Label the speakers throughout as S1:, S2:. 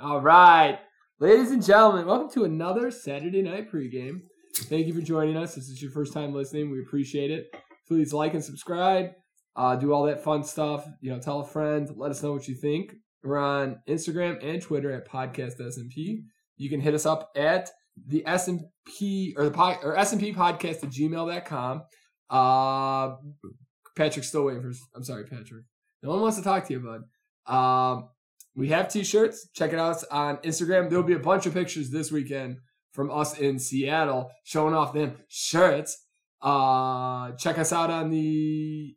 S1: All right. Ladies and gentlemen, welcome to another Saturday night pregame. Thank you for joining us. This is your first time listening. We appreciate it. Please like and subscribe. Uh, do all that fun stuff. You know, tell a friend. Let us know what you think. We're on Instagram and Twitter at Podcast SMP. You can hit us up at the SMP or the pod, or SMP podcast at gmail.com. Uh, Patrick's still waiting for. I'm sorry, Patrick. No one wants to talk to you, bud. Um, we have t-shirts. Check it out on Instagram. There'll be a bunch of pictures this weekend from us in Seattle showing off them shirts. Uh, check us out on the.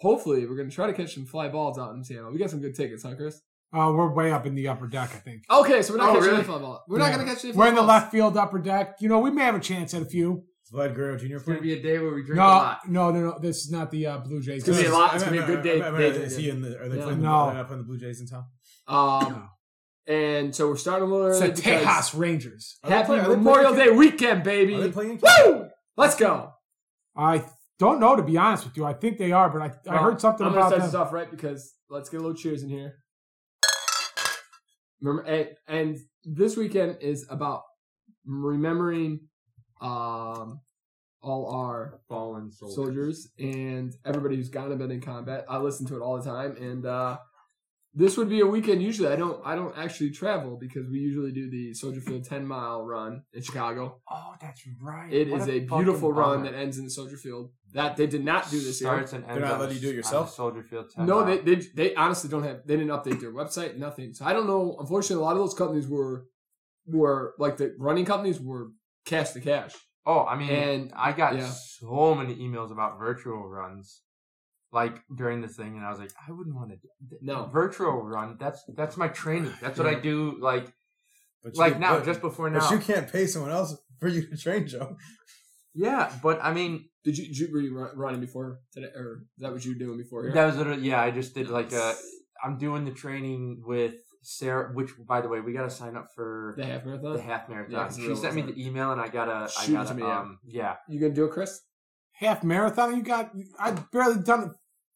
S1: Hopefully, we're gonna try to catch some fly balls out in Seattle. We got some good tickets, huh, Chris?
S2: Uh, we're way up in the upper deck, I think.
S1: Okay, so we're not
S3: Oh,
S1: catching
S3: really?
S1: any fly balls. We're
S2: Yeah.
S1: not gonna catch any.
S2: We're
S1: fly
S2: in the
S1: balls.
S2: left field upper deck. You know, we may have a chance at a few.
S3: Is Vlad Guerrero Jr. It's gonna playing?
S1: be
S3: It's
S1: a day where we drink a
S2: No,
S1: lot.
S2: no, no, no. This is not the uh, Blue Jays.
S1: It's gonna be a
S2: This is-
S1: lot. It's gonna be a good day-
S3: I
S1: day-
S3: is he in the? Are they
S1: Yeah.
S3: playing?
S2: No.
S3: No. Are they not playing the Blue Jays in town?
S1: Um, and so we're starting a little
S2: It's
S1: early
S2: the
S1: because
S2: Tejas Rangers.
S3: Are they
S1: Happy
S3: play- are they
S1: Memorial
S3: playing
S1: Day weekend,
S3: in- Are they
S1: baby!
S3: playing? in Canada?
S1: Woo! Let's go.
S2: I don't know, to be honest with you. I think they are, but I, I heard something
S1: I'm
S2: about
S1: gonna start
S2: them.
S1: this off right because let's get a little cheers in here. Remember, and, and this weekend is about remembering um, all our
S3: Fallen soldiers.
S1: soldiers and everybody who's gone and been in combat. I listen to it all the time, and uh, this would be a weekend. Usually, I don't I don't actually travel because we usually do the Soldier Field 10 mile run in Chicago.
S2: Oh, that's right.
S1: It is
S4: What
S1: a,
S4: a
S1: beautiful
S4: fucking
S1: run
S4: bummer.
S1: that ends in Soldier Field. That they did not do this year.
S4: Starts and
S3: They're
S4: ends
S3: not
S4: on
S3: letting you
S4: the-
S3: do it
S4: on the
S3: yourself?
S4: Soldier Field. 10
S1: No,
S4: mile.
S1: they, they they honestly don't have they didn't update their website, nothing. So I don't know. Unfortunately, a lot of those companies were were like the running companies were cash to cash.
S4: Oh, I mean,
S1: And-
S4: I got
S1: yeah.
S4: so many emails about virtual runs, like during this thing, and I was like, I wouldn't want to. Do
S1: No.
S4: virtual run. That's that's my training. That's what I
S3: Yeah.
S4: do. Like
S3: But you
S4: like
S3: can-
S4: now,
S3: but-
S4: just before now.
S3: But you can't pay someone else for you to train, Joe.
S4: yeah, but I mean,
S1: Did you, did you were you run- running before today, or is that what you were doing before here?
S4: that was literally yeah. I just did like uh, a. I'm doing the training with Sarah, which by the way, we got to sign up for
S1: the half marathon.
S4: the half marathon.
S1: Yeah, it's
S4: she
S1: real
S4: sent me
S1: time.
S4: the email, and I gotta,
S1: Shoot it
S4: I gotta,
S1: to me, yeah.
S4: um, yeah.
S1: you gonna do it, Chris?
S2: Half marathon. You got. I barely done it.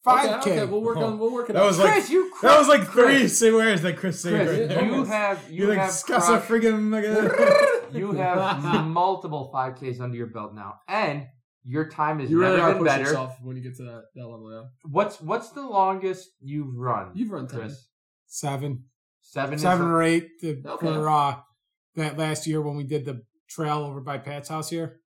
S2: Five
S1: Okay,
S2: k.
S1: okay, we'll work on we'll work it
S3: That
S1: out.
S3: was like
S4: Chris, you
S3: that was like
S4: Chris.
S3: three swears that Chris said.
S1: Chris,
S3: right there.
S4: you have you
S3: you like
S4: have
S3: discuss
S4: crushed-
S3: a friggin' like,
S4: you have multiple 5Ks under your belt now, and your time has
S1: you really
S4: never
S1: are
S4: been
S1: pushing
S4: better.
S1: yourself when you get to that, that level. Yeah,
S4: What's what's the longest you've run,
S1: you've run ten.
S4: Chris?
S2: Seven,
S4: Seven. is
S2: seven
S4: the-
S2: or eight to,
S1: Okay.
S2: for uh, that last year when we did the trail over by Pat's house here.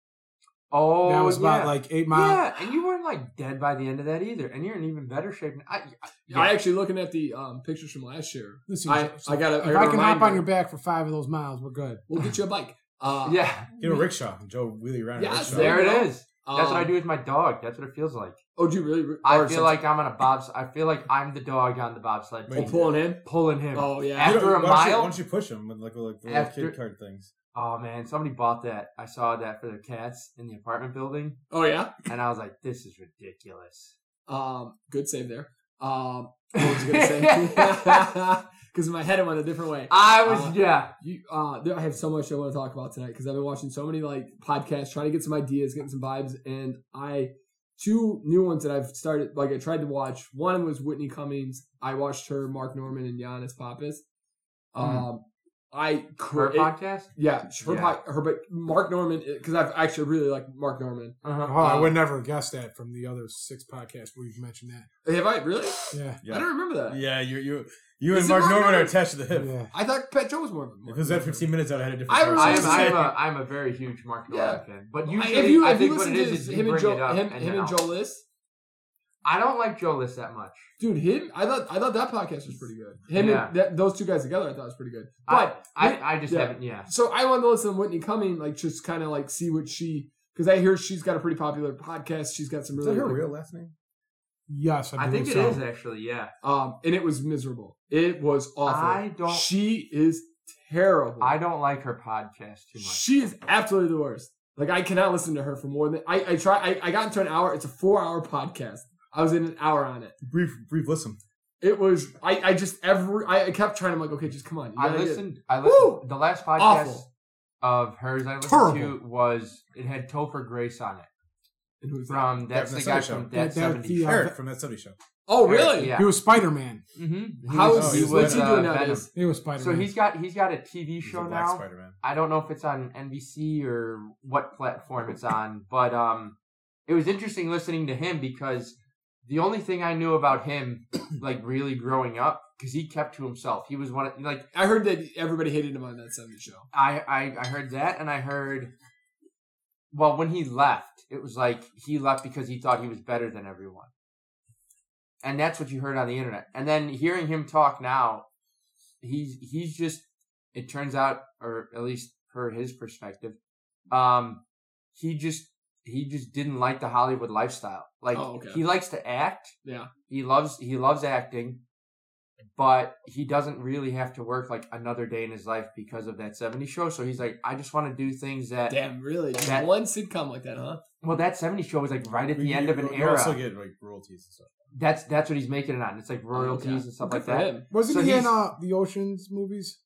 S4: oh,
S2: that was
S4: yeah.
S2: about like eight miles.
S4: yeah, and you weren't like dead by the end of that either, and you're in even better shape. I, I- yeah.
S1: I actually looking at the um, pictures from last year.
S2: Listen,
S1: I
S2: so
S1: I got a.
S2: if I can hop on your back for five of those miles, we're good.
S1: we'll get you a bike. Uh,
S4: yeah,
S3: get a rickshaw, Joe. Wheelie around.
S1: Yeah,
S3: a rickshaw.
S4: there
S1: you
S4: it
S1: go.
S4: is. That's what I
S1: um,
S4: do with my dog. That's what it feels like.
S1: Oh, do you really? re-
S4: I
S1: or
S4: feel
S1: something-
S4: like I'm on a bobs. I feel like I'm the dog on the bobsled
S3: Wait.
S1: oh,
S4: team,
S1: pulling in.
S4: pulling him.
S1: Oh yeah.
S3: You don't-
S4: After
S3: why
S4: a
S3: don't you-
S4: mile-
S3: why don't you push him with like, like the little
S4: After-
S3: kid card things?
S4: oh man, somebody bought that. I saw that for their cats in the apartment building.
S1: Oh yeah.
S4: And I was like, this is ridiculous.
S1: Um, good save there. Um, what was you gonna say? Because in my head, it went a different way.
S4: I was,
S1: Uh,
S4: yeah.
S1: You, uh, there, I have so much I want to talk about tonight because I've been watching so many like podcasts, trying to get some ideas, getting some vibes, and I two new ones that I've started. Like I tried to watch. One was Whitney Cummings. I watched her, Mark Norman, and Giannis Pappas. Um, I
S4: Mm-hmm. Her
S1: cra- it-
S4: podcast?
S1: Yeah, her,
S4: Yeah.
S1: po- her, but Mark Norman because I've actually really like Mark Norman.
S2: Oh,
S4: Uh-huh.
S2: I
S1: Uh,
S2: would never have guessed that from the other six podcasts where you've mentioned that.
S1: Have I really?
S2: Yeah.
S1: I don't remember that.
S3: Yeah, you you you
S1: Is
S3: and
S1: it
S3: Mark
S1: Mark
S3: Norman are
S1: Norman?
S3: attached to the hip.
S2: Yeah.
S1: I thought Pet Joe was more.
S3: If it was that 15 minutes, I'd have had a different.
S1: I remember-
S4: I am,
S3: conversation.
S4: I am a, I'm a very huge Mark Norman fan. But
S1: I-
S4: usually,
S1: if you,
S4: I
S1: if you
S4: think what
S1: listen
S4: it
S1: to
S4: is
S1: this,
S4: is you
S1: him and
S4: bring it
S1: Joe,
S4: up.
S1: him,
S4: and
S1: him
S4: then
S1: and
S4: I'll-
S1: Joe List,
S4: I don't like Joe List that much.
S1: dude, him. I thought I thought that podcast was pretty good. Him
S4: Yeah.
S1: and that, those two guys together, I thought was pretty good.
S4: I-
S1: But
S4: I, I just
S1: yeah.
S4: haven't, yeah.
S1: so I wanted to listen to Whitney Cumming, like just kind of like see what she because I hear she's got a pretty popular podcast. She's got some
S3: Is
S1: really
S3: that her
S1: like,
S3: real last name?
S2: Yes, I,
S4: I think it
S2: believe
S4: is,
S2: so.
S4: actually, yeah.
S1: um, and it was miserable. It was awful.
S4: I don't-
S1: She is terrible.
S4: I don't like her podcast too much.
S1: She is absolutely the worst. Like I cannot listen to her for more than I, I try. I, I got into an hour. It's a four-hour podcast. I was in an hour on it.
S3: Brief, brief listen.
S1: It was I, I just every I, I kept trying. I'm like, okay, just come on. You
S4: I
S1: gotta get-
S4: listened, I
S1: Woo!
S4: listened, the last podcast
S1: Awful.
S4: of hers I listened to
S2: Terrible.
S4: was, it had Topher Grace on it.
S1: And who's that?
S4: From, that's
S3: That-
S4: the
S3: that's
S4: guy
S3: the show.
S4: from That
S2: That- that-
S4: 70
S2: Yeah,
S3: Eric
S2: but-
S3: from that study show.
S1: Oh, really?
S4: Yeah.
S2: He was Spider Man.
S4: Mm-hmm.
S1: How
S3: is
S4: he
S3: he- what's
S4: was
S3: he
S1: doing
S4: uh, Venom.
S1: nowadays?
S2: He was Spider Man.
S4: So he's got he's got a TV
S3: He's a
S4: show
S3: black
S4: now.
S3: Spider-Man.
S4: I don't know if it's on NBC or what platform it's on, but um, it was interesting listening to him because the only thing I knew about him, like really growing up, because he kept to himself. He was one of, like
S1: I heard that everybody hated him on that '70s show.
S4: I, I I heard that, and I heard well when he left, it was like he left because he thought he was better than everyone, and that's what you heard on the internet. And then hearing him talk now, he's he's just it turns out, or at least per his perspective, um, he just he just didn't like the Hollywood lifestyle. Like
S1: Oh, okay.
S4: he likes to act.
S1: Yeah.
S4: He loves he loves acting, but he doesn't really have to work like another day in his life because of that 70 show. So he's like, I just want to do things that
S1: Damn, really? Just
S4: That-
S1: one sitcom like that, huh?
S4: well that 70 show was like right at
S3: We-
S4: the end
S3: we-
S4: of an
S3: we
S4: era.
S3: also get like royalties and stuff.
S4: that's that's what he's making it on. It's like royalties
S1: Okay.
S4: and stuff
S1: Good
S4: like
S1: for
S4: that.
S1: him.
S2: Wasn't
S4: so
S2: he in
S4: he's-
S2: uh, the Oceans movies?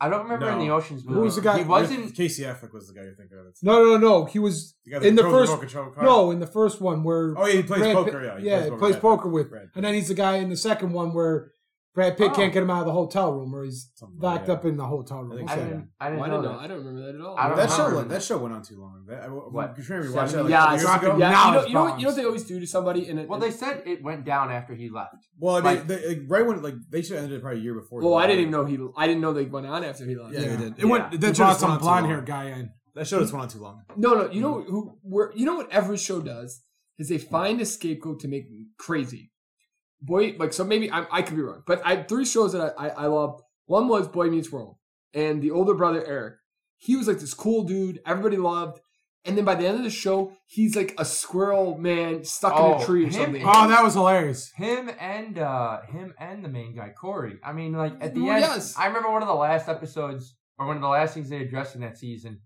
S4: I don't remember in
S3: No.
S4: the Ocean's
S2: Who
S4: movie.
S2: was the guy-
S4: He wasn't
S3: Casey Affleck was the guy you're thinking of. It's
S2: No, no, no. He was
S3: the guy
S2: In the
S3: controls
S2: first-
S3: remote control car.
S2: no in the first one where
S3: Oh, yeah, he plays
S2: Brad
S3: poker.
S2: Pitt-
S3: Yeah,
S2: yeah, he plays
S3: Brad Pitt.
S2: poker with.
S3: Brad Pitt.
S2: And then he's the guy in the second one where Brad Pitt
S4: Oh.
S2: can't get him out of the hotel room, or he's
S3: Something like
S2: locked
S3: that.
S2: up in the hotel room.
S3: Oh, think
S4: I
S3: so.
S2: Okay.
S4: didn't I didn't
S1: Well, I
S4: know
S1: don't
S4: that.
S1: know. I don't remember that at all.
S4: I don't
S3: That
S4: know.
S3: show,
S4: remember
S3: went,
S4: that.
S3: that show went on too long. That, I,
S4: What?
S3: what? Katrina rewatched that.
S4: Seven
S3: Like
S1: years
S3: yeah, years
S2: ago?
S3: ago.
S2: Yeah.
S1: you, know,
S2: Knowledge
S1: you, know, what- you know
S2: bombs.
S1: what they always do to somebody? And it,
S4: Well, they said it went down after he left.
S3: Well, I mean,
S4: Like-
S3: they, like, right when like they should have ended it probably a year before.
S1: Well, Oh, I didn't even know he. I didn't know they went on after he left.
S3: Yeah,
S2: Yeah.
S3: they did. It
S4: Yeah.
S3: went.
S2: He
S3: That show
S2: brought
S3: just went
S2: some
S3: on too
S2: blonde haired
S3: long.
S2: guy in.
S3: That show just went on too long.
S1: No, no. You
S4: Mm.
S1: know who? Where you know what every show does is they find a scapegoat to make them crazy. Boy, like so maybe I, I could be wrong, but I had three shows that I, I, I love. One was Boy Meets World, and the older brother Eric. He was like this cool dude everybody loved, and then by the end of the show, he's like a squirrel man stuck in
S4: Oh,
S1: a tree or
S4: him
S1: something.
S4: and-
S2: Oh, that was hilarious.
S4: Him and uh him and the main guy Corey. I mean, like at the
S1: Well,
S4: end,
S1: yes.
S4: I remember one of the last episodes or one of the last things they addressed in that season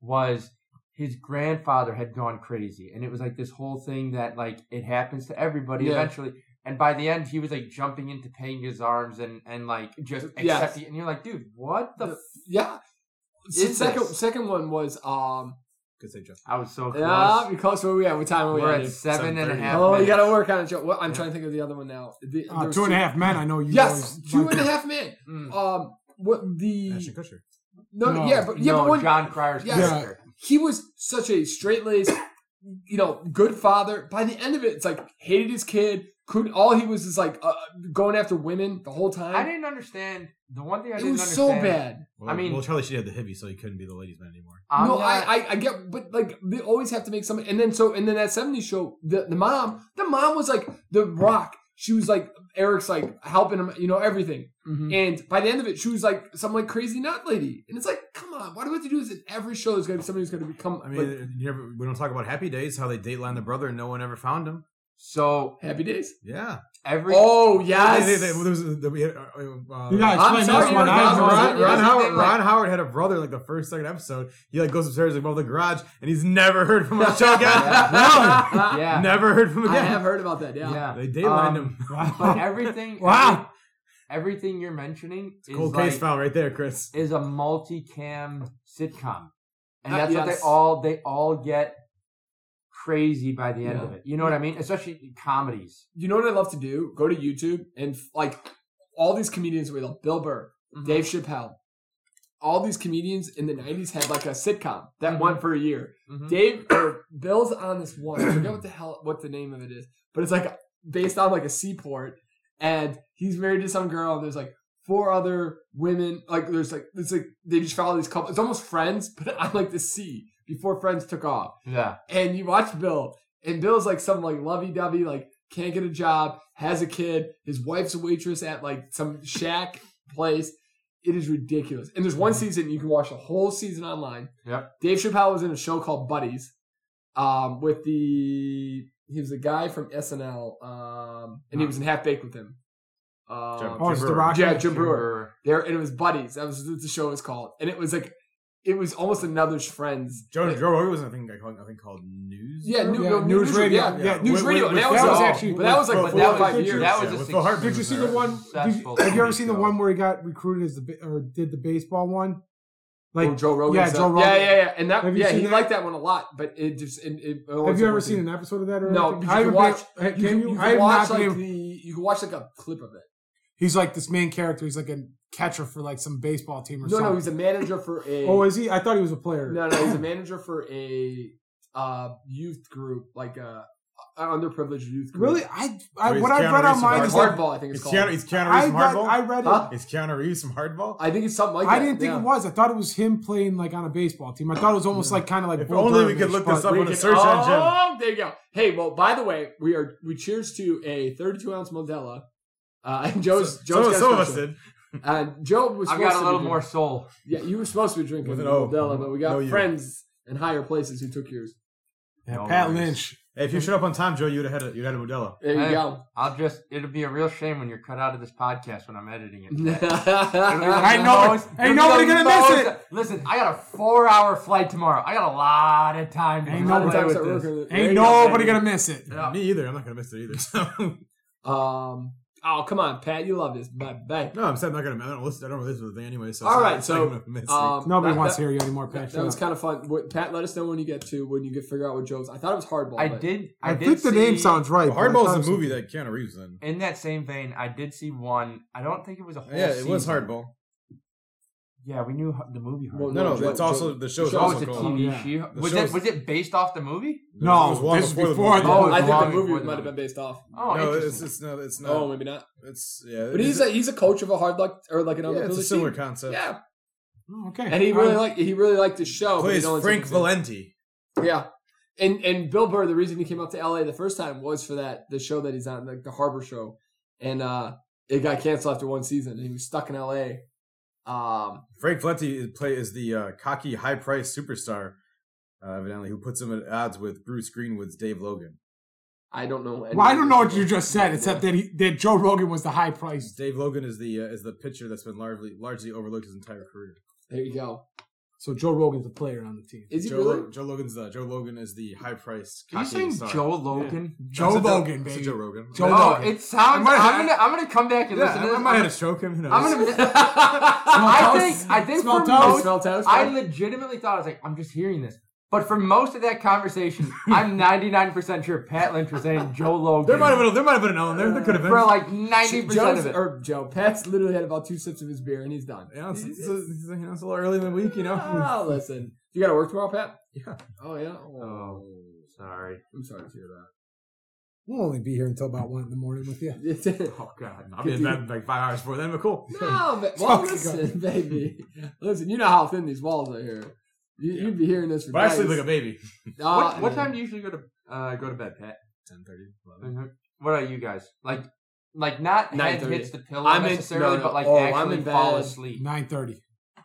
S4: was his grandfather had gone crazy, and it was like this whole thing that like it happens to everybody
S1: Yeah.
S4: eventually. And by the end, he was like jumping into Panga's arms and and like just
S1: Yes.
S4: accepting. And you're like, dude, what the?
S1: The-
S4: f-?
S1: yeah.
S4: Is
S1: S- second
S4: this-
S1: second one was um
S3: Because they just.
S4: I was so close.
S1: yeah because where we at what time are we
S4: We're
S1: at?
S4: at seven and a
S3: 7:30.
S4: half.
S1: Oh, you
S4: minutes.
S1: gotta work on it, Joe. Well, I'm
S4: Yeah.
S1: trying to think of the other one now. The,
S2: Uh, two and a half men. I know you.
S1: Yes,
S2: always
S1: two
S2: like
S1: and a
S2: that.
S1: half men.
S4: Mm.
S1: Um, what the?
S3: Ashton Kutcher.
S1: No,
S2: No.
S1: yeah, but yeah,
S4: no,
S1: but when,
S4: John Crier's
S1: Yeah.
S4: character.
S1: he was such a straight laced, you know, good father. By the end of it, it's like hated his kid. Couldn't all he was is like uh, going after women the whole time.
S4: I didn't understand the one thing I
S1: it
S4: didn't
S1: was so
S4: understand. Um,
S1: bad.
S3: Well,
S4: I mean-
S3: well, Charlie should have the hippie, so he couldn't be the ladies' man anymore.
S4: I'm
S1: no,
S4: not-
S1: I, I I get, but like they always have to make something. And then so and then that '70s show, the the mom, the mom was like the rock. She was like Eric's like helping him, you know, everything.
S4: Mhm.
S3: Mm-hmm.
S1: And by the end of it, she was like some like crazy nut lady. And it's like, come on, why do we have to do this? In every show, there's gonna be somebody who's gonna become.
S3: I mean,
S1: like,
S3: you never, we don't talk about Happy Days, how they dateline the brother and no one ever found him.
S4: So
S1: happy days.
S3: Yeah.
S4: every
S1: Oh
S3: They-
S1: yes.
S3: they- they- there was a- the- we had, uh, uh,
S2: You gotta
S1: I'm
S2: explain
S1: sorry,
S2: this
S1: you
S2: one.
S1: were
S2: I
S1: not
S2: don't know.
S1: Ron-
S3: Ron,
S1: Ron
S3: Ron Howard.
S4: Howard-
S3: Ron Howard had a brother in like the first second episode. He like goes upstairs, like one of the garage, and he's never heard from that show again.
S4: yeah,
S3: No, never heard from him
S1: I
S3: again.
S1: have heard about that. Yeah.
S4: yeah.
S3: They daylined
S4: Um,
S3: him.
S4: But everything,
S2: Wow.
S4: every- everything you're mentioning is
S3: Cold
S4: like,
S3: case file right there, Chris.
S4: is a multi-cam sitcom, and
S1: Uh,
S4: that's what
S1: yes.
S4: they all they all get crazy by the end
S1: Yeah.
S4: of it. You know what I mean? Especially comedies.
S1: You know what I love to do? Go to YouTube and like all these comedians we love: Bill Burr,
S4: Mm-hmm.
S3: Mm-hmm.
S1: Dave Chappelle. All these comedians in the '90s had like a sitcom that
S3: Mm-hmm.
S4: Mhm.
S1: went for a year.
S4: Mhm.
S1: Dave or Bill's on this one. I forget what the hell what the name of it is, but it's like based on like a seaport, and he's married to some girl, and there's like four other women. Like there's like it's like they just follow these couples. It's almost Friends, but on like the sea before Friends took off.
S4: Yeah,
S1: and you watch Bill, and Bill's like some like lovey dovey, like can't get a job, has a kid, his wife's a waitress at like some shack place. It is ridiculous. And there's one season you can watch the whole season online.
S4: Yep.
S1: Dave Chappelle was in a show called Buddies, um, with the he was a guy from SNL, um, and he was in Half Baked with him. Um,
S2: Oh, it's
S3: Jim
S2: The
S3: Brewer.
S2: Rock.
S1: yeah, Jim Brewer.
S4: Brewer.
S1: There, and it was Buddies. That was what the show was called, and it was like, it was almost another Friends.
S3: Joe Joe Rogan was I think I called I think called news.
S1: Yeah, new,
S2: Yeah,
S1: no, news,
S2: News
S1: radio.
S2: Radio.
S1: Yeah,
S2: Yeah,
S1: news
S3: with-
S1: radio.
S3: with-
S1: that,
S3: with
S1: was
S3: Phil.
S1: all-
S2: actually-
S1: but that was like
S3: Phil-
S1: but
S3: Phil
S1: that was
S3: was
S1: five
S3: good.
S1: years.
S4: That was
S3: Yeah,
S4: a
S3: with Phil Hartman.
S2: Did you see the one? did you-
S4: Successful
S2: have you ever seen the
S3: comedy
S2: one
S3: show.
S2: where he got recruited as the ba- or did the baseball one? Like,
S1: oh, Joe Rogan.
S2: yeah,
S1: stuff.
S2: Joe Rogan.
S1: Yeah, yeah, yeah. And that,
S2: Have you
S1: yeah,
S2: seen
S1: he
S2: that?
S1: liked that one a lot, but it just. It, it
S2: have you ever seen an episode of that? Or
S1: No,
S2: anything?
S1: because
S2: I
S1: you
S2: haven't been-
S1: watch-
S2: Hey,
S1: You,
S2: Can
S1: you
S2: you?
S1: can
S2: I have
S1: watch
S2: not
S1: like
S2: been. able-
S1: the, you can watch like a clip of it.
S2: he's like this main character. He's like a catcher for like some baseball team or
S1: No,
S2: something.
S1: no, he's a manager for a.
S2: oh, is he? I thought he was a player.
S1: No, no, he's a manager for a uh, youth group, like a an underprivileged youth group.
S2: Really? I, I
S3: Wait,
S2: what
S3: it's
S2: I've read
S3: Keanu Reeves
S2: online
S1: Hard-
S3: from
S2: is that
S1: hardball, I think
S3: It's
S1: it's
S3: Keanu,
S1: called.
S3: it's Keanu
S2: I
S3: Reeves from
S2: read, I
S3: Hardball?
S2: read it.
S1: Huh?
S3: It's Keanu Reeves from Hardball?
S1: I think it's something like that.
S2: I didn't think
S1: yeah.
S2: it was. I thought it was him playing like on a baseball team. I thought it was almost like kind of like
S3: If
S2: Bull
S3: only we could
S2: Durham-ish,
S3: look
S2: but-
S3: this up.
S1: We
S3: on a
S1: can-
S3: search engine.
S1: Oh, there you go. Hey, well, by the way, we are we cheers to a 32 ounce Modelo. Uh, and Joe's Joe's
S3: So,
S1: got a
S3: some of us
S1: special.
S3: did.
S1: And Joe was.
S4: I've
S1: supposed
S4: got
S1: to
S4: a
S1: be
S4: little
S1: drinking-
S4: more soul.
S1: Yeah, you were supposed to be drinking
S3: With an O.
S1: Modelo, but we
S3: No,
S1: got
S3: you.
S1: friends in higher places who took yours.
S2: Yeah,
S4: No
S2: Pat
S4: worries.
S2: Lynch.
S3: Hey, if you showed up on time, Joe, you'd have had a, you'd had a Modelo.
S1: There you
S4: Hey.
S1: go.
S4: I'll just. It'll be a real shame when you're cut out of this podcast when I'm editing it.
S1: I
S2: know it. Ain't nobody gonna miss
S4: it. Listen, I got a four-hour flight tomorrow. I got a lot of time. to
S2: Ain't
S4: play
S2: nobody-
S4: with this.
S2: Ain't nobody gonna miss it.
S4: Yeah.
S3: Me either. I'm not gonna miss it either. So.
S1: Um. Oh, come on, Pat. You love this. Bye, bye.
S3: no, I'm sad. I'm not gonna. I don't listen. I don't listen to the thing anyway. So.
S1: All
S3: it's
S1: right,
S3: not
S1: so,
S3: like I'm gonna miss it.
S1: Um,
S2: Nobody
S1: that-
S2: wants
S1: that-
S2: to hear you anymore,
S1: That,
S2: Pat.
S1: that was kind of fun. What- Pat, let us know when you get to when you get figure out what Joe's. I thought it was hardball.
S4: I
S1: but-
S4: did. I,
S2: I,
S4: did
S2: think the name
S4: see-
S2: sounds right. but I
S3: Hardball
S2: thought it was-
S3: is a movie that Keanu Reeves in.
S4: In that same vein, I did see one. I don't think it was a whole.
S3: Yeah, it was
S4: season.
S3: Hardball.
S4: Yeah, we knew h- the movie Hardball.
S1: Well,
S3: No, no,
S1: Joe-
S3: that's also
S1: Joe-
S3: the show's
S1: Joe
S4: oh,
S1: was
S3: also
S4: it's a
S3: called.
S4: TV
S2: yeah.
S4: show.
S3: The
S4: Was
S3: show's-
S4: it was it based off the movie?
S2: No,
S3: it was long
S2: this is
S3: the
S2: before
S3: movie.
S2: that.
S4: Oh,
S1: I think
S4: long
S1: the movie
S4: before the
S1: might have been
S4: movie.
S1: based off.
S4: Oh,
S3: no, it's,
S4: interesting.
S3: it's no, it's not.
S1: Oh, maybe not.
S3: it's yeah.
S1: But he's a he's a coach of a hard luck or like an
S3: yeah, it's a
S1: underprivileged
S3: similar
S1: team.
S3: concept.
S1: Yeah,
S2: Oh, Okay.
S1: and he
S2: I-
S1: really liked he really liked the show. but he
S3: plays
S1: don't
S3: Frank
S1: listen to
S3: Valenti.
S1: it. Yeah, and and Bill Burr. The reason he came out to L.A. the first time was for that the show that he's on, like the Harbor Show, and uh it got canceled after one season. And he was stuck in L.A. Um,
S3: Frank Valenti is, play is the uh, cocky, high-priced superstar, uh, evidently, who puts him at odds with Bruce Greenwood's Dave Logan.
S1: I don't know. any
S2: Well, I
S1: of
S2: don't
S1: these
S2: know what
S1: people.
S2: you just said, except that he, that Joe Rogan was the high price.
S3: Dave Logan is the uh, is the pitcher that's been largely largely overlooked his entire career.
S1: There you go.
S2: So Joe Rogan's a player on the team.
S1: Is he
S3: Joe,
S1: really?
S3: Lo- Joe Logan's the Joe Logan is the high-priced.
S4: Are you
S3: cocky
S4: saying
S3: star.
S4: Joe Logan?
S2: Joe
S3: That's a-
S2: Logan,
S3: that's a
S2: baby.
S3: Joe Rogan.
S2: Joe
S4: no,
S2: Logan.
S4: it sounds.
S2: I might
S4: I'm
S2: have-
S4: gonna. I'm gonna come back and
S3: Yeah,
S4: listen to this.
S3: I might have had a stroke him. Who knows?
S4: I'm gonna.
S1: I
S4: I think. I think
S2: Smell
S4: for
S2: toast.
S1: Oh,
S4: most
S1: smell toast.
S4: I legitimately thought I was like, I'm just hearing this. But for most of that conversation, I'm 99% sure Pat Lynch was saying Joe Logan.
S3: There might have been. A, there might have been an Ellen there. There could have been.
S4: for like 90%
S1: Joe's,
S4: of it.
S1: or Joe, Pat's literally had about two sips of his beer and he's done.
S3: yeah, it's, it's, it's, it's a little early in the week, you know.
S1: Oh, listen. You got to work tomorrow, Pat?
S3: Yeah.
S1: Oh, yeah.
S4: Oh, sorry.
S1: I'm sorry to hear
S2: We'll only be here until about one in the morning with you.
S1: that.
S3: Oh god, I'll be in bed like five hours before then, but cool.
S1: no, but, well,
S2: Fucking
S1: listen, baby. Listen, you know how thin these walls are here. You, You'd be hearing this for
S3: But I
S1: days.
S3: sleep like a baby.
S1: Uh,
S4: What, what time do you usually go to uh, go to bed, Pat?
S3: 10, 11.
S4: Mhm. What are you guys? Like, like not head
S1: 9:30.
S4: hits the pillow
S1: I'm in- no,
S4: necessarily,
S1: no.
S4: but like
S1: Oh, I'm
S4: actually
S1: in
S4: fall
S1: bed.
S4: asleep.
S2: Nine thirty.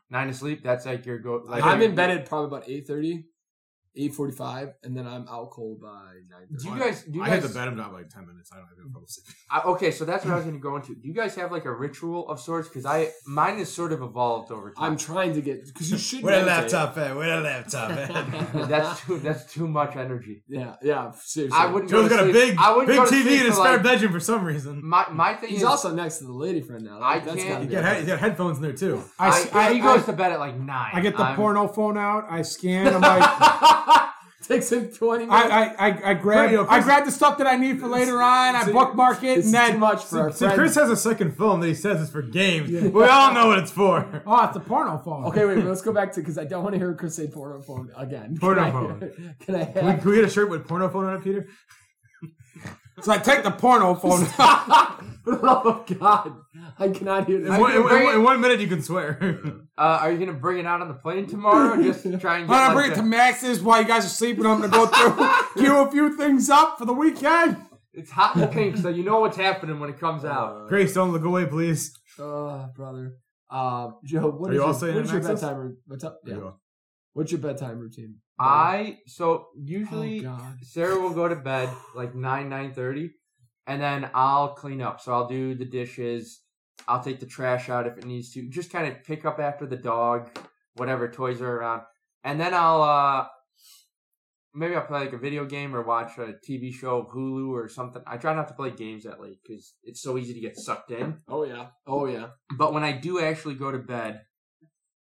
S4: Nine asleep, that's like your go. Like
S1: I'm in bed at probably about 8.30, 8.45, and then I'm out cold by 9.30.
S4: Do you guys, do you
S3: I
S4: guys,
S3: hit the bed. I'm not like ten minutes. I don't have no problem sleeping.
S4: I, okay, so that's what I was going to go into. Do you guys have like a ritual of sorts? Because I, mine has sort of evolved over time.
S1: I'm trying to get, because you should
S3: Where the
S1: meditate.
S3: laptop at? Where the laptop at?
S4: that's too. That's too much energy.
S1: Yeah, yeah, seriously.
S4: I wouldn't. go
S3: Joe's
S4: to
S3: got a
S4: sleep-
S3: big,
S4: I wouldn't
S3: big
S4: go to
S3: TV
S4: sleep
S3: in his
S4: till,
S3: spare
S4: like-
S3: bedroom for some reason.
S4: My my thing
S1: He's
S4: is
S1: also next to the lady friend now.
S4: I
S1: That's
S4: can't-
S1: gotta
S3: He
S1: be
S3: got,
S1: a-
S3: he got headphones in there too.
S2: I,
S4: I,
S2: s- I-
S4: he goes
S2: I-
S4: to bed at like nine.
S2: I get the
S4: I'm-
S2: porno phone out. I scan. I'm like,
S1: Takes him 20 minutes.
S2: I, I, I, I grab,
S3: Radio,
S2: I
S3: Chris-
S2: grab the stuff that I need for later on. I
S3: See,
S2: bookmark it,
S1: it's
S2: and
S1: too
S2: then
S1: much for our
S3: See,
S1: friend.
S3: Chris has a second phone that he says is for games. We all know what it's for.
S2: oh, it's the porno phone.
S1: okay, wait, but let's go back to because I don't want to hear Chris say porno phone again.
S3: Porno
S1: Can I-
S3: phone.
S1: Can I
S3: Can we,
S1: have?
S3: can we get a shirt with porno phone on it, Peter?
S2: So I take the porno phone. out.
S1: For the love of Oh, God, I cannot hear this.
S3: In one, in one-
S4: bring it-
S3: in one minute, you can swear.
S4: Uh, are you gonna bring it out on the plane tomorrow? Or just try and get.
S2: I'm gonna
S4: Like
S2: bring it
S4: the-
S2: to Max's while you guys are sleeping. I'm gonna go through, queue a few things up for the weekend.
S4: it's hot and pink, so you know what's happening when it comes out.
S3: Grace, don't look away, please.
S1: Uh, brother. Uh, Joe, what
S3: Are
S1: is
S3: you
S1: your,
S3: all saying
S1: what is
S3: it,
S1: your
S3: Maxis?
S1: bedtime? ru- What's up? Yeah. What's your bedtime routine?
S4: I so
S1: Oh,
S4: usually
S1: God.
S4: Sarah will go to bed like nine nine thirty, and then I'll clean up. So I'll do the dishes. I'll take the trash out if it needs to. Just kind of pick up after the dog, whatever toys are around, and then I'll uh maybe I'll play like a video game or watch a TV show, Hulu or something. I try not to play games that late because it's so easy to get sucked in.
S1: Oh yeah. Oh yeah.
S4: But when I do actually go to bed,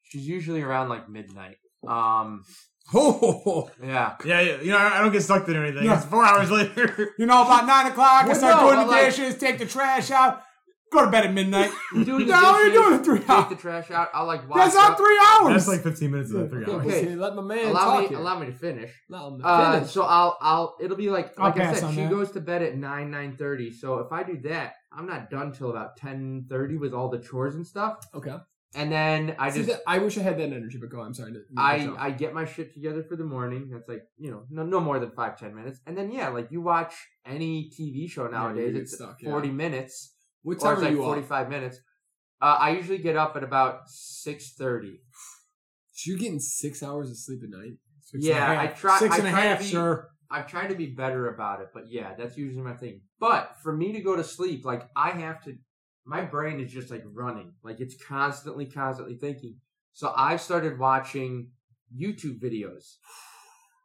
S4: She's usually around like midnight. Um,
S2: Oh,
S4: yeah.
S5: Yeah, yeah, you know, I I don't get sucked in or anything.
S2: No.
S5: It's four hours later.
S2: you know, about nine o'clock, I
S4: Well,
S2: start
S4: no,
S2: doing
S4: but
S2: the
S4: like-
S2: dishes, take the trash out, go to bed at midnight.
S4: I'm doing the
S2: no, you're
S4: dishes,
S2: doing it three
S4: Take
S2: hours.
S4: the trash out. I'll like wash
S2: That's not
S4: up.
S2: three hours.
S5: That's like 15 minutes of that three
S1: Okay,
S5: hours.
S1: okay, let my man
S4: Allow
S1: talk
S4: me,
S1: here.
S4: allow me to finish.
S1: Let him
S4: Uh,
S1: finish.
S4: so I'll, I'll, it'll be like,
S2: I'll
S4: like I
S2: pass
S4: said,
S2: on
S4: she
S2: that.
S4: goes to bed at nine, nine thirty. So if I do that, I'm not done till about ten thirty with all the chores and stuff.
S1: okay.
S4: And then I
S1: I
S4: just,
S1: I wish I had that energy, but go. I'm sorry. To,
S4: I, I get my shit together for the morning. That's like, you know, no, no more than five, ten minutes. And then yeah, like you watch any TV show nowadays,
S1: get
S4: it's
S1: stuck, yeah.
S4: forty minutes.
S1: what
S4: or
S1: time
S4: it's
S1: are
S4: like
S1: you on?
S4: 45 minutes. Uh, I usually get up at about 6.30.
S1: So you're getting six hours of sleep a night.
S4: Yeah, I try-
S2: Six
S4: I
S2: and a
S4: try to
S2: half,
S4: be-
S2: sure.
S4: I've tried to be better about it, but yeah, that's usually my thing. But for me to go to sleep, like I have to, my brain is just like running. Like it's constantly, constantly thinking. So I started watching YouTube videos.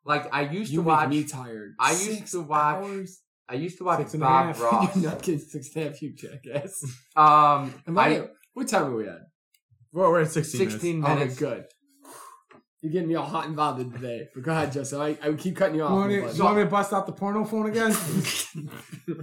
S4: Like I used
S1: you
S4: to
S1: make
S4: watch,
S1: me tired.
S4: I used
S1: Six
S4: to watch-
S1: hours?
S4: I used to watch
S2: Six and a
S4: Bob
S2: half.
S4: Ross.
S1: You're not getting six and a half, you jackass.
S4: Um,
S1: Am I,
S4: I,
S1: what time are we at?
S5: Well, we're at 16, 16
S4: 16
S1: Oh,
S4: minutes.
S1: good. You're getting me all hot and bothered today. But go ahead, Justin. I, I keep cutting you off.
S2: You want, me,
S1: but-
S2: you want me to bust out the porno phone again?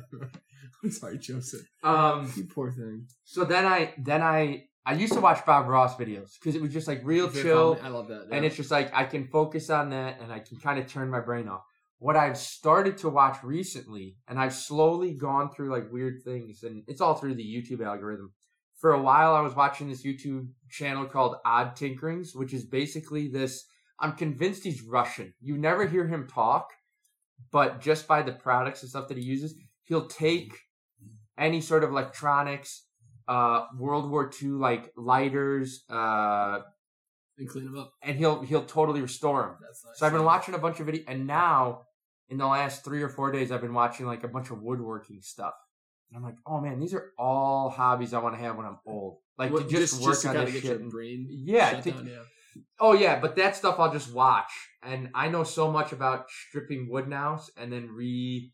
S1: I'm sorry, Joseph.
S4: um,
S1: You poor thing.
S4: so then I, then I, I used to watch Bob Ross videos because it was just like real
S1: Great
S4: chill.
S1: comment. I love that.
S4: And
S1: yeah.
S4: it's just like I can focus on that and I can kind of turn my brain off. What I've started to watch recently, and I've slowly gone through like weird things, and it's all through the YouTube algorithm. For a while, I was watching this YouTube channel called Odd Tinkerings, which is basically this. I'm convinced he's Russian. You never hear him talk, but just by the products and stuff that he uses, he'll take any sort of electronics, uh, World War II like lighters, uh,
S1: and clean them up.
S4: and he'll he'll totally restore him.
S1: That's nice.
S4: So I've been watching a bunch of video, and now in the last three or four days, I've been watching like a bunch of woodworking stuff. And I'm like, oh man, these are all hobbies I want to have when I'm old. Like
S1: What-
S4: to just, work
S1: to
S4: on
S1: kinda
S4: this
S1: get
S4: shit.
S1: your
S4: and-
S1: brain.
S4: yeah,
S1: shut
S4: to-
S1: down, yeah.
S4: oh yeah, but that stuff I'll just watch. And I know so much about stripping wood now and then re,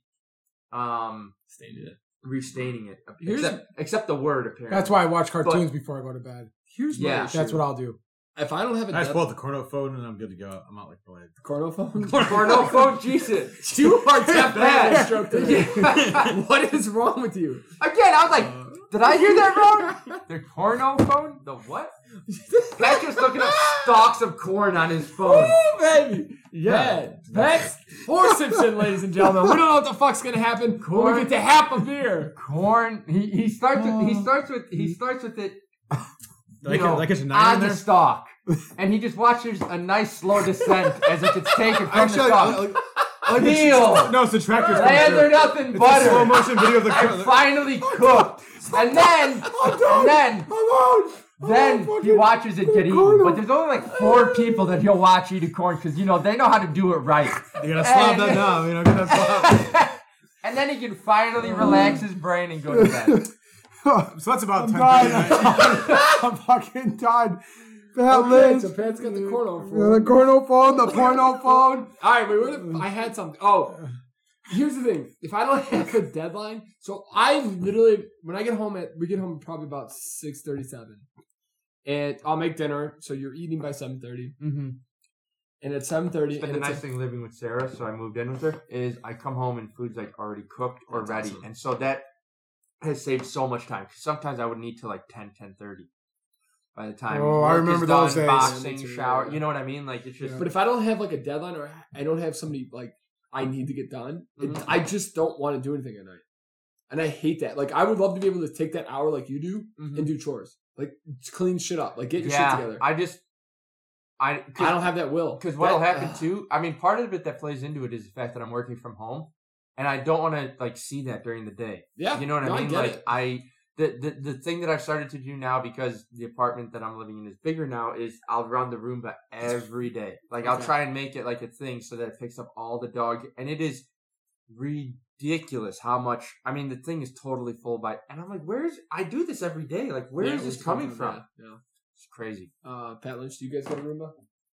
S4: um,
S1: Staining it.
S4: restaining it.
S1: Here's-
S4: except, except the word apparently.
S2: That's why I watch cartoons before I go to bed.
S1: Here's my
S4: Yeah.
S1: issue.
S2: That's what I'll do.
S1: If I don't have a
S3: I just
S1: depth,
S3: pulled the corno phone and I'm good to go. I'm out like blade.
S1: chronophone,
S4: Cornophobe Jesus.
S1: you are
S4: Step
S1: definitely
S4: back.
S1: stroke today.
S4: Yeah.
S1: What is wrong with you?
S4: Again, I was like,
S1: Uh,
S4: Did I hear that wrong? The corno phone? The what? That's just looking up stalks of corn on his
S2: Oh.
S4: phone.
S1: Woo, baby. Yeah. That's Horace Simpson, ladies and gentlemen. We don't know what the fuck's gonna happen when we get to half a beer.
S4: Corn. He, he starts with
S5: Uh,
S4: he starts with he starts with it
S3: Did I
S4: You
S3: catch-
S4: know,
S3: did I catch a nine
S4: on
S3: in
S4: the
S3: there?
S4: stalk, and he just watches a nice slow descent as if it's taken from
S5: Actually,
S4: the
S5: I- I-
S4: stalk.
S5: like, I like the-
S4: Deal.
S5: No, it's the tractor's coming
S4: Land or
S5: through.
S4: nothing
S5: It's a
S4: butter.
S5: slow motion video of the
S4: and
S5: car.
S4: finally cooked. And then, and then, then he watches it get eaten. But there's only like four people that he'll watch eat a corn because you know they know how to do it right.
S5: You gotta slob that
S4: And-
S5: now. You know, get that slob.
S4: and then he can finally relax his brain and go to bed.
S5: So that's about
S2: I'm
S5: 10
S2: done.
S5: minutes.
S2: I'm fucking done. That
S1: Okay,
S2: Liz,
S1: so Pat's got the
S2: the
S1: chronophone.
S2: corno phone, the porno phone.
S1: All right, we would have. I had something. Oh, here's the thing. If I don't have a deadline, so I literally when I get home at we get home probably about six thirty seven, and I'll make dinner. So you're eating by seven thirty,
S4: Mm-hmm.
S1: and at seven thirty,
S4: But
S1: and
S4: the
S1: it's
S4: nice thing living with Sarah, so I moved in with her, is I come home and food's like already cooked or
S1: That's
S4: ready,
S1: awesome.
S4: and so that has saved so much time. 'Cause sometimes I would need to like 10, 10.30 by the time.
S2: Oh, I
S4: work is
S2: remember those
S4: done,
S2: days.
S4: Boxing,
S1: Yeah, me too,
S4: shower,
S1: yeah.
S4: you know what I mean? Like it's just.
S1: But if I don't have like a deadline or I don't have somebody like I need to get done, it-
S4: Mhm.
S1: I just don't want to do anything at night. And I hate that. Like I would love to be able to take that hour like you do
S4: Mhm.
S1: and do chores. Like just clean shit up. Like get your shit
S4: yeah,
S1: together. I,
S4: I just. I,
S1: don't have that uh, will.
S4: Because what'll
S1: That-
S4: happen too, I mean, part of it that plays into it is the fact that I'm working from home, and I don't want to like see that during the day.
S1: Yeah.
S4: You know what
S1: no,
S4: I mean?
S1: get
S4: like
S1: it.
S4: I the, the the thing that I've started to do now because the apartment that I'm living in is bigger now is I'll run the Roomba every day. Like I'll
S1: Okay.
S4: try and make it like a thing so that it picks up all the dog and it is ridiculous how much I mean the thing is totally full by and I'm like, where's I do this every day. Like where is
S1: Yeah,
S4: this
S1: it's
S4: coming from?
S1: Yeah. yeah.
S4: It's crazy.
S1: Uh, Pat Lynch, do you guys got a Roomba?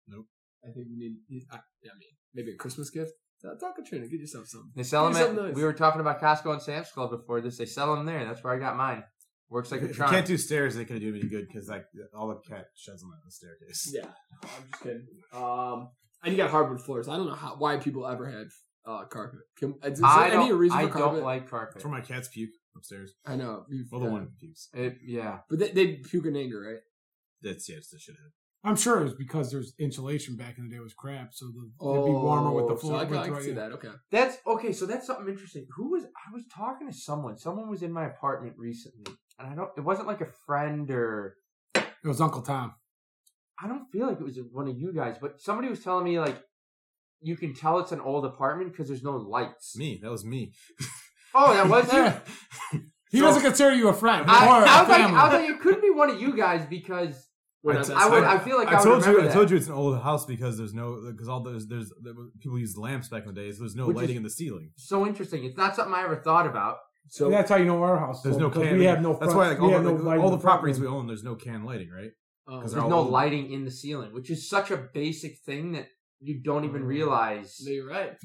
S3: Nope.
S1: I think we need. you- I, yeah, I mean, maybe a Christmas gift. Uh, Talk a train and get yourself something.
S4: They sell
S1: Give me
S4: them at,
S1: something nice.
S4: we were talking about Costco and Sam's Club before this. They sell them there. That's where I got mine. Works like a
S3: If you
S4: charm.
S3: can't do stairs, they could do me good because like all the cat sheds on the staircase.
S1: Yeah, I'm just kidding. Um, and you got hardwood floors. I don't know how, why people ever had uh, carpet. Can, is there
S4: I
S1: any
S4: don't,
S1: reason
S4: I
S1: for carpet?
S4: don't like carpet.
S3: For my cat's puke upstairs.
S1: I know. you've-
S3: Well, the
S1: uh,
S3: one pukes.
S4: It, yeah.
S1: But they, they puke in anger, right?
S3: That's yeah, it's the shithead.
S2: I'm sure it was because there's insulation back in the day was crap, so the, it'd be warmer with the
S1: Oh, so
S2: floor.
S1: I, can- I
S2: with
S1: can
S2: the-
S1: see that. Okay.
S4: That's okay. So that's something interesting. Who was I was talking to someone. Someone was in my apartment recently, and I don't. It wasn't like a friend or
S2: It was Uncle Tom.
S4: I don't feel like it was one of you guys, but somebody was telling me like you can tell it's an old apartment because there's no lights.
S3: It's me. That was me.
S4: Oh, that was you.
S2: Yeah. He doesn't consider you a friend
S4: I,
S2: or a
S4: I was like, I was
S2: family.
S4: like, it could be one of you guys because
S1: We're
S3: I
S1: not-
S3: t-
S4: I would. I feel like I,
S3: I told
S4: would
S3: you.
S4: remember
S3: I told you it's an old house because there's no because all those there's there were- people used lamps back in the day, so there's no
S4: Which is-
S3: lighting in the ceiling.
S4: So interesting. It's not something I ever thought about.
S1: So
S2: that's how you know our house.
S3: There's
S2: is
S3: no
S2: old, because
S3: can.
S2: We have no.
S3: That's
S2: front-
S3: why like
S2: we
S3: all,
S2: have
S3: the,
S2: no light in
S3: all the
S2: front
S3: properties
S2: room.
S3: we own, there's no can lighting, right?
S1: um,
S3: Because
S4: There's
S3: all
S4: no
S3: old.
S4: lighting in the ceiling, which is such a basic thing that you don't even
S1: Mm.
S4: realize.
S1: no, you're right.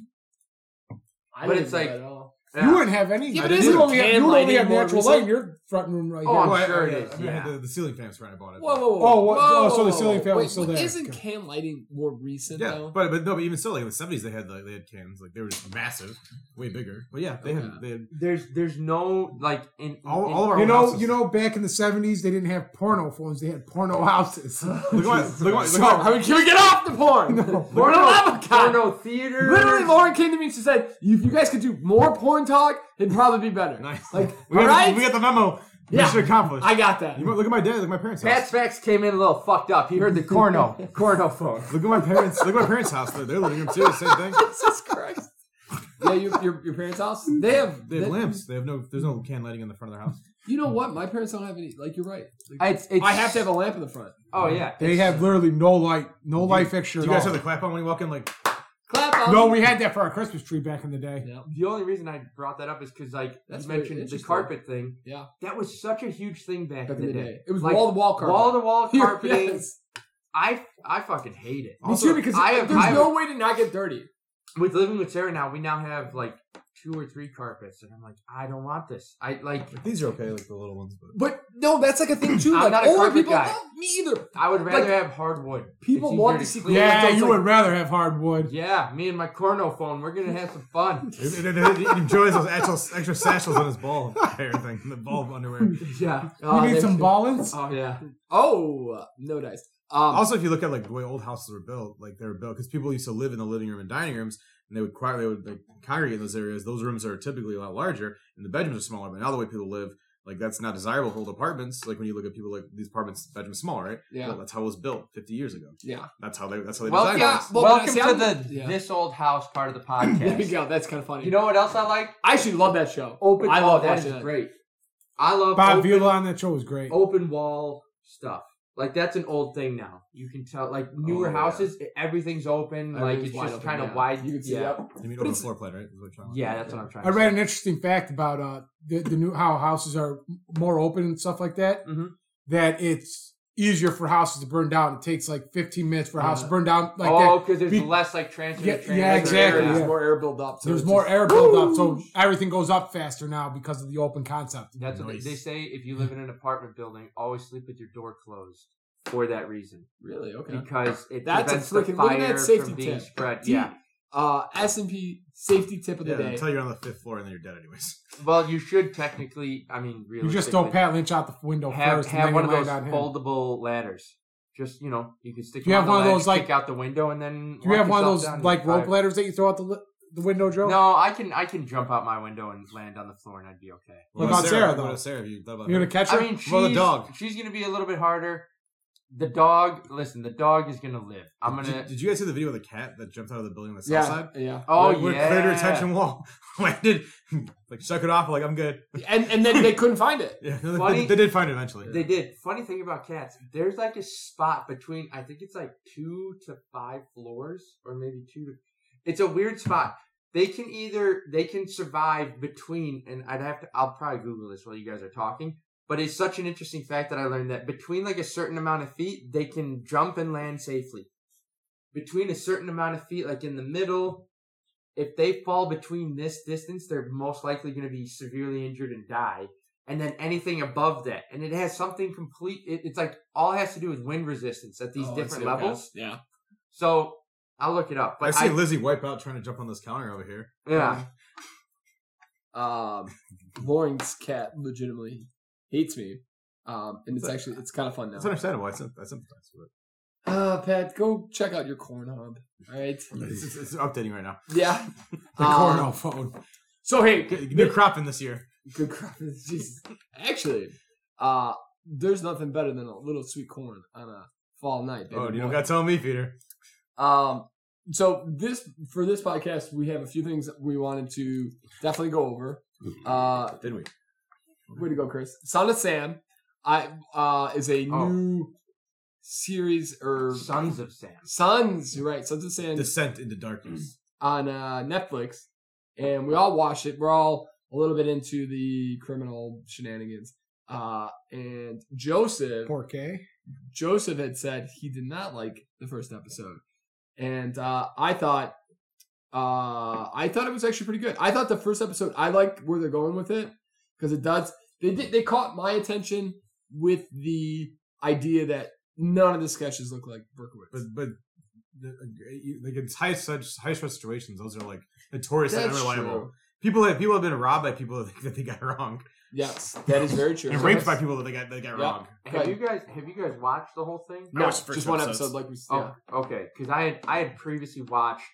S1: I
S4: But
S1: didn't
S4: it's
S1: know
S4: like-
S1: that at all.
S4: Yeah.
S2: You wouldn't have any.
S1: Yeah,
S3: but
S2: you
S3: it is
S2: would
S3: a
S2: only have,
S1: can
S2: you would only
S1: lighting
S2: have
S1: more
S2: natural light in your front room right
S4: Oh, I'm
S2: here.
S4: Well, sure it
S3: I,
S4: is,
S3: I, mean, I had
S4: yeah.
S3: the, the ceiling fans when I bought it.
S1: Whoa,
S3: but-
S1: whoa, whoa!
S2: Oh, what-
S1: whoa,
S2: oh, so the
S1: whoa,
S2: ceiling
S1: whoa.
S2: fan was
S1: Wait,
S2: still there.
S1: Isn't
S2: Okay.
S1: can lighting more recent
S3: Yeah,
S1: though?
S3: but but no, but even still, like in the seventies, they had like they had cans, like they were just massive, way bigger. But yeah, they
S1: Okay.
S3: had they had
S4: There's there's no like in
S3: all,
S4: in-
S3: all of our
S2: You
S3: old
S2: know,
S3: houses-
S2: you know, back in the '70s, they didn't have porno phones; they had porno houses.
S3: Look at my- look at my-
S2: So,
S3: look at my-
S1: I mean, can we get off the porn?
S2: No.
S1: We're
S4: porno,
S1: not allowed to count.
S4: porno theater.
S1: Literally, Lauren came to me and she said, "If you guys could do more porn talk, it'd probably be better."
S3: Nice.
S1: Like,
S3: we, got,
S1: alright?
S3: we got the memo.
S1: Yeah.
S3: Mission accomplished.
S1: I got that.
S3: you might look at my dad. Look at my parents' house.
S4: Pat's facts came in a little fucked up. He heard the corno corno phone.
S3: Look at my parents. look at my parents' house. They're, they're living room too. Same thing.
S1: Jesus Christ. yeah, your, your your parents' house. They have
S3: They have
S1: that-
S3: lamps. They have no. There's no can lighting in the front of their house.
S1: You know what? My parents don't have any. Like you're right. Like,
S4: It's, it's,
S1: I have to have a lamp in the front.
S4: Oh yeah,
S2: they have literally no light, no light fixture.
S3: Do
S2: at
S3: you guys
S2: all.
S3: have the clap on when you walk in? Like,
S1: Clap on.
S2: No, we had that for our Christmas tree back in the day.
S1: Yeah.
S4: The only reason I brought that up is because like
S1: That's
S4: you
S1: very
S4: mentioned the
S1: interesting.
S4: carpet thing.
S1: Yeah.
S4: that was such a huge thing back,
S1: Back
S4: in the day.
S1: It was
S4: Like,
S1: wall to wall carpet.
S4: Wall to wall carpeting.
S1: Yes.
S4: I I fucking hate it.
S1: Me too, because
S4: I have-
S1: there's
S4: I have-
S1: no way to not get dirty.
S4: With living with Sarah now, we now have like two or three carpets, and I'm like, I don't want this. I like.
S3: these are okay, like the little ones. But
S1: But no, that's like a thing too.
S4: I'm
S1: like
S4: not a
S1: older
S4: carpet
S1: people,
S4: guy.
S1: no, me either.
S4: I would rather
S1: Like,
S4: have hardwood.
S1: people
S4: It's
S1: want
S4: easier
S1: to see-
S4: clean.
S2: Yeah,
S1: it's
S2: you
S1: like-
S2: would rather have hardwood.
S4: Yeah, me and my corno phone. We're gonna have some fun.
S3: It- it- it- it enjoys those actual extra satchels on his ball hair thing, the ball of underwear.
S4: yeah. Uh,
S1: Oh,
S2: you need
S1: that's
S2: some
S1: true.
S2: ballins.
S4: Oh yeah.
S1: Oh, no dice. Um,
S3: Also, if you look at like the way old houses were built, like they were built because people used to live in the living room and dining rooms, and they would quietly would like, congregate in those areas. Those rooms are typically a lot larger, and the bedrooms are smaller. But now the way people live, like that's not desirable for old apartments. Like when you look at people like these apartments, bedrooms small, right?
S1: Yeah.
S3: Well, that's how it was built 50 years ago.
S1: yeah.
S3: That's how they. That's how they
S4: Welcome,
S3: designed
S1: yeah,
S3: it.
S1: well, when I
S4: welcome
S1: say
S4: to
S1: I'm-
S4: the
S1: yeah.
S4: this old house part of the
S1: There you
S4: podcast.
S1: go. That's kind of funny.
S4: you know what else I like?
S1: I actually love that show.
S4: Open.
S1: I love
S4: oh, that
S1: watching
S4: is
S1: that.
S4: great. I
S3: Oh,
S4: love
S2: Bob
S4: open-
S2: Vila on that show was great.
S4: open wall stuff. Like that's an old thing now. You can tell, like newer
S3: Oh, yeah.
S4: houses, everything everything's open. like
S1: Everything's
S4: it's
S1: wide
S4: just
S1: open,
S4: kind of
S1: yeah.
S4: wide.
S1: You can see
S4: yeah,
S1: that.
S3: You mean
S1: But
S3: open
S1: it's-
S3: floor plan, right? Is what you're talking
S4: yeah,
S3: about.
S4: that's what I'm trying.
S2: I
S4: to
S2: read
S4: say.
S2: an interesting fact about uh the, the new how houses are more open and stuff like that.
S3: Mm-hmm.
S4: Mhm.
S2: That it's easier for houses to burn down. It takes like 15 minutes for a house to
S1: Yeah.
S2: burn down like
S4: oh,
S2: that.
S4: because there's
S2: Be-
S4: less like transfer.
S2: Yeah,
S4: to transfer.
S2: yeah, exactly,
S1: There's
S2: yeah.
S1: more air build up. so
S2: There's
S1: it's
S2: more
S1: just-
S2: air buildup, so everything goes up faster now because of the open concept.
S4: That's what they,
S3: Nice.
S4: they say. If you live in an apartment building, always sleep with your door closed for that reason
S1: Really? Okay.
S4: because it
S1: That's a
S4: prevents the
S1: freaking-
S4: fire
S1: look at that safety
S4: from being
S1: tip.
S4: spread.
S1: Deep.
S4: Yeah.
S1: Uh, S and P safety tip of the
S3: Yeah,
S1: day.
S3: until you're on the fifth floor and then you're dead anyways.
S4: Well, you should technically. I mean, really,
S2: You just throw Pat Lynch out the window
S4: have
S2: first. and
S4: have
S2: then
S4: one
S2: you
S4: of
S2: land
S4: those
S2: on him.
S4: foldable ladders. Just you know, you can stick.
S2: Do you
S4: them
S2: have
S4: on the
S2: one of
S4: ledge,
S2: those, like-
S4: kick out the window and then?
S2: Do you have
S4: lock
S2: one of
S4: yourself
S2: those
S4: down to
S2: like
S4: the fire.
S2: rope ladders that you throw out the, li- the window, Joe?
S4: No, I can I can jump out my window and land on the floor and I'd be okay.
S2: Look
S3: What
S2: on
S3: about
S2: Sarah,
S3: What
S2: though.
S3: about Sarah, Have you thought about
S2: You're
S3: her?
S2: gonna catch her.
S4: I mean, she's,
S3: Well, the dog.
S4: she's gonna be a little bit harder. The dog, listen, the dog is gonna live. I'm gonna.
S3: Did, did you guys see the video of the cat that jumped out of the building on the south
S1: yeah,
S3: side?
S1: yeah.
S4: oh
S3: Like, we're
S4: yeah,
S3: Cleared her attention wall. Landed. like, suck it off. Like, I'm good.
S1: And and then they couldn't find it.
S3: Yeah, no,
S4: Funny-
S3: they, they did find it eventually.
S4: They did. Funny thing about cats, there's like a spot between I think it's like two to five floors, or maybe two. To, it's a weird spot. They can either they can survive between, and I'd have to. I'll probably Google this while you guys are talking. But it's such an interesting fact that I learned that between like a certain amount of feet, they can jump and land safely. Between a certain amount of feet, like in the middle, if they fall between this distance, they're most likely going to be severely injured and die. and then anything above that, and it has something complete. It, it's like all it has to do with wind resistance at these
S1: Oh, I
S4: different
S1: see, okay.
S4: levels.
S1: Yeah.
S4: So I'll look it up. But
S3: I've
S4: I-
S3: seen Lizzie wipe out trying to jump on this counter over here.
S4: yeah,
S1: Um, Lauren's cat legitimately hates me. Um, and it's
S3: But-
S1: actually it's kind of fun now.
S3: That's understandable. I sym- I sympathize with it.
S1: Uh, Pat, go check out your corn hub. All right.
S3: It's, it's, it's updating right now.
S1: Yeah.
S2: The
S1: Um,
S2: Cornell phone.
S1: So hey,
S3: Okay, New cropping this year.
S1: good crop. Jesus. Actually, uh, there's nothing better than a little sweet corn on a fall night. baby
S3: Oh, you
S1: boy.
S3: don't got to tell me, Peter.
S1: Um, so this for this podcast, we have a few things that we wanted to definitely go over. Uh,
S3: Did we?
S1: way to go, Chris. Son of Sam, I uh, is a
S4: Oh.
S1: new series or
S4: Sons of Sam.
S1: Sons, you're right, Sons of Sam
S3: Descent into darkness.
S1: on uh, Netflix, and we all watched it. We're all a little bit into the criminal shenanigans. Uh, and Joseph,
S2: Poor K.
S1: Joseph had said he did not like the first episode, and uh, I thought, uh, I thought it was actually pretty good. I thought the first episode, I like where they're going with it because it does. They did, they caught my attention with the idea that none of the sketches look like Berkowitz.
S3: But but the- you- like in high such high stress situations, those are like notoriously unreliable.
S1: true.
S3: People have people have been robbed by people that they, that they got wrong,
S1: Yes, that is very true.
S3: and
S1: So
S3: raped
S1: that's-
S3: by people that they got that they got
S1: Yeah.
S3: wrong.
S4: Have
S1: Okay.
S4: you guys have you guys watched the whole thing?
S1: No,
S5: watched the first
S1: just one
S5: episodes.
S1: episode, like we said.
S4: Oh, okay. Because I had I had previously watched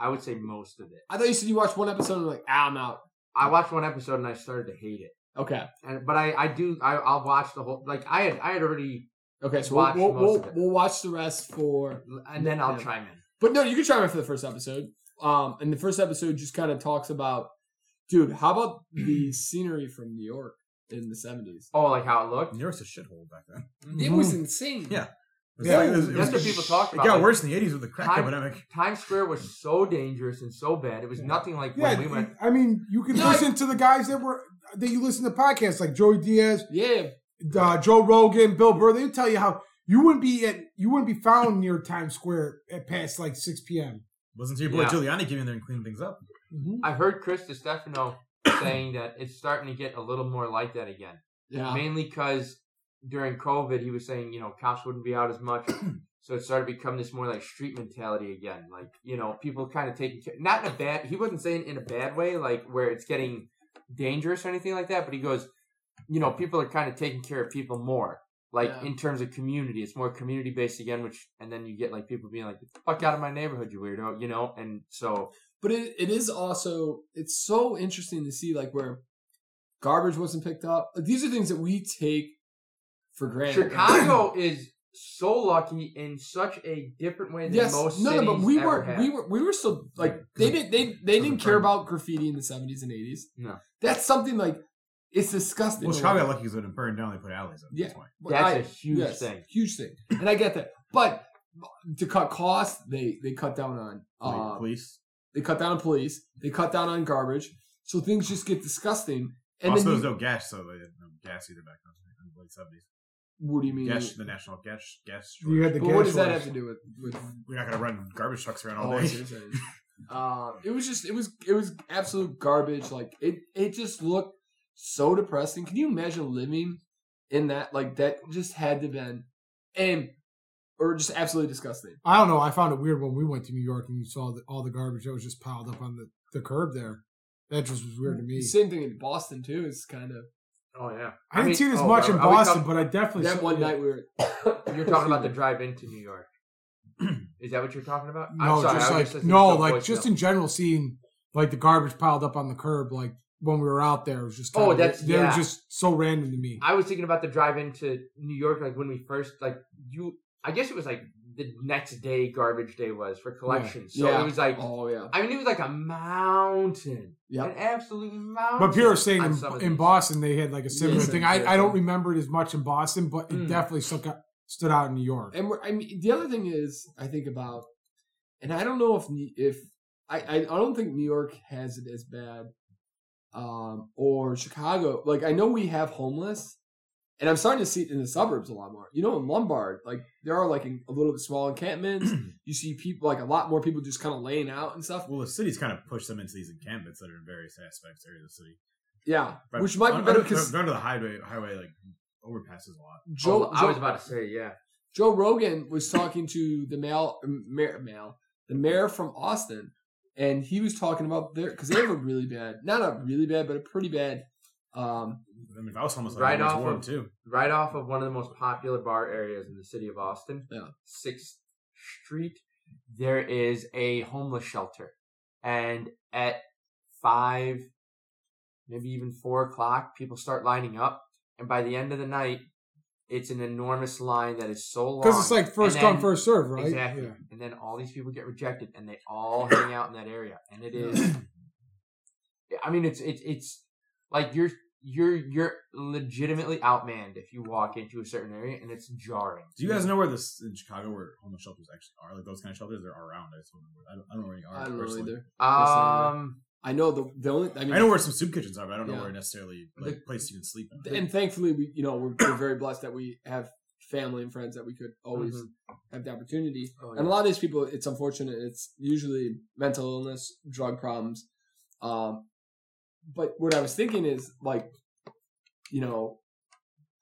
S4: I would say most of it.
S1: I thought you said you watched one episode and were like, ah, I'm out.
S4: I watched one episode and I started to hate it.
S1: Okay,
S4: And but I I do I I'll watch the whole like I had I had already
S1: okay, so
S4: Watch
S1: we'll
S4: most
S1: we'll,
S4: of
S1: we'll,
S4: it.
S1: we'll watch the rest for.
S4: and then I'll
S1: Yeah.
S4: chime in.
S1: But no, you can try it for the first episode. Um, and the first episode just kind of talks about, dude, how about the scenery from New York in the seventies?
S4: Oh, like how it looked.
S3: New York's a shithole back then.
S1: It
S2: Mm-hmm.
S1: was insane.
S3: Yeah. It was
S2: Yeah,
S3: like- it was- it
S4: That's
S3: was-
S4: what people talk
S3: It
S4: about.
S3: got
S4: Like,
S3: worse in the '80s with the crack
S4: Time-
S3: epidemic.
S4: Times Square was so dangerous and so bad. It was
S2: Yeah.
S4: nothing like
S2: Yeah,
S4: when we went.
S2: I mean, you can
S1: No, I-
S2: listen to the guys that were that you listen to podcasts like Joey Diaz,
S1: yeah.
S2: uh, Joe Rogan, Bill Burr. They tell you how you wouldn't be at you wouldn't be found near Times Square at past like six p.m.
S3: Wasn't your boy
S4: Yeah.
S3: Giuliani came in there and cleaned things up?
S1: Mm-hmm.
S4: I heard Chris DiStefano saying that it's starting to get a little more like that again.
S1: Yeah.
S4: mainly because during COVID, he was saying, you know, cops wouldn't be out as much. so it started to become this more like street mentality again. Like, you know, people kind of taking, ca- not in a bad, he wasn't saying in a bad way, like where it's getting dangerous or anything like that, but he goes, you know, people are kind of taking care of people more. Like
S1: Yeah.
S4: in terms of community, it's more community based again, which, and then you get like people being like, "Get the fuck out of my neighborhood, you weirdo, you know? And so,
S1: But it, it is also it's so interesting to see like where garbage wasn't picked up. Like, these are things that we take for granted.
S4: Chicago is so lucky in such a different way than
S1: Yes,
S4: most
S1: no,
S4: cities
S1: no, but we
S4: ever
S1: were
S4: have.
S1: we were we were still like they
S3: Yeah,
S1: did they they
S3: of
S1: didn't
S3: the
S1: care
S3: burn.
S1: about graffiti in the seventies and eighties.
S4: No.
S1: that's something like it's disgusting.
S3: Well,
S1: to
S3: Chicago
S1: look
S3: got lucky because when it burned down, they put alleys up.
S1: Yeah.
S3: That's why.
S1: at.
S4: That's
S1: I-
S4: a huge
S1: yes,
S4: thing.
S1: huge thing, and I get that. But to cut costs, they they cut down on
S4: Oh,
S3: Like,
S1: uh,
S3: police.
S1: they cut down on police, they cut down on garbage, so things just get disgusting. And
S3: also, there
S1: then
S3: was
S1: you,
S3: no gas, so they had no gas either back then in the late seventies.
S1: what do you mean?
S3: Gas, the national gas, gas.
S2: You had the
S1: but
S2: gas
S1: what does that
S2: shortage.
S1: have to do with with?
S3: We're not gonna run garbage trucks around
S1: Oh,
S3: all
S1: I see
S3: day.
S1: what you're saying. Uh, it was just it was it was absolute garbage. Like it it just looked so depressing. Can you imagine living in that? Like that just had to been and or just absolutely disgusting.
S2: I don't know. I found it weird when we went to New York and you saw the, all the garbage that was just piled up on the, the curb there. That just was weird to me.
S1: Same thing in Boston too. It's kind of
S4: Oh yeah,
S2: I didn't
S4: mean-
S2: see it as
S4: oh,
S2: much
S4: are-
S2: in
S4: are we
S2: Boston,
S4: talking-
S2: but I definitely
S1: that
S2: Oh, saw
S1: one
S2: it.
S1: night we were.
S4: You're talking about the drive-in to New York. Is that what you're talking about?
S2: No,
S4: I was
S2: just like
S4: listening
S2: no,
S4: to a
S2: like
S4: voice
S2: just
S4: note.
S2: in general, seeing like the garbage piled up on the curb, like when we were out there, it was just
S4: Oh,
S2: kinda-
S4: that's-
S2: they
S4: yeah.
S2: were just so random to me.
S4: I was thinking about the drive-in to New York, like when we first, like you. I guess it was like the next day, garbage day was for collections. So
S1: Yeah.
S4: it was like,
S1: Oh yeah,
S4: I mean, it was like a mountain,
S1: yeah.
S4: an absolute mountain.
S2: But Pierre was saying
S4: on
S2: in,
S4: some of
S2: in
S4: these.
S2: Boston they had like a similar
S1: Yeah.
S2: thing. I, I don't remember it as much in Boston, but it
S4: Mm.
S2: definitely stuck out, stood out in New York.
S1: And we're, I mean, the other thing is, I think about, and I don't know if New- if I I I don't think New York has it as bad, um, or Chicago. Like I know we have homeless, and I'm starting to see it in the suburbs a lot more. You know, in Lombard, like there are like a little bit small encampments. you see people like a lot more people just kind of laying out and stuff.
S3: Well, the city's kind of pushed them into these encampments that are in various aspects areas of the city.
S1: Yeah,
S3: Right.
S1: which might be
S3: Under-
S1: better because
S3: under the highway highway like overpasses a lot.
S1: Joe,
S4: oh, I was
S1: Joe-
S4: about to say, yeah.
S1: Joe Rogan was talking to the male, um, mayor, male, the mayor from Austin, and he was talking about their because they have a really bad, not a really bad, but a pretty bad. Um,
S3: I mean, if I was homeless,
S4: Right
S3: I'd
S4: off
S3: always warm
S4: of-
S3: too.
S4: Right off of one of the most popular bar areas in the city of Austin,
S1: Yeah.
S4: Sixth Street, there is a homeless shelter, and at five, maybe even four o'clock, people start lining up, and by the end of the night, it's an enormous line that is so long
S2: Because it's like first
S4: and
S2: come,
S4: then-
S2: first serve, right?
S4: Exactly.
S2: Yeah.
S4: And then all these people get rejected, and they all hang out in that area. And it is, I mean, it's it's it's like you're you're you're legitimately outmanned if you walk into a certain area, and it's jarring.
S3: Do you guys know where this in Chicago where homeless shelters actually are? Like those kind of shelters, they're all around. I just don't know where, I don't, I don't know where they are.
S1: I don't know
S3: Uh, personally.
S1: either.
S4: Um,
S1: I know the the only. I mean,
S3: I know where some soup kitchens are, but I don't know
S1: Yeah.
S3: where necessarily like
S4: The-
S3: place you can sleep. At.
S1: and thankfully we you know we're, we're very blessed that we have family and friends that we could always
S3: Mm-hmm.
S1: have the opportunity
S4: oh,
S1: and a
S4: yeah.
S1: lot of these people it's unfortunate it's usually mental illness drug problems um but what i was thinking is like you know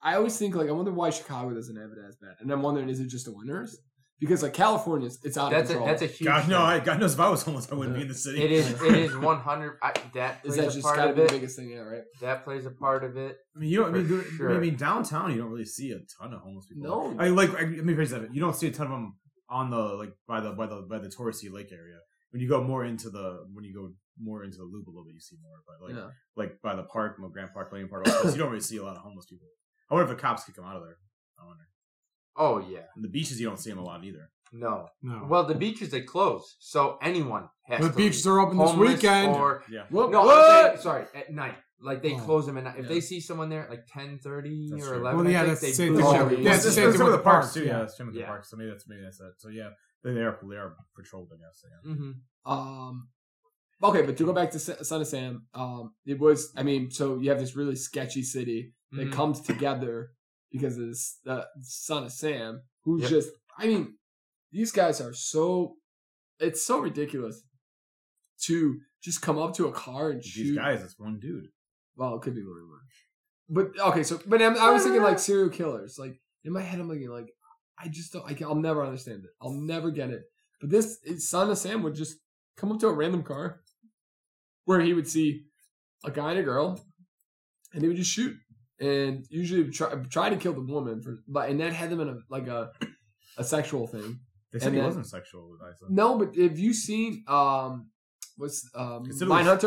S1: i always think like i wonder why chicago doesn't have it as bad and i'm wondering is it just the winters because like california's it's out
S4: that's
S1: of
S4: a
S1: control
S4: that's a huge.
S3: God, no,
S4: thing.
S3: I, God knows if I was homeless, I wouldn't be in the city.
S4: it is it is one hundred. That
S1: is
S4: plays
S1: that
S4: a
S1: just
S4: part
S1: gotta
S4: of
S1: be the
S4: it.
S1: biggest thing yeah right
S4: That plays a part of it.
S3: I mean, you don't. I
S4: For
S3: mean, there-
S4: sure.
S3: I mean, downtown, you don't really see a ton of homeless people.
S1: No.
S3: I mean, like. I, let me phrase that. You don't see a ton of them on the like by the by the by the touristy lake area. When you go more into the when you go more into the loop a little bit, you see more. But like
S1: yeah
S3: like by the park, my Grand Park Lane part, all those, you don't really see a lot of homeless people. I wonder if the cops kick them out of there. I wonder.
S4: Oh yeah,
S3: And the beaches, you don't see them a lot either.
S4: no.
S2: No.
S4: Well, the beaches they close, so anyone has
S2: The
S4: to
S2: beaches
S4: leave.
S2: are open this
S4: Homeless
S2: weekend.
S4: or
S3: Yeah.
S1: Whoa,
S4: No, I'm
S1: what?
S4: saying, sorry, at night. Like they
S2: Oh,
S4: close them at night. If
S1: yeah.
S4: they see someone there at like ten thirty
S3: That's
S4: or
S3: true.
S4: eleven,
S2: well,
S4: I
S2: yeah,
S4: think
S2: that's
S4: they
S2: the same thing.
S4: blow
S1: Yeah,
S4: everyone.
S2: Yeah,
S1: it's
S2: it's the
S1: just-
S2: same thing with the parks
S3: too.
S2: yeah.
S3: Yeah, it's same with the
S4: Yeah.
S3: parks. So maybe that's maybe that's that. So yeah, they they are they are patrolled. I guess.
S1: Mm,
S3: Yeah.
S4: Mhm.
S1: Um, okay, but to go back to Sa- Son of Sam, um, it was. I mean, so you have this really sketchy city that
S4: Mhm.
S1: comes together because of this, uh, Son of Sam, who's
S4: Yep.
S1: just. I mean, these guys are so. It's so ridiculous to just come up to a car and
S3: These
S1: shoot.
S3: guys, it's one dude.
S1: Well, it could be more than one. But okay, so but I'm, I was thinking like serial killers. Like in my head, I'm thinking like I just don't. I can, I'll never understand it. I'll never get it. But this it- son of Sam would just come up to a random car, where he would see a guy and a girl, and he would just shoot and usually try, try to kill the woman for but and that had them in a like a a sexual thing.
S3: They said
S1: And
S3: he
S1: then-
S3: wasn't sexual with Iceland.
S1: No, but have you seen um what's um
S3: It's a little-
S1: Mindhunter?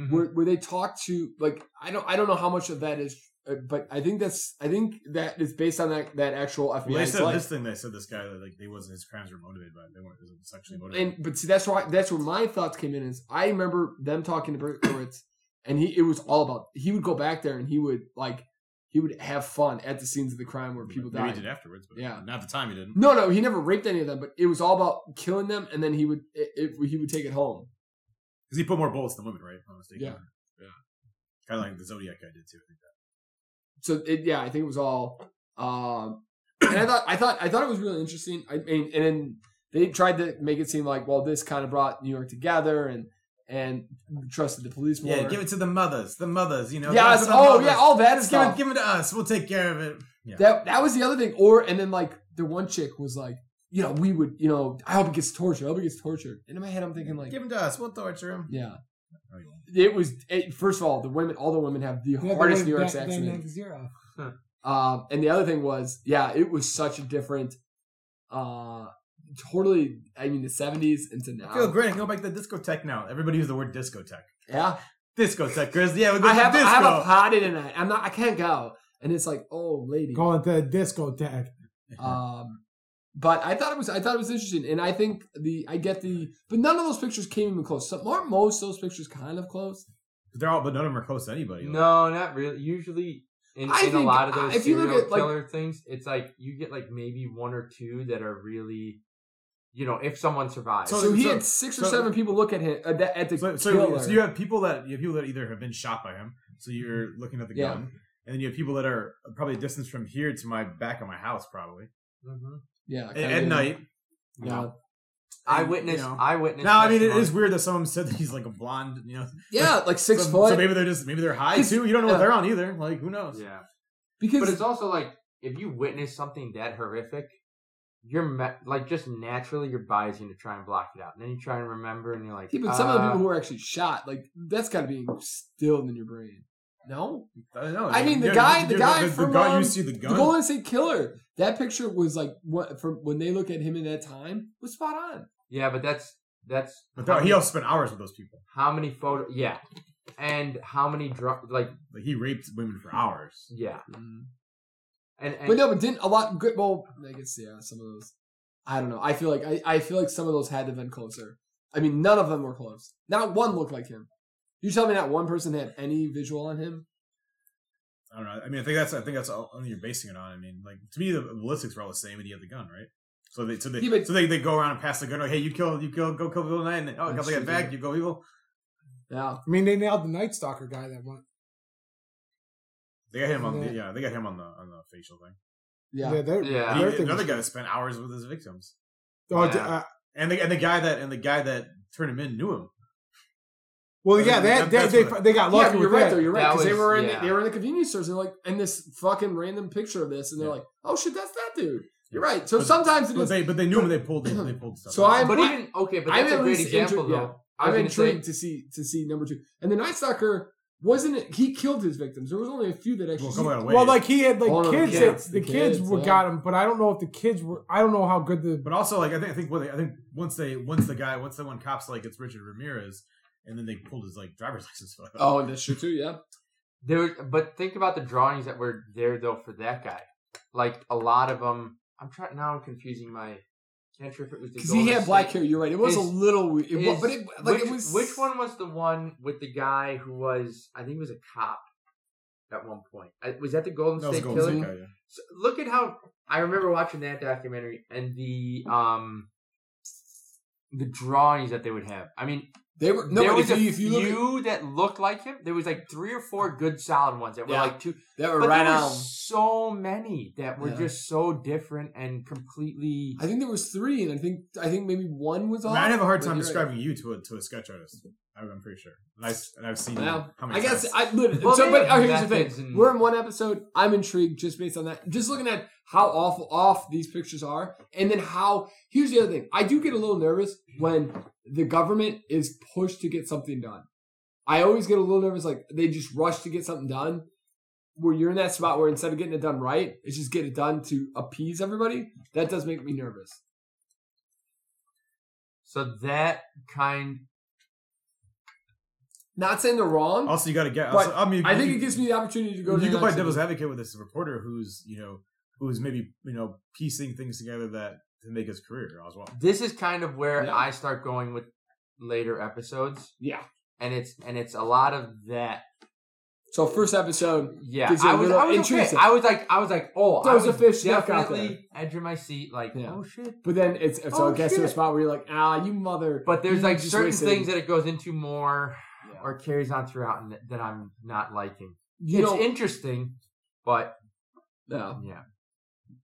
S4: Mhm.
S1: where,
S3: Mm-hmm.
S1: where they talk to like I don't I don't know how much of that is, uh, but I think that's I think that is based on that that actual FBI
S3: Well, they said
S1: slice.
S3: this thing. They said this guy that like they wasn't his crimes were motivated by it. they weren't it was sexually motivated.
S1: And but see that's why that's where my thoughts came in is I remember them talking to Berkowitz and he it was all about he would go back there and he would like he would have fun at the scenes of the crime where people
S3: Maybe
S1: died.
S3: he did afterwards, but
S1: Yeah.
S3: not at the time he didn't.
S1: No, no, he never raped any of them, but it was all about killing them and then he would it, it, he would take it home.
S3: Because he put more bullets than women, right? If I'm not mistaken.
S1: Yeah.
S3: yeah. Kind of like the Zodiac guy did too. I think that.
S1: so it, yeah, I think it was all. Um, and I thought I thought I thought it was really interesting. I mean, and then they tried to make it seem like well, this kind of brought New York together and and trusted the police more.
S3: it to the mothers. The mothers, you know.
S1: yes. Oh yeah, all that is stuff.
S3: it to us. We'll take care of it. Yeah.
S1: that that was the other thing. Or and then like the one chick was like, you know, we would, you know, I hope it gets tortured. I hope it gets tortured. And in my head, I'm thinking like,
S3: him to us. We'll torture him.
S1: yeah,
S3: No, you won't.
S1: it was. It, first of all, the women, all the women have the
S2: Yeah,
S1: hardest
S2: the
S1: New York
S2: way back
S1: accent.
S2: then, like zero.
S1: Um, and the other thing was, yeah, it was such a different, uh, totally. I mean, the seventies into now.
S3: I feel great. I can go back to the discotheque now. Everybody uses the word discotheque.
S1: Yeah,
S3: Discotheque, Chris. Yeah, we'll go
S1: I
S3: to
S1: have
S3: disco.
S1: I have a party tonight. I'm not. I can't go. And it's like, oh, lady.
S2: Call it the discotheque.
S1: Um, but I thought it was. I thought it was interesting, and I think the. I get the. But none of those pictures came even close. Some, aren't most of those pictures kind of close?
S3: But They're all, but none of them are close to anybody. like-
S4: No, not really. Usually, in,
S1: I
S4: in a
S1: think,
S4: lot of
S1: uh,
S4: those
S1: if you
S4: serial
S1: look at, like-
S4: killer things, it's like you get like maybe one or two that are really, you know, if someone survives.
S1: So,
S3: So-
S1: he
S3: so-
S1: had six or
S3: so-
S1: seven people look at him at the, at the
S3: So,
S1: killer.
S3: so, so you have people that you have people that either have been shot by him, so you're looking at the
S1: Mm-hmm. Yeah.
S3: gun, and then you have people that are probably a distance from here to my back of my house, probably
S4: Mhm.
S1: yeah,
S3: at,
S1: kinda,
S3: at
S1: yeah.
S3: night.
S1: Yeah.
S4: Eyewitness,
S3: you know.
S4: eyewitness.
S3: Now, I mean, it
S4: testimony.
S3: is weird that someone said that he's like a blonde, you know,
S1: Yeah, like six
S3: so,
S1: foot.
S3: So maybe they're just maybe they're high
S1: He's-
S3: too. You don't know
S1: yeah.
S3: what they're on either. Like who knows?
S4: Yeah. But
S1: because
S4: it's also like if you witness something that horrific, you're ma- like just naturally your body's going to try and block it out. And then you try and remember, and you're like,
S1: yeah, but some of the
S4: uh,
S1: people who are actually shot, like that's got to be instilled in your brain. No,
S3: I don't know.
S1: I mean, the
S3: Yeah,
S1: guy-
S3: you-
S1: the
S3: you-
S1: guy
S3: the,
S1: from,
S3: gun,
S1: um,
S3: you see the
S1: the
S3: gun.
S1: Golden State Killer. That picture was like what from when they look at him in that time was spot on.
S4: yeah, but that's that's
S3: But that- he also spent hours with those people.
S4: how many photo, yeah, and how many drug, like
S3: Like he raped women for hours.
S4: yeah, and, and
S1: But no, but didn't a lot good? Well, I guess yeah, some of those. I don't know. I feel like I, I feel like some of those had to have been closer. I mean, none of them were close. Not one looked like him. You tell me not one person had any visual on him.
S3: I don't know. I mean, I think that's I think that's all only you're basing it on. I mean, like to me, the ballistics were all the same, and he had the gun, right? So they so they
S1: Yeah, but-
S3: so they, they go around and pass the gun. Like, hey, you kill you kill go kill Bill Knight, and oh, I got
S1: That's
S3: to get
S1: true,
S3: back.
S1: dude.
S3: You go evil.
S1: Yeah,
S2: I mean, they nailed the Night Stalker guy that one.
S3: They got him on
S2: Yeah.
S3: the yeah. They got him on the on the facial thing.
S1: yeah.
S2: they're-
S4: Yeah.
S3: And he-
S2: they're thinking-
S3: another guy that spent hours with his victims,
S2: Oh,
S4: Yeah.
S2: d- uh,
S3: and the and the guy that and the guy that turned him in knew him.
S2: well,
S3: That-
S2: yeah,
S3: that-
S2: that, they,
S3: that's
S2: they,
S3: what-
S2: they got
S1: Yeah,
S2: lucky
S1: but you're
S2: with
S1: right
S2: that.
S1: though. You're right
S4: That
S1: because they
S4: was-
S1: were in the,
S4: yeah.
S1: they were in the convenience stores and they're like, and this fucking random picture of this, and they're
S3: Yeah.
S1: like, oh shit, that's that dude. You're
S3: Yeah.
S1: right. So
S3: But-
S1: sometimes it
S3: But
S1: is.
S3: they but they knew him. They pulled they, they pulled stuff.
S1: So
S3: out.
S1: I'm-
S4: but
S1: I-
S4: even okay, but
S1: I'm
S4: that's
S1: at
S4: a great
S1: least
S4: example
S1: inter- yeah.
S4: though. I
S1: I'm
S4: was gonna say-
S1: intrigued to see to see number two. And the Night Stalker wasn't it, he killed his victims. There was only a few that actually.
S3: well, come on, wait.
S2: Well, like he had like
S1: Oh, no, the
S2: kids.
S1: kids,
S2: that,
S1: the
S2: the kids,
S1: kids,
S2: were
S1: yeah.
S2: got him, but I don't know if the kids were. I don't know how good the.
S3: But also, like I think I think what they, I think once they once the guy once the one cops like it's Richard Ramirez, and then they pulled his like driver's license. photo.
S1: Oh, and that's true too. Yeah.
S4: There, was- but think about the drawings that were there though for that guy. Like a lot of them, I'm trying now. I'm confusing my. Can't sure if it was the
S1: Because he
S4: Golden
S1: had black
S4: State-
S1: hair. You're right. It was a
S4: Is-
S1: little, we- it was,
S4: is-
S1: but it like
S4: which,
S1: it was.
S4: which one was the one with the guy who was? I think he was a cop at one point. I, was that the Golden
S3: that was a
S4: State
S3: Golden
S4: Killer?
S3: State guy. Yeah.
S4: So, look at how I remember watching that documentary and the um the drawings that they would have. I mean,
S1: They were no.
S4: there
S1: but
S4: was
S1: if
S4: a
S1: you, if you look, at-
S4: few that looked like him. There was like three or four good solid ones that were
S1: Yeah.
S4: like two
S1: they were
S4: but
S1: right
S4: there were
S1: on.
S4: so many that were
S1: Yeah.
S4: just so different and completely.
S1: I think there was three, and I think I think maybe one was
S3: I
S1: off.
S3: mean, I'd have a hard
S1: but
S3: time
S1: you're right.
S3: describing you to a to a sketch artist. I- I'm pretty sure, and, I, s- and I've seen
S1: Well,
S3: how many.
S1: I guess
S3: times.
S1: I literally.
S4: Well,
S1: so,
S4: they
S1: but
S4: have
S1: oh, here's the
S4: methods
S1: thing:
S4: and-
S1: we're in one episode. I'm intrigued just based on that. Just looking at how awful off these pictures are, and then how. Here's the other thing: I do get a little nervous when the government is pushed to get something done. I always get a little nervous, like they just rush to get something done. Where you're in that spot where instead of getting it done right, it's just get it done to appease everybody. That does make me nervous.
S4: So that kind.
S1: Not saying they're wrong.
S3: also, you got to get.
S1: But
S3: also, I mean,
S1: I think
S3: you-
S1: it gives me the opportunity to go. to
S3: You
S1: the
S3: can play
S1: next
S3: devil's
S1: one.
S3: advocate with this reporter who's you know who's maybe you know piecing things together that to make his career as well.
S4: This is kind of where
S1: Yeah.
S4: I start going with later episodes,
S1: Yeah.
S4: and it's and it's a lot of that.
S1: So first episode,
S4: Yeah,
S1: Gives you
S4: I
S1: a
S4: was
S1: little
S4: I was okay.
S1: intrinsic.
S4: I was like I was like oh
S1: Throws
S4: I
S1: a
S4: was
S1: fish duck out
S4: definitely edge of my seat like
S1: Yeah.
S4: oh shit.
S1: But then it's, it's so
S4: Oh,
S1: it gets to a
S4: shit.
S1: spot where you're like, ah, you mother.
S4: But there's
S1: you
S4: like
S1: just
S4: certain
S1: wasted-
S4: things that it goes into more
S1: Yeah.
S4: or carries on throughout and that, that I'm not liking.
S1: you
S4: it's
S1: know.
S4: interesting, but
S1: no.
S4: yeah.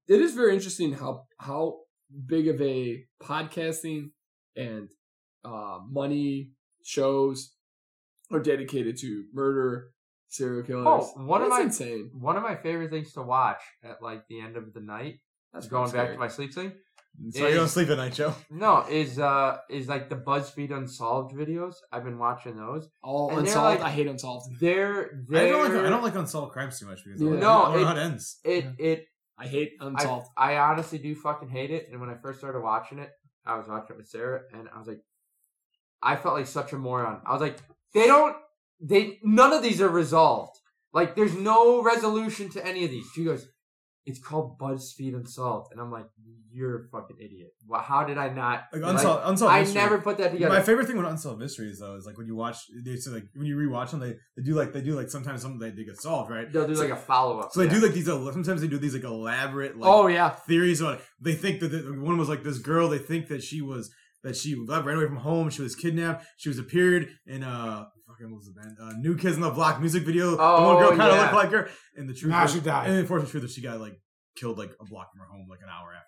S1: It is very interesting how how big of a podcasting and uh, money shows are dedicated to murder, serial killers.
S4: Oh, one of
S1: That's
S4: my-
S1: insane.
S4: One of my favorite things to watch at like the end of the night
S1: That's
S4: going
S1: pretty
S4: back to my sleep thing.
S3: So you don't
S4: Is-
S3: sleep at night, Joe.
S4: No, is uh is like the BuzzFeed Unsolved videos. I've been watching those.
S1: all
S4: and they're
S1: unsolved.
S4: like-
S1: I hate unsolved.
S4: They're
S3: I
S4: they're
S3: don't like I don't like unsolved crimes too much because I
S1: Yeah.
S3: don't
S4: No,
S3: know how
S4: it-
S3: it ends.
S4: it it
S1: I hate
S4: I,
S1: unsolved.
S4: I honestly do fucking hate it. And when I first started watching it, I was watching it with Sarah, and I was like, I felt like such a moron. I was like, they don't, they none of these are resolved. Like, there's no resolution to any of these. She goes, it's called BuzzFeed Unsolved, and I'm like, you're a fucking idiot. Well, how did I not?
S3: Like unsolved, unsolved.
S4: I
S3: mystery.
S4: never put that together.
S3: My favorite thing with unsolved mysteries though is like when you watch they so like when you rewatch them they, they do like they do like sometimes something they, they get solved right
S4: They'll do like a follow up.
S3: so they do like these el- sometimes they do these like elaborate like
S1: oh yeah,
S3: theories on they think that the, one was like this girl they think that she was that she ran away from home she was kidnapped she was appeared in uh fucking what was the band uh, New Kids on the Block music video the
S4: Oh,
S3: one girl kind of
S4: yeah.
S3: looked like her and the truth
S2: Nah,
S3: was-
S2: she died.
S3: and the unfortunate truth is she got like killed like a block from her home like an hour afterwards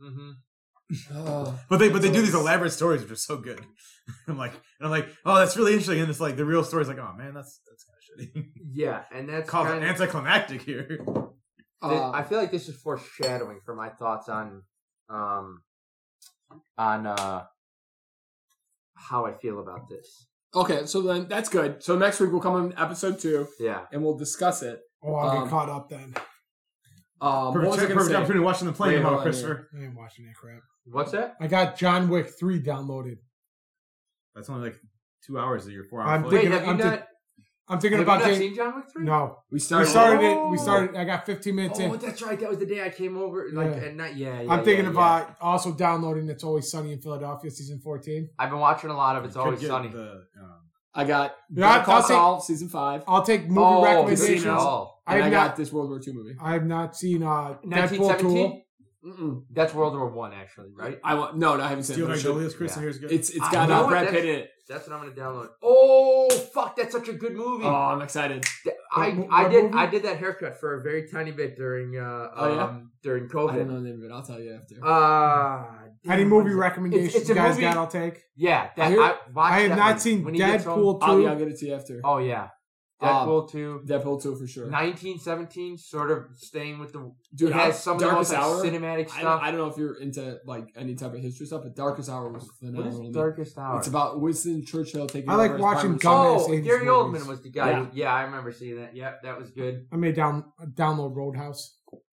S4: Mm-hmm.
S3: But they but they do these elaborate stories which are so good. I'm like and I'm like, oh, that's really interesting. And it's like the real story's like, oh man, that's that's kind of shitty.
S4: yeah, and that's
S3: Calls it
S4: kind of,
S3: anticlimactic here.
S4: Th-
S1: Uh,
S4: I feel like this is foreshadowing for my thoughts on um on uh how I feel about this.
S1: okay, so then that's good. So next week we'll come on episode two
S4: Yeah.
S1: and we'll discuss it.
S2: Oh, I'll get
S1: Um,
S2: caught up then.
S1: Um, what
S3: Perfect,
S1: was I
S3: perfect
S1: gonna say?
S3: opportunity watching the plane
S1: Wait,
S3: tomorrow,
S1: hold on,
S3: Christopher.
S2: I ain't watching that crap.
S4: What's that?
S2: I got John Wick three downloaded.
S3: That's only like two hours of your four hour
S2: I'm
S3: flight.
S4: Wait,
S2: thinking-
S4: have you
S2: I'm
S4: not,
S2: thi- I'm thinking
S4: have you
S2: about
S4: not
S2: getting
S4: seen John Wick 3?
S2: no.
S1: We
S2: We
S1: started.
S2: started it.
S4: Oh.
S2: We started. I got 15 minutes
S4: Oh,
S2: in.
S4: that's right. That was the day I came over. Like,
S2: Yeah.
S4: and not, yeah, yeah,
S2: I'm thinking
S4: yeah, yeah.
S2: about also downloading "It's Always Sunny in Philadelphia" season 14.
S4: I've been watching a lot of It's
S3: Could
S4: Always
S3: get
S4: Sunny. Oh,
S3: the, um,
S1: I got
S2: Yeah,
S1: Better
S2: I-
S1: Call
S2: I'll say-
S1: Saul season five.
S2: I'll take movie
S4: oh,
S2: recommendations.
S1: Casino.
S4: Casino.
S2: I
S1: And I,
S2: have
S1: got
S2: not.
S1: this World War II movie.
S2: I have not seen uh, Deadpool
S4: 1917?
S2: Tool.
S1: Mm-mm.
S4: That's World War One, actually, right?
S1: I want no, no, I haven't seen
S3: Steel
S1: it. but I should.
S3: Magnolias, Chris,
S4: Yeah.
S3: here's good.
S1: It's it's
S4: I
S1: got
S4: know
S1: uh,
S4: it,
S1: Brad
S4: that's-
S1: Pitt in it.
S4: That's what I'm gonna download. Oh fuck, that's such a good movie.
S1: Oh, I'm excited.
S4: Th-
S2: Uh, What
S4: I
S2: mo-
S4: I
S2: what
S4: did
S2: movie?
S4: I did that haircut for a very tiny bit during uh
S1: Oh, yeah?
S4: um during
S1: I don't
S4: COVID.
S1: know the name of it. I'll tell you after.
S4: Uh
S2: Any
S1: Mm-hmm.
S4: damn,
S2: movie
S4: what is it?
S2: recommendations
S4: It's- it's a
S2: you guys
S4: movie-
S2: got? I'll take.
S4: Yeah, that,
S2: I
S4: I,
S2: hear-
S4: watched
S2: I have
S4: that
S2: not
S4: one.
S2: seen
S4: When he gets home-
S2: Deadpool
S1: I'll, yeah, I'll
S2: Two.
S1: get it to you after.
S4: Oh yeah,
S1: Um,
S4: Deadpool two,
S1: Deadpool two for sure.
S4: 1917, sort of staying with the.
S1: Dude,
S4: it
S1: I-
S4: has some of the
S1: Darkest
S4: most like,
S1: Hour.
S4: cinematic
S1: I don't,
S4: stuff.
S1: I don't know if you're into like any type of history stuff, but Darkest Hour was
S4: what
S1: phenomenal.
S4: is
S1: to me.
S4: Darkest Hour?
S1: It's about Winston Churchill taking.
S2: I like
S1: over as
S2: watching
S1: Prime Minister.
S2: Gump.
S4: oh,
S2: dumbass 80s
S4: Gary
S2: movies.
S4: Oldman was the guy.
S1: Yeah.
S4: who- Yeah, I remember seeing that. Yep, that was good.
S2: I may down download Roadhouse.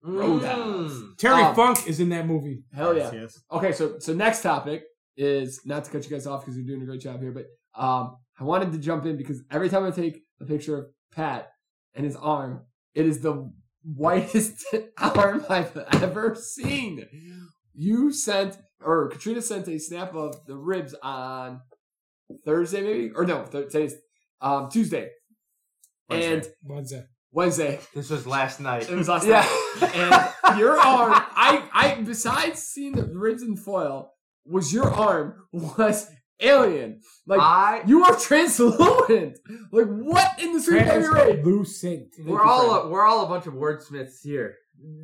S1: Roadhouse.
S4: Mm.
S2: Terry
S1: Um,
S2: Funk is in that movie.
S1: Hell yeah!
S3: Yes.
S1: Okay, so so next topic is not to cut you guys off because you're doing a great job here, but um, I wanted to jump in because every time I take a picture of Pat and his arm, it is the whitest arm I've ever seen. You sent or Katrina sent a snap of the ribs on Thursday, maybe or no, th- today's um, Tuesday and
S2: What's that?
S1: Wednesday.
S4: This was last night.
S1: It was last
S4: yeah.
S1: night and your arm I I besides seeing the ribs in foil was your arm was alien like
S4: I
S1: you are translucent like what in the street
S2: Trans-
S1: heavyweight
S2: Lucid.
S4: we're all a, we're all a bunch of wordsmiths here.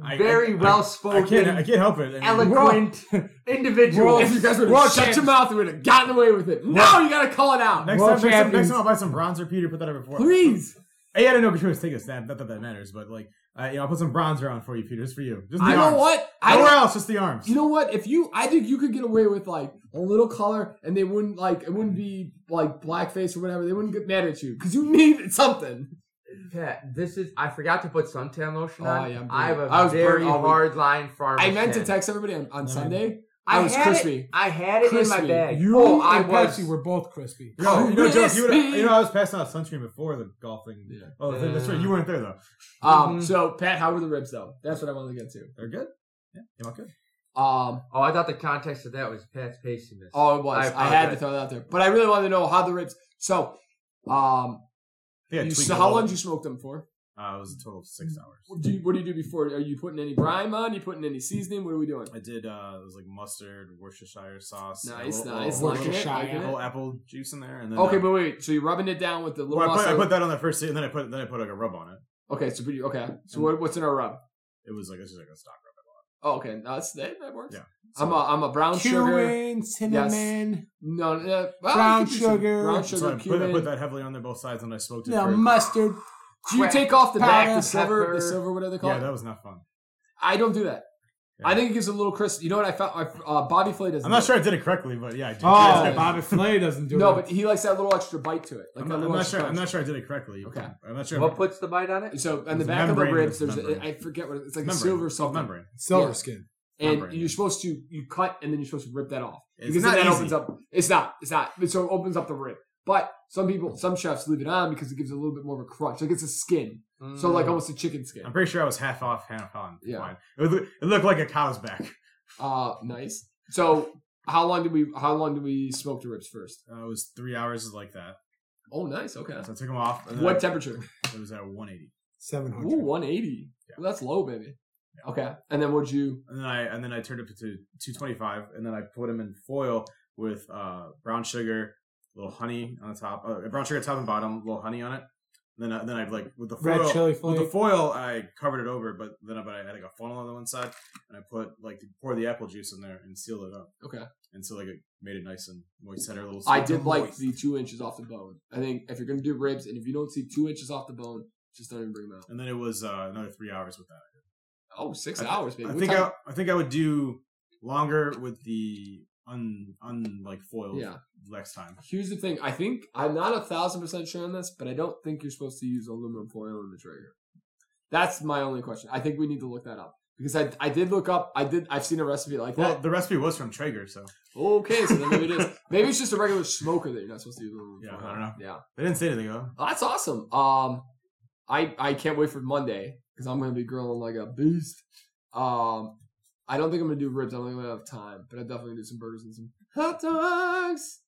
S3: I- I-
S4: Very
S3: I-
S4: well
S3: I can't I
S4: spoken,
S3: can't help it. I mean,
S4: eloquent individual.
S1: if you guys would
S2: We're all
S1: have shut your
S2: champs.
S1: mouth, you would have gotten away with it. Now you gotta call it out.
S3: Next
S2: World
S3: time, next, time, next
S2: champions.
S3: time I'll buy some bronzer, Peter. Put that over before.
S1: Please.
S3: Hey, I didn't know Katrina's taking a snap. Not that that matters, but like, uh, you know, I'll put some bronzer on for you, Peter. Just for you. Just the
S1: You know
S3: arms.
S1: what? I
S3: Nowhere
S1: don't,
S3: else, just the arms.
S1: you know what? If you I think you could get away with like a little color and they wouldn't like it wouldn't be like blackface or whatever. They wouldn't get mad at you because you need something.
S4: Pat, this is I forgot to put suntan lotion
S1: Oh,
S4: on.
S1: yeah, I'm
S4: I have a
S1: burnt. I was
S4: very
S1: burnt all week.
S4: hard line farmer.
S1: I meant to
S4: tan.
S1: text everybody on, on
S3: No,
S1: Sunday.
S4: I
S1: I was
S4: had it-
S1: crispy.
S4: I had it in my
S1: Crispy.
S4: bag.
S2: You
S4: oh, I
S2: and
S4: was.
S2: Pepsi were both crispy.
S3: You know, you know, Joe,
S1: Yes,
S3: you, would- you
S1: me.
S3: know, I was passing out sunscreen before the golf thing.
S1: Yeah.
S3: Oh, th- that's right. You weren't there though.
S1: Um,
S4: Mhm.
S1: so Pat, how were the ribs though? That's what I wanted to get to.
S3: They're good. Yeah, came out good.
S1: Um,
S4: Oh, I thought the context of that was Pat's pastiness.
S1: oh, it was. I, had to
S4: I apologize.
S1: throw that out there, but I really wanted to know how the ribs. So, um,
S3: Yeah,
S1: you, so how long did you smoke them for?
S3: Uh, it was a total of six hours.
S1: What do you, what do you do before? Are you putting any brine on? you putting any seasoning? What are we doing?
S3: I did. Uh, it was like mustard, Worcestershire sauce, and a
S1: Nice,
S3: little-
S1: nice.
S3: little-
S1: Liking it,
S2: Worcestershire.
S1: liking
S3: A
S1: it.
S3: little apple juice in there, and then
S1: Okay,
S3: uh,
S1: but wait. So you're rubbing it down with the little
S3: well, I, put, I
S1: mustard.
S3: put that on the first, and then I put then I put like a rub on it.
S1: Okay, so but you, okay. So what, what's in our rub?
S3: It was like this is like a stock rub.
S1: Oh, okay, no, that's that, that works.
S3: Yeah.
S1: I'm a I'm a brown sugar.
S2: Cumin, cinnamon,
S1: No, uh, well,
S2: Brown
S1: you could do some
S2: sugar.
S1: brown
S3: So
S1: sugar,
S3: I put,
S1: cumin.
S3: I put that heavily on there both sides, and I smoked it.
S2: no
S3: for-
S2: mustard.
S1: Do you
S4: Crack,
S1: take off the back,
S2: powder,
S1: the silver,
S4: pepper.
S1: the silver, whatever they call
S3: yeah,
S1: it?
S3: that was not fun.
S1: I don't do that.
S3: Yeah.
S1: I think it gives a little crisp. You know what I found? I, uh, Bobby Flay doesn't.
S3: I'm
S1: do
S3: not
S1: it.
S3: sure I did it correctly, but yeah, I did.
S2: Oh,
S1: Yeah.
S2: Bobby Flay doesn't do
S1: No,
S2: it.
S1: but he likes that little extra bite to it. Like that
S3: I'm, not, I'm
S1: little
S3: not
S1: extra
S3: sure. I'm
S1: crunch.
S3: not sure I did it correctly.
S1: Okay.
S3: I'm not sure.
S4: what puts the bite on it?
S1: So on the
S3: It's
S1: back of the
S3: membrane,
S1: ribs,
S3: it's
S1: there's a,
S3: membrane.
S1: I forget what it- it's like
S3: Membrane.
S1: a silver something,
S3: membrane.
S2: silver
S1: yeah.
S2: skin.
S1: and
S3: membrane.
S1: you're supposed to you cut and then you're supposed to rip that off
S3: It's
S1: because
S3: not
S1: then that
S3: easy.
S1: opens up. It's not. It's not. It so it opens up the rib. But some people, some chefs leave it on because it gives it a little bit more of a crunch. Like it's a skin, so like almost a chicken skin.
S3: I'm pretty sure I was half off, half on.
S1: Yeah.
S3: Fine. It, was, it looked like a cow's back.
S1: Uh, nice. So how long did we? How long did we smoke the ribs first?
S3: Uh, it was three hours like that.
S1: Oh, nice. Okay.
S3: So I took them off. And then
S1: What
S3: I-
S1: temperature?
S3: It was at 180.
S2: Seven
S1: Ooh,
S2: hundred.
S1: 180.
S3: Yeah.
S1: Well, that's low, baby. Okay. And then would you?
S3: And then I and then I turned it to 225, and then I put them in foil with uh, brown sugar, a little honey on the top, uh, brown sugar top and bottom, a little honey on it, Then I, then I'd like with the
S2: Red
S3: foil
S2: chili
S3: with the
S2: flake.
S3: foil I covered it over, but then I, but I had like a funnel on the one side, and I put like pour the apple juice in there and sealed it up.
S1: Okay.
S3: And so like it made it nice and moist. Had a little.
S1: I
S3: sweet
S1: did
S3: and
S1: like
S3: moist.
S1: the two inches off the bone. I think if you're gonna do ribs, and if you don't see two inches off the bone, just don't even bring them out.
S3: And then it was uh, another three hours with that.
S1: Oh, six
S3: I th-
S1: hours, baby.
S3: I
S1: What
S3: think
S1: time-
S3: I, I think I would do longer with the un un like foil
S1: Yeah.
S3: next time.
S1: Here's the thing. I think I'm not a thousand percent sure on this, but I don't think you're supposed to use aluminum foil in the trigger. That's my only question. I think we need to look that up because I I did look up. I did. I've seen a recipe like
S3: Well,
S1: that.
S3: the recipe was from Traeger, so
S1: Okay, so then maybe it is. Maybe it's just a regular smoker that you're not supposed to use aluminum
S3: Yeah,
S1: foil.
S3: I don't know.
S1: Yeah.
S3: they didn't say anything. Though.
S1: Well, Oh, that's awesome. Um, I I can't wait for Monday because I'm gonna be grilling like a beast. Um, I don't think I'm gonna do ribs. I don't think I'm gonna have time, but I definitely gonna do some burgers and some hot dogs.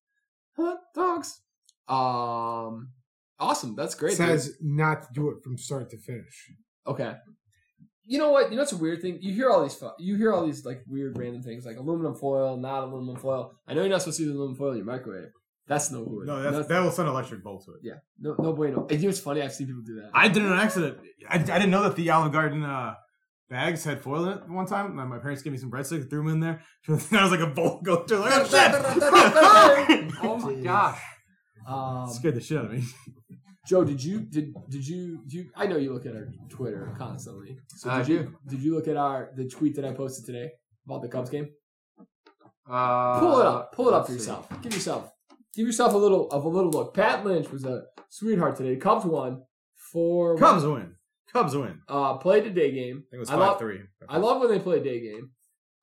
S1: Hot dogs. Um, awesome. That's great. dude.
S2: says not to do it from start to finish.
S1: Okay. You know what? You know it's a weird thing. You hear all these fu- you hear all these like weird random things like aluminum foil, not aluminum foil. I know you're not supposed to use aluminum foil in your microwave. That's no good.
S3: No, that's, that will send an electric bolt to it.
S1: yeah. No, no bueno. And you know it's funny. I've seen people do that.
S3: I did an accident. I, I didn't know that the Olive Garden uh, bags had foil in it one time. My, my parents gave me some breadsticks, threw them in there. I was like a bolt go through. Like, oh, shit!
S4: Oh my gosh.
S1: Um,
S3: Scared the shit out of me.
S1: Joe, did you did did you do you, I know you look at our Twitter constantly. So
S4: I
S1: did you did you look at our the tweet that I posted today about the Cubs game?
S4: Uh,
S1: Pull it up. Pull it up for
S4: let's see.
S1: yourself. Give yourself give yourself a little of a little look. Pat Lynch was a sweetheart today. Cubs won four
S3: Cubs win. Cubs win.
S1: uh played a day game.
S3: I think it was
S1: Um, I
S3: five
S1: love-
S3: three.
S1: I love when they play a day game.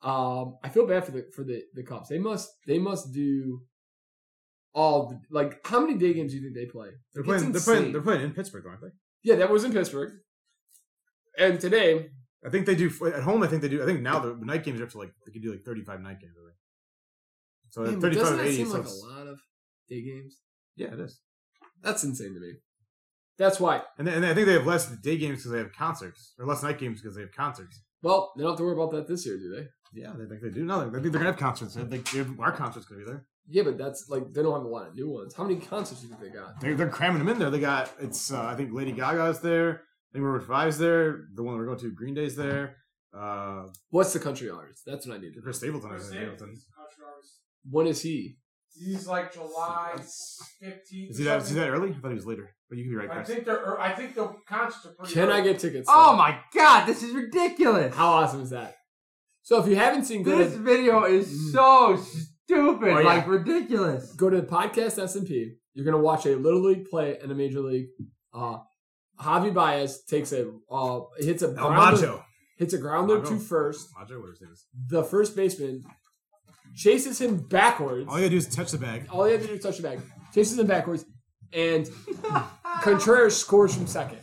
S1: Um, I feel bad for the for the the Cubs. They must they must do all the, like how many day games do you think they play? It's
S3: they're playing. They're playing.
S1: insane.
S3: They're playing in Pittsburgh, aren't they?
S1: Yeah, that was in Pittsburgh. And today,
S3: I think they do at home. I think they do. I think now the night games are up to like they could do like thirty-five night games. I think. So
S1: man, but
S3: thirty-five
S1: doesn't
S3: to
S1: that
S3: eighty.
S1: seem
S3: so
S1: like a
S3: it's-
S1: lot of day games?
S3: yeah, it is.
S1: That's insane to me. That's why.
S3: And, then, and I think they have less day games because they have concerts, or less night games because they have concerts.
S1: Well, they don't have to worry about that this year, do they?
S3: Yeah, they think they do. No, I think they're gonna have concerts. They think they have- our concerts gonna be there.
S1: Yeah, but that's like they don't have a lot of new ones. How many concerts do you think they got?
S3: They're, they're cramming them in there. They got it's. Uh, I think Lady Gaga's there. I think Robert Five's there. The one we're going to, Green Day's there. Uh,
S1: What's the country artist? That's what I need to know.
S3: Chris Stapleton is in Stapleton.
S1: When is he?
S2: He's like July fifteenth.
S3: Is he that? Is he that early? I thought he was later, but you could be right. Chris.
S2: think they're. er, I think the concerts are pretty.
S1: Can I get tickets?
S4: Oh my god, this is ridiculous.
S1: How awesome is that? So if you haven't seen go
S4: This
S1: to,
S4: video
S1: Mm.
S4: is so stupid,
S3: Oh, yeah.
S4: like ridiculous.
S1: go to the podcast S and P, you're gonna watch a little league play and a major league. Uh, Javi Baez takes a uh, hits a
S3: El
S1: ground
S3: Macho.
S1: hits a grounder
S3: Macho.
S1: to first.
S3: Macho, whatever his name is.
S1: the first baseman chases him backwards.
S3: All you gotta do is touch the bag.
S1: All he had to do was touch the bag. Chases him backwards, and Contreras scores from second.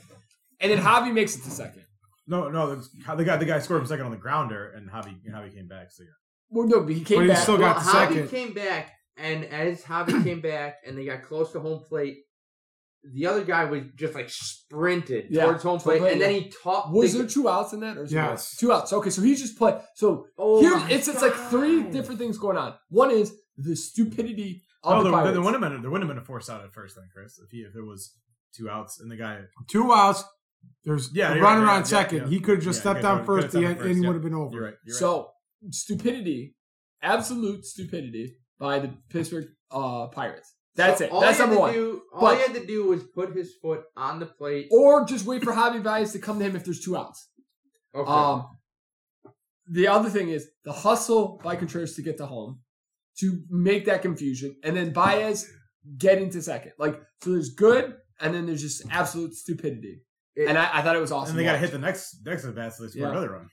S1: And then Javi makes it to second.
S3: No, no, the, the guy, the guy scored him second on the grounder, and Javi, and Javi came back. So yeah.
S1: Well, no, but he came
S2: But he's
S1: back.
S2: still- got
S4: Javi
S2: second.
S4: came back, and as Javi came back, and they got close to home plate, the other guy was just like sprinted
S1: Yeah,
S4: towards home
S1: home
S4: plate,
S1: plate,
S4: and then he taught.
S1: was there two outs in that? Or is it
S2: Yes.
S1: one? Two outs. Okay, so he's just play. So
S4: Oh
S1: here,
S4: my
S1: it's it's like three
S4: God.
S1: different things going on. One is the stupidity of
S3: Oh,
S1: the
S3: there,
S1: Pirates.
S3: there wouldn't have been there wouldn't have been a force out at first then, Chris. If he if it was two outs and the guy
S2: two outs? There's
S3: Yeah,
S2: yeah,
S3: you're
S2: runner
S3: right,
S2: on
S3: yeah,
S2: second.
S3: yeah.
S2: He could have just
S3: Yeah,
S2: stepped
S3: could've
S2: on
S3: done-
S2: first. The
S3: could've done
S2: end
S3: first, yeah.
S2: would have been over.
S3: you're right. You're right.
S1: So stupidity, absolute stupidity by the Pittsburgh uh, Pirates. That's it.
S4: All
S1: That's
S4: he had
S1: number
S4: to
S1: one.
S4: Do, all
S1: But-
S4: he had to do was put his foot on the plate.
S1: or just wait for Javi Baez to come to him if there's two outs.
S4: Okay.
S1: Um, the other thing is the hustle by Contreras to get to home to make that confusion, and then Baez getting to second. Like so, there's good, and then there's just absolute stupidity.
S4: It-
S1: and I, I thought it was awesome.
S3: and they got to
S1: to watch,
S3: hit the next next at bat, so they score
S1: Yeah.
S3: another run.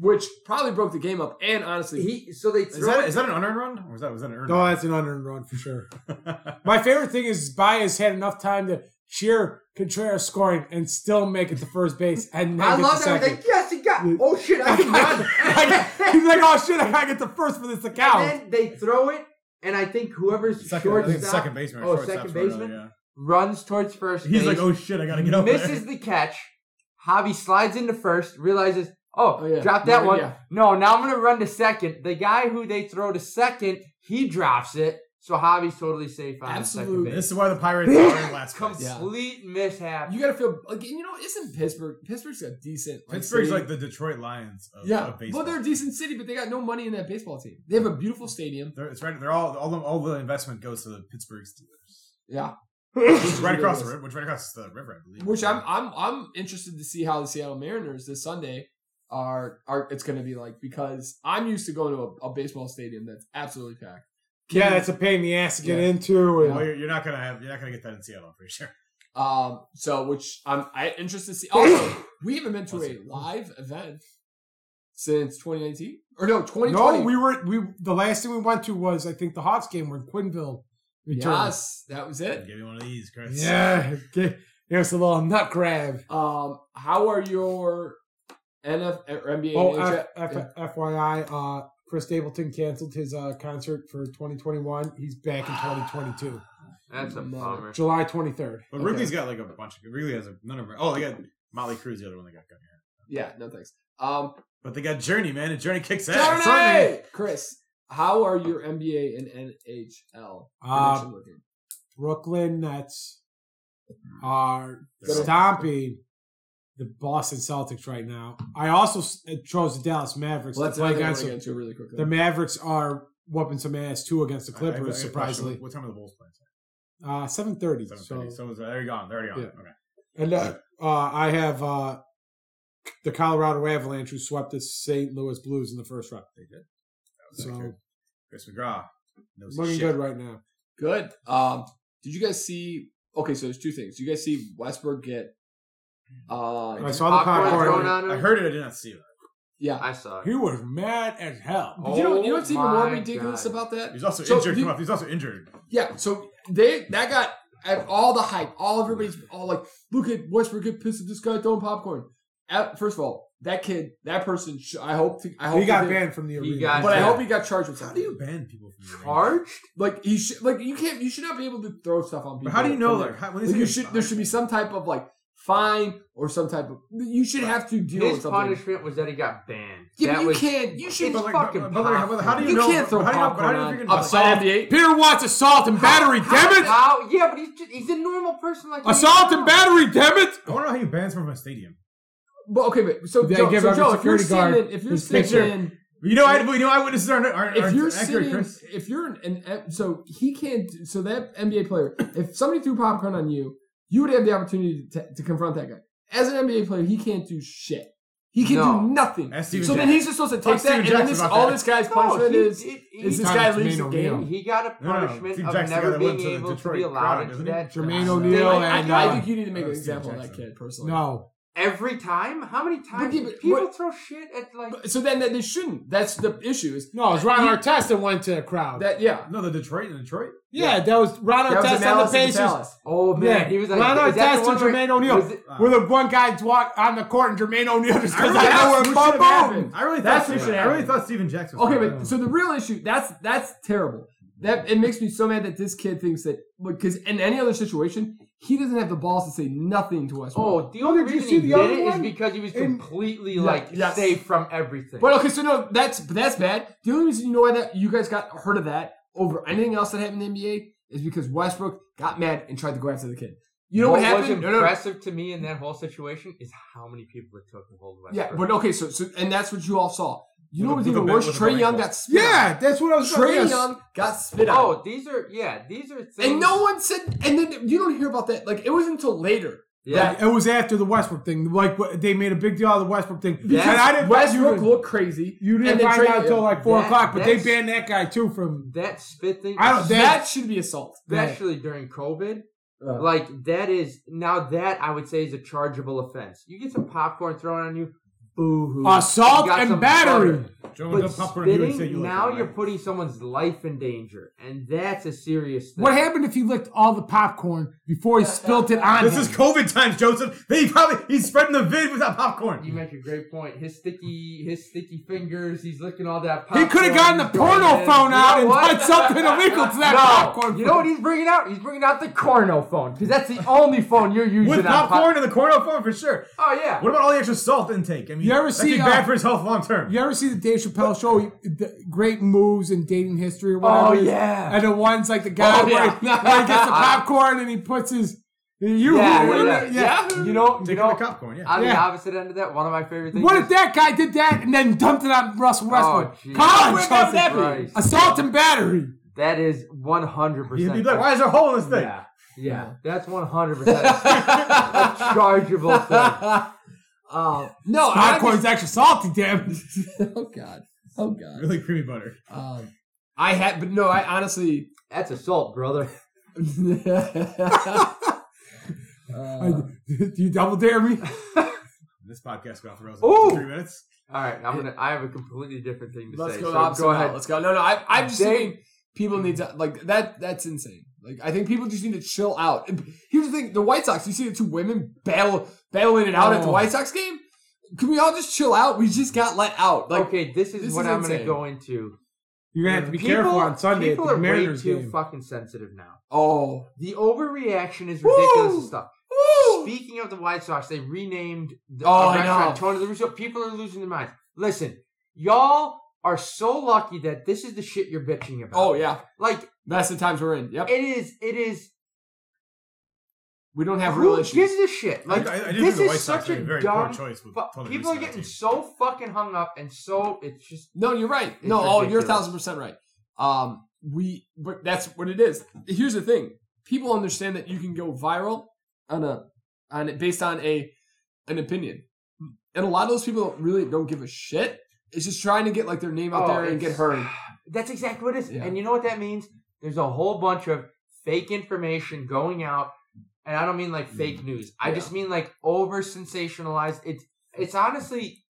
S1: which probably broke the game up. And honestly,
S4: he so they
S3: Is
S4: threw
S3: that is that an unearned run or was that was that an earned?
S2: No,
S3: run?
S2: that's an unearned run for sure. My favorite thing is Baez had enough time to cheer Contreras scoring and still make it to first base and not get
S4: I
S2: to
S4: love that. He's
S2: second.
S4: like, yes, he got. Oh shit, I can
S2: He's
S4: run.
S2: like, oh shit, I gotta get the first for this to
S4: and
S2: count.
S4: then they throw it, and I think whoever's
S3: second, I think it's
S4: shortstop
S3: second baseman. or
S4: Oh,
S3: shortstop's
S4: second
S3: right now,
S4: baseman?
S3: yeah.
S4: runs towards first.
S3: He's
S4: base.
S3: like, oh shit, I gotta get up.
S4: misses the catch. Javi slides into first, realizes, oh,
S1: Oh, yeah.
S4: drop that
S1: Yeah,
S4: one.
S1: yeah.
S4: No, now I'm going to run to second. The guy who they throw to second, he drops it. So Javi's totally safe on second
S1: Absolute
S4: base.
S5: This is why the Pirates are in last place.
S1: Yeah.
S4: Complete mishap.
S1: You gotta feel like you know, isn't Pittsburgh Pittsburgh's a decent like,
S5: Pittsburgh's
S1: city.
S5: like the Detroit Lions of,
S1: Yeah.
S5: of baseball.
S1: Well they're a decent city, but they got no money in that baseball team. They have a beautiful stadium.
S5: They're- it's right. They're all all the, all the investment goes to the Pittsburgh Steelers,
S1: Yeah.
S5: which is right across the river, which right across the river, I believe.
S1: Which I'm I'm I'm interested to see how the Seattle Mariners this Sunday are are it's gonna be like because I'm used to going to a, a baseball stadium that's absolutely packed.
S2: Yeah, that's a pain in the ass to get
S1: Yeah.
S2: into.
S5: Well,
S2: And,
S5: you're, you're not gonna have you're not gonna get that in Seattle. I'm pretty sure.
S1: Um so which I'm I interested to see also we haven't been to a live event since twenty nineteen. Or no, twenty twenty.
S2: no, we were we. The last thing we went to was I think the Hawks game where Quinville returned.
S1: Yes, that was it.
S5: Give me one of these, Chris.
S2: Yeah, okay. there's a little nut grab.
S1: Um, how are your NF or NBA?
S2: Oh,
S1: NHL
S2: F- F- FYI, uh, Chris Stapleton canceled his uh, concert for 2021. He's back in 2022,
S4: That's a
S1: No.
S4: bummer.
S2: July 23rd.
S5: But
S1: Okay.
S5: Wrigley's got like a bunch of. Wrigley has a, none of them. Oh, they got Motley Crue's the other one they got. got here.
S1: yeah, no thanks. Um,
S5: But they got Journey, man, and Journey kicks ass.
S1: Johnny! Chris, how are your NBA and NHL
S2: Uh,
S1: prediction looking?
S2: Brooklyn Nets are
S5: They're all-
S2: stomping the Boston Celtics right now. I also s- uh, chose the Dallas Mavericks.
S1: Well, that's
S2: to play
S1: what I want
S2: against
S1: to
S2: them.
S1: get into really quickly.
S2: The Mavericks are whooping some ass too against the
S5: I- I- I got a
S2: Clippers,
S5: question.
S2: surprisingly.
S5: What time are the Bulls playing?
S2: Uh, 7.30.
S5: Seven
S2: So
S5: thirty. So it's- they're already gone. They're already gone.
S2: Yeah.
S5: Okay.
S2: And uh, uh, I have uh, the Colorado Avalanche, who swept the St. Louis Blues in the first round. They did. So
S5: Okay. Chris McGraw knows his
S2: looking
S5: shit.
S2: good right now.
S1: Good. Um, did you guys see? Okay, so there's two things. Did you guys see Westbrook get?
S2: I
S1: Uh,
S2: saw the
S4: Popcorn thrown
S2: popcorn.
S4: on him?
S5: I heard it. I did not see it.
S1: yeah.
S4: I saw it.
S2: He was mad as hell.
S1: But you know, you know
S4: Oh
S1: what's even more
S4: my
S1: ridiculous
S4: God.
S1: about that?
S5: He's also
S1: So
S5: injured.
S1: you-
S5: Come on, He's also injured.
S1: Yeah, so they that got at all the hype, all everybody's all like, look at Westbrook get pissed at this guy throwing popcorn. At, first of all, that kid, that person, sh- I hope to, I hope
S2: He got
S1: did.
S2: banned from the
S4: He
S2: arena.
S4: got
S1: but I
S4: Yeah.
S1: hope he got charged with
S5: How
S1: something.
S5: do you ban people from the arena?
S4: Charged?
S1: like you should, like you can't, you should not be able to throw stuff on people.
S5: But how do you know
S1: from
S5: that?
S1: there.
S5: How, when
S1: Like,
S5: is it
S1: you
S5: a
S1: should,
S5: sign?
S1: there should be some type of like fine or some type of. You should have to deal
S4: His
S1: with something.
S4: punishment was that he got banned.
S1: yeah,
S4: that
S1: but you
S4: was,
S1: can't. You should.
S4: It's
S5: But like,
S4: fucking
S5: but, but like,
S4: popcorn.
S5: how do you,
S1: You
S5: know?
S1: can't throw
S5: how do you know, but
S1: popcorn
S5: how do you
S1: on
S5: freaking
S1: upside NBA.
S2: Peter Watts assault and battery, damn it!
S4: How- yeah, but he's just, he's a normal person like me.
S2: Assault and battery, damn it!
S5: I want to know how you ban someone from a stadium.
S1: But okay, but so
S2: They
S1: Joe,
S2: give
S1: so
S2: every
S1: Joe if you're
S2: security
S1: sitting
S2: guard
S1: in, if you're
S2: his
S1: sitting
S2: picture.
S1: in,
S5: You know, I, you know, eyewitnesses aren't aren't,
S1: if
S5: aren't
S1: you're
S5: accurate,
S1: sitting,
S5: Chris.
S1: if you're an, an so he can't. So that NBA player, if somebody threw popcorn on you, you would have the opportunity to, to confront that guy. As an NBA player, he can't do shit. He can
S4: No.
S1: do nothing.
S5: Ask
S1: So
S5: Steven
S1: then
S5: Jackson.
S1: he's just supposed to take
S5: Ask
S1: that,
S5: Steven
S1: and then
S5: Jackson
S1: this,
S5: about
S1: all
S5: that.
S1: this guy's
S4: No,
S1: punishment
S4: he-
S1: is
S4: it-
S1: is
S4: he-
S1: this guy
S2: Jermaine
S1: leaves the
S2: O'Neal.
S1: game.
S4: He got a
S5: No, no,
S4: punishment
S5: Steve
S4: of
S5: Jackson
S4: never
S5: got that one
S4: being
S5: to the
S4: able to
S5: Detroit
S4: be allowed
S5: crowd,
S4: into
S5: doesn't he?
S4: that.
S2: Jermaine
S4: job.
S2: O'Neal
S1: I,
S2: and,
S1: I
S2: uh,
S1: think you need to make an
S5: uh, Steven
S1: example of that
S5: Jackson.
S1: kid personally.
S2: No.
S4: Every time? How many times?
S1: yeah, but
S4: people
S1: what-
S4: throw shit at like.
S1: But- So then that they shouldn't. That's the issue. Is
S2: No, it was Ron Artest that went to the crowd.
S1: that yeah?
S5: No, the Detroit and Detroit.
S2: yeah, that was Ron
S1: That was
S2: Artest on the
S1: analysis
S2: Pacers.
S1: Palace.
S4: oh man,
S2: Yeah,
S4: he was like.
S2: Ron
S4: is that the
S2: Artest
S4: one
S2: and
S4: where-
S2: Jermaine O'Neal.
S4: was it-
S5: Uh,
S2: Where the one guy's walk on the court and Jermaine O'Neal just
S5: I
S2: goes, I
S5: really
S2: know
S5: thought-
S2: where
S5: we
S2: Bum
S5: should've
S2: Bum.
S5: happened. I really
S1: That's
S5: thought.
S1: what should
S5: I really
S1: happen.
S5: thought Steven Jackson. was
S1: Okay,
S5: gonna-
S1: but so the real issue that's that's terrible. That it makes me so mad that this kid thinks that because in any other situation he doesn't have the balls to say nothing to us.
S4: Oh, the only
S2: did you
S4: reason
S2: see
S4: he
S2: the
S4: did
S2: other
S4: it is
S2: one?
S4: because he was
S2: In-
S4: completely like
S1: yes.
S4: safe from everything.
S1: but okay, so no, that's but that's bad. The only reason you know why that you guys got heard of that over anything else that happened in the NBA is because Westbrook got mad and tried to go after the kid. You know what,
S4: was
S1: happened? No, no, no.
S4: impressive to me in that whole situation is how many people it took to hold
S1: Yeah,
S4: Westbrook.
S1: but okay, so so and that's what you all saw. You know
S5: With
S1: what's
S5: a-
S1: even
S5: with a-
S1: worse?
S5: with a
S1: Trey
S5: blank
S1: Young
S5: wall.
S1: got spit
S2: Yeah, that's what I
S1: on.
S2: was
S1: Trey
S2: saying.
S1: Young got spit on.
S4: Oh, these are yeah, these are things.
S1: and no one said. And then you don't hear about that. Like it was until later.
S4: yeah,
S2: It was after the Westbrook thing. Like wh- they made a big deal out of the Westbrook thing.
S4: Because
S2: and I didn't
S1: Westbrook
S2: you,
S1: looked crazy.
S2: you didn't
S1: and then
S2: find
S1: Trey-
S2: out until like four
S4: that-
S2: o'clock, but they
S4: that's-
S2: banned that guy too from.
S4: that spit thing.
S2: I don't-
S1: that should be assault.
S4: especially during COVID.
S1: Uh.
S4: Like that is now that I would say is a chargeable offense. You get some popcorn thrown on you, boo hoo.
S2: Assault
S4: You got
S2: and
S4: some
S2: battery.
S4: butter.
S5: Joe,
S4: But
S5: no popcorn, you would say you
S4: spitting,
S5: like
S4: now
S5: it,
S4: you're
S5: right?
S4: putting someone's life in danger, and that's a serious thing.
S2: What happened if he licked all the popcorn before he spilt it on
S5: This
S2: him?
S5: is COVID times, Joseph. He probably he's spreading the vid without
S4: You
S5: popcorn.
S4: make a great point. His sticky, his sticky fingers. He's licking all that.
S2: he could have gotten the porno phone out and done something illegal to that popcorn.
S4: You know what he's bringing out? He's bringing out the corno phone because that's the only phone you're using.
S5: With
S4: on pop-
S5: popcorn and the corn on phone for sure.
S4: oh yeah.
S5: What about all the extra salt intake? I mean,
S2: You ever
S5: That'd
S2: see
S5: be
S2: uh,
S5: bad for his health long term.
S2: You ever see the Dave Chappelle show? He- The great moves in dating history or whatever.
S4: Oh
S2: it is?
S4: yeah.
S2: And the ones like the guy
S1: Oh,
S2: where,
S1: yeah.
S2: where he gets the popcorn and he puts his. You
S4: Yeah,
S2: who-
S4: yeah,
S1: yeah.
S4: You know, you
S5: Taking
S4: know,
S5: the popcorn, yeah.
S4: on the
S2: Yeah.
S4: opposite end of that, one of my favorite things.
S2: What
S4: is-
S2: if that guy did that and then dumped it on Russell
S4: Oh,
S2: Westbrook?
S4: jeez.
S2: Come on,
S1: Where'd that
S2: Chauncey.
S1: be?
S4: Christ.
S2: Assault and battery.
S4: That is one hundred
S5: You'd
S4: percent.
S5: be like, why is there a hole in this thing?
S4: Yeah, yeah, that's one hundred percent a chargeable thing. Um,
S1: Uh, no, I
S2: Popcorn's extra salty, damn it.
S1: oh god, oh god.
S5: Really creamy butter.
S1: Um, I had, but no, I honestly.
S4: That's assault, brother.
S1: Uh,
S2: Do you double dare me?
S5: This podcast got off the rails
S4: Ooh.
S5: in three minutes.
S4: All right, I'm gonna. I have a completely different thing to
S1: Let's
S4: say.
S1: go.
S4: so
S1: opposite
S4: go
S1: route.
S4: ahead.
S1: Let's go. No, no. I, I'm just
S4: Dave-
S1: saying people need to like that. That's insane. Like I think people just need to chill out. And here's the thing: the White Sox. You see the two women battle battling it out at the
S2: Oh.
S1: White Sox game. Can we all just chill out? We just got let out. Like
S4: okay, this is
S1: this
S4: what
S1: is
S4: I'm gonna
S1: insane.
S4: go into.
S2: You're gonna have to be
S4: People-
S2: careful on Sunday at
S4: People
S2: the
S4: are way
S2: Mariners
S4: too
S2: game.
S4: fucking sensitive now.
S1: oh,
S4: The overreaction is
S1: Woo!
S4: ridiculous and stuff.
S1: Woo!
S4: Speaking of the White Sox, they renamed the
S1: Oh,
S4: a
S1: I
S4: restaurant
S1: know.
S4: Tony La Russa. People are losing their minds. Listen, y'all are so lucky that this is the shit you're bitching about.
S1: oh yeah,
S4: like
S1: that's the times we're in. Yep,
S4: it is. It is.
S1: we don't have real
S4: who
S1: issues.
S4: gives a shit? Like
S5: I, I do think
S4: this
S5: the
S4: is
S5: White Sox
S4: such
S5: made
S4: a
S5: very
S4: dumb.
S5: poor choice with
S4: Fu-
S5: Tony
S4: people are
S5: Russo
S4: getting
S5: team.
S4: so fucking hung up and so it's just
S1: No, you're right.
S4: It's
S1: No, oh, you're a
S4: ridiculous.
S1: thousand percent right. Um, we, but that's what it is. Here's the thing: people understand that you can go viral on a on it based on a an opinion, and a lot of those people don't really don't give a shit. It's just trying to get like their name out
S4: Oh,
S1: there and get
S4: it's-
S1: heard.
S4: That's exactly what it is.
S1: Yeah.
S4: And you know what that means? There's a whole bunch of fake information going out, and I don't mean like fake news. I
S1: Mm. Yeah.
S4: just mean like over sensationalized. It's it's honestly,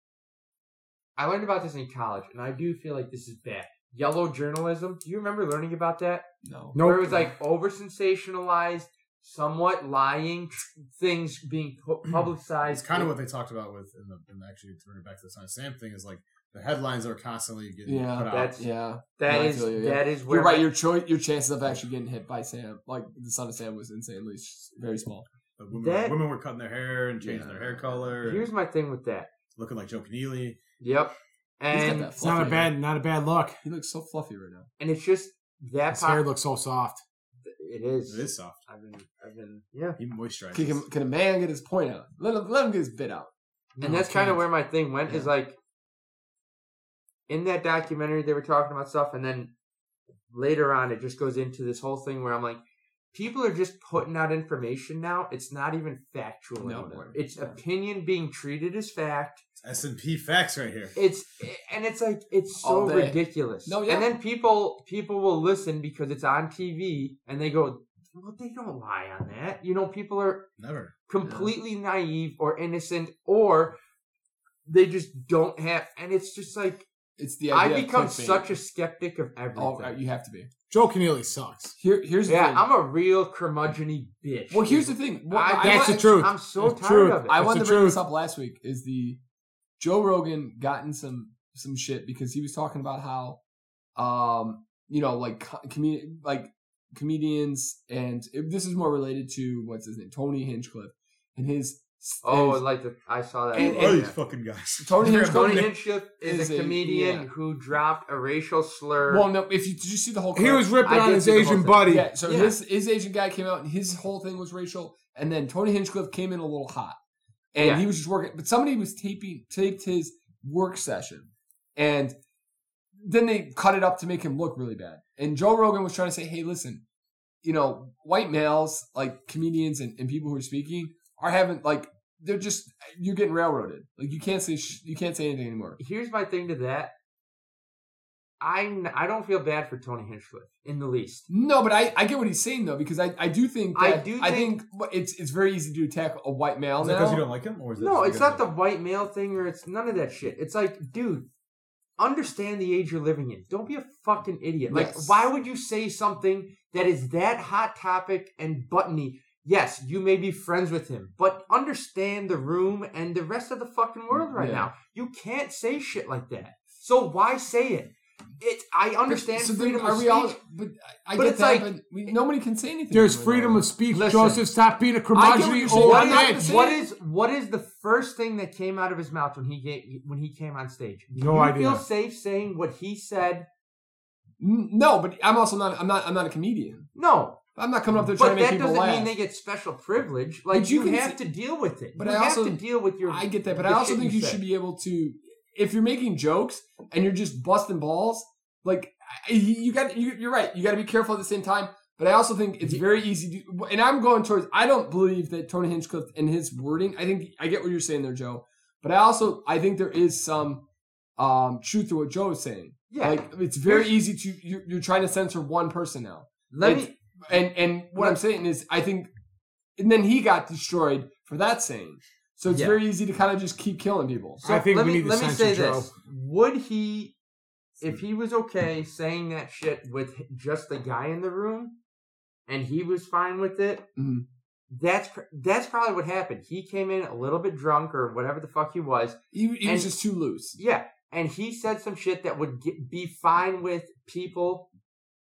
S4: I learned about this in college, and I do feel like this is bad. Yellow journalism. Do you remember learning about that?
S1: No,
S2: Nope.
S4: Where it was like over sensationalized, somewhat lying tr- things being pu- publicized.
S5: It's kind of what they talked about with in the and actually to bring it back to the Son of Sam thing is like the headlines that are constantly getting
S1: Yeah,
S5: put out.
S4: that's-
S1: yeah,
S4: that
S1: I
S4: is
S1: feel you, yeah.
S4: that is where
S1: you're right.
S4: my-
S1: Your choice, your chances of actually getting hit by Sam, like the son of Sam, was insanely s- very small.
S5: The women,
S4: That-
S5: women were cutting their hair and changing
S1: Yeah.
S5: their hair color, and
S4: here's my thing with that.
S5: looking like Joe Keneally.
S4: Yep.
S1: He's got
S4: And
S1: that
S2: It's not
S1: fluffy
S2: a
S1: hair.
S2: bad, not a bad look.
S1: He looks so fluffy right now.
S4: and it's just that
S2: His hair
S4: part.
S2: looks so soft.
S4: It is.
S5: It is soft.
S4: I've been. I've been. Yeah.
S5: He moisturizes.
S1: Can, can, can a man get his point out? Let him, let him get his bit out.
S4: And that's kind of where my thing went is
S1: Yeah.
S4: like, in that documentary they were talking about stuff, and then later on it just goes into this whole thing where I'm like, people are just putting out information now. It's not even factual
S1: No,
S4: anymore.
S1: no.
S4: It's opinion being treated as fact.
S5: S and P facts right here.
S4: It's and it's like it's so
S1: All day.
S4: ridiculous.
S1: No, yeah.
S4: And then people people will listen because it's on TV, and they go, "Well, they don't lie on that." You know, people are
S5: Never.
S4: completely naive or innocent or they just don't have and it's just like
S1: It's the
S4: i
S1: idea of
S4: become
S1: clickbait.
S4: such a skeptic of everything
S1: Oh, uh, you have to be.
S2: Joe Keneally sucks.
S1: Here, here's the
S4: yeah
S1: thing.
S4: i'm a real curmudgeony bitch
S1: well, here's the thing. What-
S4: I-
S1: I,
S2: That's
S1: wa-
S2: the truth.
S4: i'm so
S2: It's
S4: tired
S2: true.
S4: of it
S1: I
S2: That's
S1: wanted
S2: the
S1: to bring this
S2: truth.
S1: up last week. Is the Joe Rogan gotten some some shit because he was talking about how, um, you know, like co- comed- like comedians, and it, this is more related to what's his name, Tony Hinchcliffe, and his
S4: oh
S1: and-
S4: like the, i saw that
S1: And-
S5: All
S1: and-
S5: these fucking guys.
S1: Tony
S5: They're
S1: Hinchcliffe-
S5: about
S4: tony
S5: to-
S4: hinchcliffe is,
S1: is
S4: a
S1: a-
S4: comedian
S1: yeah.
S4: who dropped a racial slur
S1: well, no, if you did you see the whole
S2: He
S1: clip?
S2: was ripping
S4: I
S2: on
S4: did
S2: his
S4: see the whole
S2: Asian
S4: thing.
S2: buddy.
S1: Yeah, so
S4: Yeah.
S1: his his Asian guy came out and his whole thing was racial, and then Tony Hinchcliffe came in a little hot, and
S4: Yeah.
S1: he was just working. But somebody was taping taped his work session, and then they cut it up to make him look really bad. And Joe Rogan was trying to say, "Hey, listen, you know, white males like comedians and, and people who are speaking are having like they're just you're getting railroaded. Like you can't say sh- you can't say anything anymore."
S4: here's my thing to that I, I don't feel bad for Tony Hinchcliffe in the least.
S1: No, but I, I get what he's saying though because I, I do think
S4: I
S1: that,
S4: do
S1: I
S4: think-
S1: think it's it's very easy to attack a white male
S5: Is that
S1: now.
S5: because you don't like him, or is that
S4: No,
S5: just
S4: it's not the
S5: because-
S4: white male thing or it's none of that shit. It's like, dude, understand the age you're living in. Don't be a fucking idiot. Like,
S1: Yes.
S4: why would you say something that is that hot topic and buttony? Yes, you may be friends with him, but understand the room and the rest of the fucking world right
S1: Yeah.
S4: now. You can't say shit like that. So why say it? It's I understand
S1: So then
S4: freedom
S1: are
S4: of
S1: we
S4: speech.
S1: all? But I, I
S4: But
S1: get
S4: it's
S1: that,
S4: like-
S1: but we, nobody can say anything.
S2: There's
S1: to it.
S2: freedom of speech.
S4: Listen.
S2: Joseph, stop being a
S1: I get what
S2: curmudgeon
S1: you're saying.
S2: old
S1: I'm not
S4: What
S2: man.
S1: gonna
S4: is,
S1: say
S4: what
S1: it.
S4: is what is the first thing that came out of his mouth when he ga- when he came on stage?
S2: No
S4: you
S2: idea.
S4: feel safe saying what he said?
S1: N- No, but I'm also not. I'm not. I'm not a comedian.
S4: No,
S1: I'm not coming up there
S4: but
S1: trying to make
S4: that
S1: people
S4: doesn't
S1: laugh.
S4: mean they get special privilege. Like
S1: But you
S4: you,
S1: can
S4: have
S1: s-
S4: to deal with it.
S1: but
S4: you
S1: I
S4: have
S1: also-
S4: to deal with your.
S1: I get that, but
S4: the
S1: I also
S4: shit
S1: think
S4: you
S1: you
S4: said.
S1: should be able to, if you're making jokes and you're just busting balls, like I- you got, you, you're right. You got to be careful at the same time. But I also think it's very easy to, and I'm going towards. I don't believe that Tony Hinchcliffe and his wording. I think I get what you're saying there, Joe. But I also I think there is some um, truth to what Joe is saying.
S4: yeah.
S1: Like it's very easy to you're, you're trying to censor one person now
S4: let
S1: it's-
S4: me.
S1: and and what I'm saying is, I think, and then he got destroyed for that saying. So it's
S4: Yeah.
S1: very easy to kind of just keep killing people.
S4: So
S2: I think
S4: let
S2: we
S4: me
S2: need to
S4: let me
S2: censor
S4: say
S2: Joe.
S4: this: Would he, if he was okay saying that shit with just the guy in the room, and he was fine with it?
S1: Mhm.
S4: That's pr- that's probably what happened. He came in a little bit drunk or whatever the fuck he was,
S1: He, he
S4: And-
S1: was just too loose.
S4: Yeah, and he said some shit that would get, be fine with people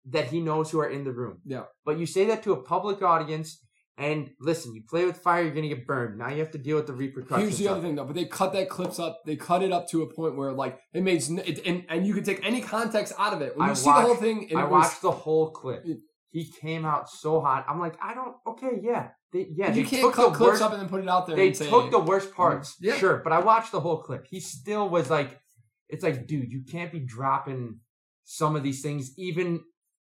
S4: that he knows who are in the room.
S1: Yeah.
S4: But you say that to a public audience, and listen, you play with fire, you're gonna get burned. Now you have to deal with the repercussions.
S1: Here's the other
S4: of it.
S1: thing though, but they cut that clips up. They cut it up to a point where like it made s- it, and and you could take any context out of it. When you
S4: I
S1: see the whole
S4: watched-
S1: thing, and
S4: I
S1: it was- Mm.
S4: watched the whole clip.
S1: It-
S4: He came out so hot. I'm like, I don't. Okay, yeah, they, yeah.
S1: you
S4: they
S1: can't
S4: took
S1: cut
S4: the
S1: clips
S4: worst,
S1: up and then put it out there.
S4: They
S1: and say, Mm-hmm.
S4: took the worst parts,
S1: Yeah.
S4: sure. But I watched the whole clip. He still was like, it's like, dude, you can't be dropping some of these things, even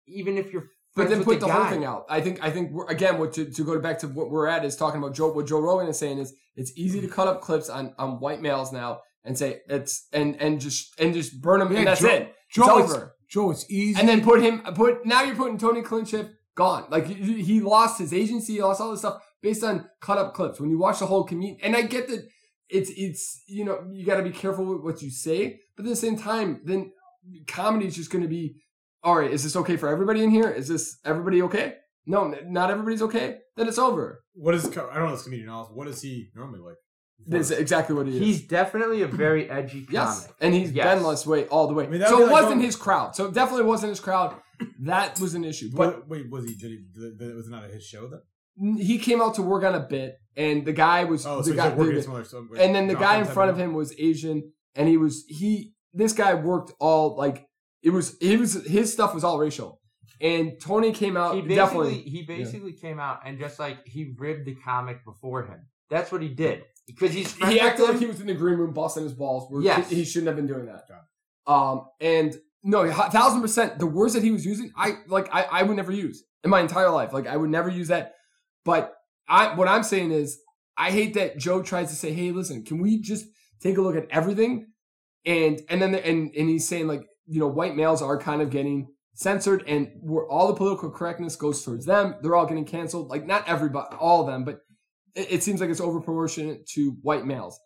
S4: even if you're.
S1: but
S4: friends
S1: then
S4: with
S1: put the, whole
S4: guy.
S1: thing out. I think I think we're, again, what to, to go back to what we're at is talking about Joe. What Joe Rogan is saying is it's easy to cut up clips on on white males now and say it's and and just and just burn them
S2: Yeah,
S1: and that's
S2: Joe-
S1: it.
S2: Joe,
S1: it's
S2: it's,
S1: over.
S2: Joe, it's easy.
S1: And then put him put now you're putting Tony Clinchip gone. Like you- you- he lost his agency, he lost all this stuff based on cut up clips. When you watch the whole community, and I get that it's it's you know you got to be careful with what you say, but at the same time, then comedy is just going to be all right. Is this okay for everybody in here? Is this everybody okay? No, n- not everybody's okay. Then it's over.
S5: What is co- I don't know this comedian else. What is he normally like?
S1: That's exactly what it is.
S4: He's definitely a very edgy comic.
S1: Yes, and he's
S4: Yes.
S1: been less weight all the way.
S5: I mean, that
S1: so
S5: would
S1: it
S5: be like
S1: wasn't
S5: going-
S1: his crowd. So it definitely wasn't his crowd. That was an issue. But
S5: But wait, was he? Did he? Did, did, was it not his show then?
S1: he came out to work on a bit, and the guy was
S5: Oh,
S1: the
S5: so he's
S1: guy,
S5: like working
S1: the-
S5: at some other. some-
S1: and then the
S5: no,
S1: guy in
S5: some
S1: front of
S5: type
S1: him was Asian, and he was he. This guy worked all like it was. He was his stuff was all racial, and Tony came out
S4: He basically
S1: Uh, definitely.
S4: he basically came out and just like he ribbed the comic before him. That's what he did because he's friends
S1: He
S4: with
S1: acted
S4: him.
S1: like he was in the green room busting his balls. Where
S4: Yes.
S1: he, he shouldn't have been doing that. Um, and no, a thousand percent. The words that he was using, I like. I, I would never use in my entire life. Like I would never use that. But I what I'm saying is, I hate that Joe tries to say, "Hey, listen, can we just take a look at everything?" And and then the, and and he's saying like, you know, white males are kind of getting censored, and where all the political correctness goes towards them, they're all getting canceled. Like not everybody, all of them, but it, it seems like it's over proportionate to white males.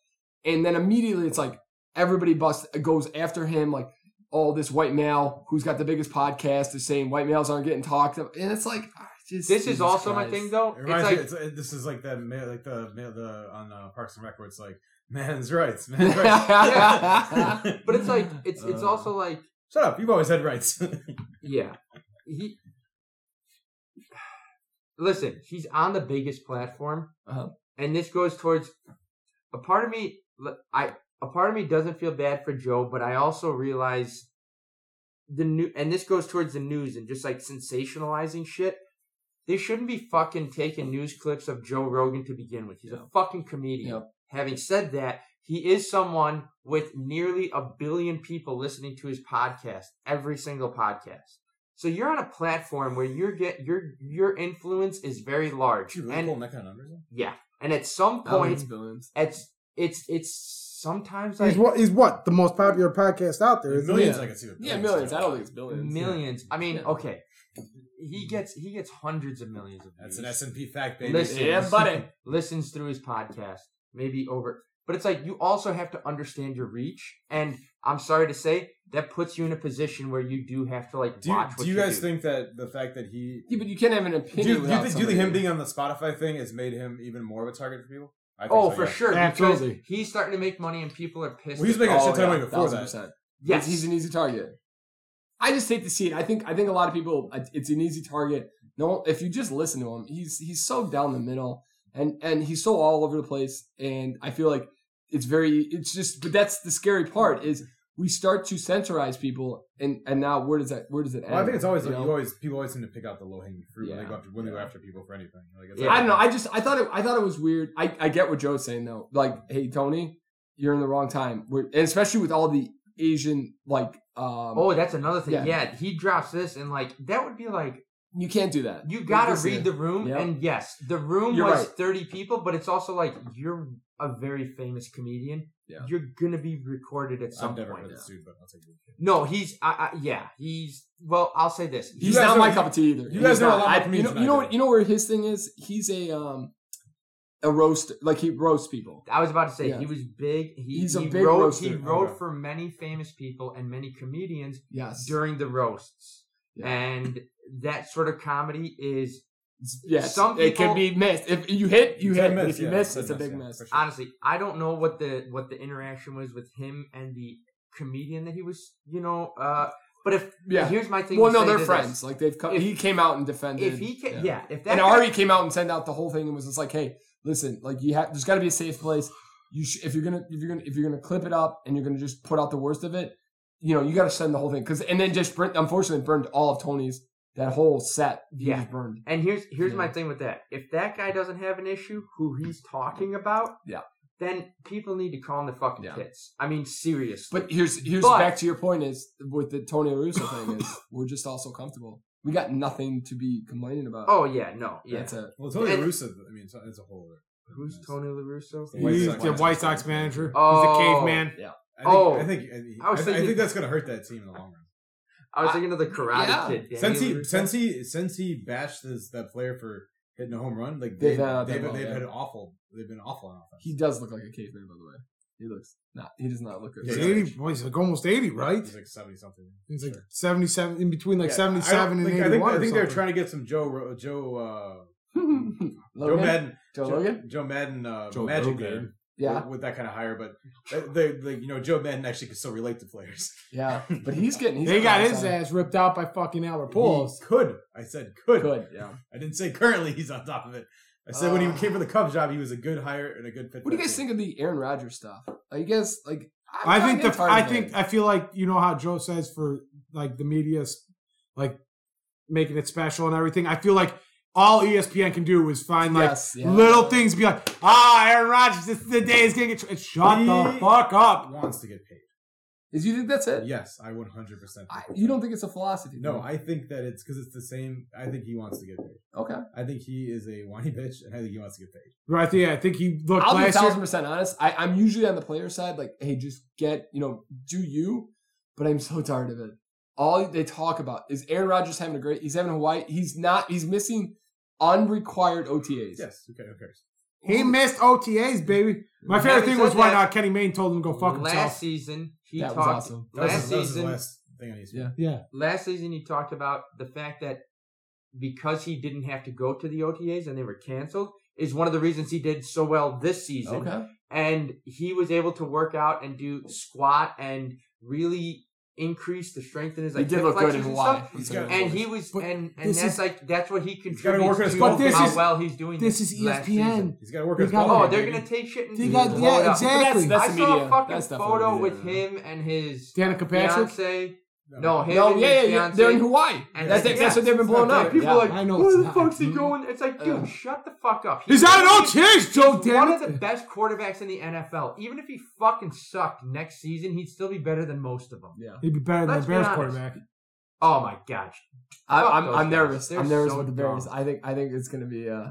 S1: And then immediately it's like everybody busts goes after him like oh this white male who's got the biggest podcast is saying white males aren't getting talked about and it's like ah, just,
S4: This
S1: Jesus
S4: is also
S1: Christ.
S4: my thing
S5: It
S4: though. It's
S5: reminds
S4: like
S5: me, it's, it, this is like that, ma- like the, ma- the on uh, Parks and Rec where it's like man's rights, man's rights. Yeah.
S4: but it's like it's it's
S5: Uh,
S4: also like
S5: shut up. You've always had rights.
S4: yeah. He Listen, he's on the biggest platform.
S1: Uh-huh.
S4: And this goes towards a part of me l- I a part of me doesn't feel bad for Joe, but I also realize the new and this goes towards the news and just like sensationalizing shit. They shouldn't be fucking taking news clips of Joe Rogan to begin with. He's a fucking comedian.
S1: Yep.
S4: Having said that, he is someone with nearly a billion people listening to his podcast, every single podcast. So you're on a platform where your get your your influence is very large.
S5: you really
S4: and
S5: pulling that kind of numbers?
S4: yeah. And at some
S1: Oh, it's
S4: point
S1: billions.
S4: it's it's it's sometimes
S2: he's,
S4: like
S2: what, he's what? The most popular podcast out there. isn't he?
S5: Millions, I can see. with
S1: yeah millions i don't think it's billions
S4: millions. I mean,
S1: Yeah.
S4: okay. He gets he gets hundreds of millions of
S5: That's an
S4: views.
S5: S and P fact, baby.
S4: Listen,
S1: yeah buddy
S4: listens through his podcast, maybe over. But it's like you also have to understand your reach, and I'm sorry to say that puts you in a position where you do have to like
S5: Do you,
S4: watch. what
S5: do you guys
S4: do.
S5: think that the fact that he
S1: yeah, but you can't have an
S5: do
S1: opinion
S5: you, do you
S1: without
S5: think, do you think
S1: somebody.
S5: him being on the Spotify thing has made him even more of a target for people? I think
S4: Oh,
S5: so,
S4: for
S5: yeah.
S4: sure,
S2: Absolutely.
S4: because he's starting to make money, and people are pissed.
S5: Well, he's
S4: at
S5: making a
S4: all
S5: shit ton of
S4: that.
S5: money before
S1: Oh, thousand
S5: that.
S1: percent
S4: Yes,
S1: he's an easy target I just hate to see it. I think I think a lot of people. It's an easy target. No, if you just listen to him, he's he's so down the middle, and and he's so all over the place. And I feel like it's very. It's just. But that's the scary part is we start to centralize people, and and now where does that where does it end?
S3: Well, I think it's always
S1: you
S3: like, you
S1: know?
S3: always people always seem to pick out the low hanging fruit when they
S1: Yeah.
S3: go after when they go after people for anything. Like, it's
S4: Yeah.
S3: like-
S1: I don't know. I just I thought it I thought it was weird. I, I get what Joe's saying though. Like, hey Tony, you're in the wrong time. We're, and especially with all the Asian like um
S4: Oh, that's another thing.
S1: Yeah.
S4: Yeah. he drops this and like that would be like
S1: you can't do that.
S4: you gotta
S1: Listen.
S4: read the room
S1: Yep.
S4: and yes, the room
S1: You're
S4: was
S1: right.
S4: thirty people, but it's also like you're a very famous comedian.
S1: Yeah.
S4: You're gonna be recorded at some
S3: I've never
S4: point.
S3: heard this dude, but I'll take it.
S4: No, he's I, I, yeah, he's well. I'll say this.
S1: He's
S3: guys
S1: not
S3: know-
S1: my cup of tea either.
S3: you guys
S1: He's
S3: know a
S1: not.
S3: lot
S1: I-
S3: more
S1: you
S3: comedians
S1: know,
S3: than
S1: you
S3: I
S1: know
S3: do.
S1: you know where his thing is? He's a um a roast like he roasts people.
S4: I was about to say
S1: Yeah.
S4: he was big. He,
S1: He's a
S4: he
S1: big
S4: wrote, He
S1: roaster.
S4: wrote
S3: Okay.
S4: for many famous people and many comedians
S1: Yes.
S4: during the roasts,
S1: Yeah.
S4: and that sort of comedy is
S1: yes.
S4: some
S1: it can
S4: people-
S1: be missed. If you hit, you
S3: It's a
S1: hit.
S3: miss,
S1: if you
S3: yeah,
S1: miss,
S3: a
S1: it's a big
S3: yeah,
S1: miss.
S3: for sure.
S4: honestly i don't know what the what the interaction was with him and the comedian that he was you know uh but if
S1: Yeah.
S4: here's my thing
S1: Well,
S4: with
S1: no,
S4: saying
S1: they're
S4: this.
S1: friends. Like they've come.
S4: If-
S1: he came out and defended.
S4: if he can yeah, if that
S1: and
S4: guy-
S1: Ari came out and sent out the whole thing and was just like, "Hey, listen, like you have, there's got to be a safe place. You sh- if you're gonna if you're gonna if you're gonna clip it up and you're gonna just put out the worst of it, you know, you got to send the whole thing because and then just burnt, unfortunately burned all of Tony's that whole set. He
S4: Yeah.
S1: just burned.
S4: and here's here's my
S1: Yeah.
S4: thing with that if that guy doesn't have an issue who he's talking about
S1: Yeah.
S4: then people need to calm the fucking
S1: Yeah.
S4: tits i mean seriously
S1: But here's here's
S4: But-
S1: back to your point is with the Tony Russo thing is we're just all so comfortable. We got nothing to be complaining about.
S4: oh yeah no yeah
S1: that's it.
S3: Well, Tony
S4: And-
S3: Russo. I mean, it's a- it's a whole.
S4: who's
S3: it's-
S4: tony larusso
S3: White
S2: He's
S3: Sox
S2: the
S3: manager.
S2: White Sox manager.
S4: Oh.
S2: He's a caveman.
S3: I think,
S4: Oh.
S3: I think I, think-
S4: I was
S3: I think- I
S4: thinking-
S3: think that's gonna hurt that team in the long run.
S4: i was
S1: I-
S4: thinking of the karate
S1: yeah.
S4: kid Danny
S3: Since he
S4: LaRusso.
S3: since he since he bashed this that player for hitting a home run, like
S1: They've
S3: they've
S1: had-
S3: they've, they've,
S1: they've- yeah.
S3: had awful. They've been awful on offense.
S1: He does look like a caveman, by the way. He looks not. He does not look good.
S3: Yeah,
S2: He's
S3: yeah.
S2: eighty. Well, he's like almost eighty, right?
S3: He's like seventy something.
S2: He's like
S3: Sure.
S2: seventy-seven, in between like
S3: Yeah, I
S2: seventy-seven and
S3: don't- like,
S2: eighty-one.
S3: I think, I
S2: or
S3: think they're
S2: something.
S3: trying to get some Joe Ro- Joe uh, Joe
S1: Logan?
S3: Madden
S1: Joe Logan.
S3: Joe Madden uh,
S2: Joe
S3: Magic
S2: Rogan.
S3: there
S1: Yeah.
S3: with, with that kind of hire, but they, they, like you know Joe Madden actually can still relate to players.
S1: Yeah, but he's getting. He's
S2: They got
S1: getting
S2: his
S1: on.
S2: ass ripped out by fucking Albert
S3: He
S2: Pujols.
S3: could I said could.
S1: Good. Yeah.
S3: I didn't say currently he's on top of it. I said when
S1: Uh.
S3: he came for the Cubs job, he was a good hire and a good fit.
S1: What do you guys think of the Aaron Rodgers stuff? Are you guys like? I'm
S2: I
S1: not
S2: think
S1: getting
S2: the
S1: tired
S2: I
S1: of it.
S2: think I feel like you know how Joe says for like the media's like making it special and everything. I feel like all E ESPN can do is find like
S1: Yes, yeah.
S2: little things. Be like, ah, Aaron Rodgers. This is the day he's gonna get. Tra-. Shut the
S3: He-
S2: fuck up.
S3: Wants to get paid.
S1: Is you think that's it?
S3: Yes, I 100. percent
S1: I, you don't think it's a philosophy?
S3: No,
S1: dude?
S3: I think that it's because it's the same. I think he wants to get paid.
S1: okay.
S3: I think he is a whiny bitch, and I think he wants to get paid.
S2: Right? Yeah, I think he looked
S1: I'll be
S2: last
S1: thousand
S2: year.
S1: percent honest. I, I'm usually on the player side, like, hey, just get you know, do you. But I'm so tired of it. All they talk about is Aaron Rodgers having a great. He's having a white. He's not. He's missing unrequired OTAs.
S3: Yes, okay, who cares?
S2: He missed OTAs, baby. My
S4: Having
S2: favorite thing
S4: said
S2: was why
S4: that,
S2: not Kenny Mayne told him to go fuck
S4: last
S2: himself.
S4: season he
S1: That was
S4: talked
S1: awesome.
S3: That was,
S4: last
S3: that was his
S4: season
S3: last thing on E ESPN.
S1: Yeah.
S2: Yeah,
S4: last season you talked about the fact that because he didn't have to go to the OTAs and they were canceled is one of the reasons he did so well this season.
S1: Okay.
S4: And he was able to work out and do squat and really increase the strength in his
S1: He
S4: like
S1: did
S4: hip
S1: look good in
S4: flexors and
S1: Hawaii.
S4: stuff.
S3: He's got-
S4: And he was
S2: But
S4: and, and
S2: this
S4: that's
S2: is-
S4: like that's what he
S3: gotta work on
S4: contributes
S3: his
S4: to
S2: But this
S4: how
S2: is-
S4: well he's doing.
S2: this is E
S4: last season.
S2: ESPN.
S3: He's got to work
S2: He
S3: on his
S2: got-
S3: ball
S4: Oh,
S3: game,
S4: they're
S3: baby.
S4: gonna take shit and
S2: They got-
S4: blow
S2: yeah,
S4: it up.
S1: That's,
S2: exactly.
S1: that's
S4: I
S1: the
S4: saw
S1: media.
S4: a fucking
S1: That's definitely
S4: photo
S1: media.
S4: with him and his
S2: Danica Patrick.
S4: fiance. No, him
S1: No,
S4: and
S1: yeah, yeah,
S4: his
S1: yeah.
S4: fiance.
S1: They're in Hawaii.
S4: And
S1: that's
S4: then-
S1: that's what they've been
S3: It's
S1: blowing
S3: not
S1: up.
S3: fair.
S4: People
S1: Yeah.
S4: are like,
S2: I know
S4: where
S2: it's
S4: the
S2: not.
S4: fuck's he
S2: Mhm.
S4: going? It's like, dude,
S1: Yeah.
S4: shut the fuck up.
S2: He's out of
S4: He's
S2: OTAs, Joe.
S4: one
S2: Damn
S4: of the
S2: it.
S4: best quarterbacks in the NFL. Even if he fucking sucked next season, he'd still be better than most of them.
S1: Yeah.
S2: He'd be better than
S4: Let's
S2: the
S4: be
S2: Bears
S4: honest.
S2: quarterback.
S4: Oh my gosh.
S1: I,
S4: Fuck
S1: I'm
S4: those
S1: I'm
S4: guys.
S1: nervous.
S4: They're
S1: I'm nervous
S4: so
S1: with the Bears.
S4: dumb.
S1: I think I think it's gonna be uh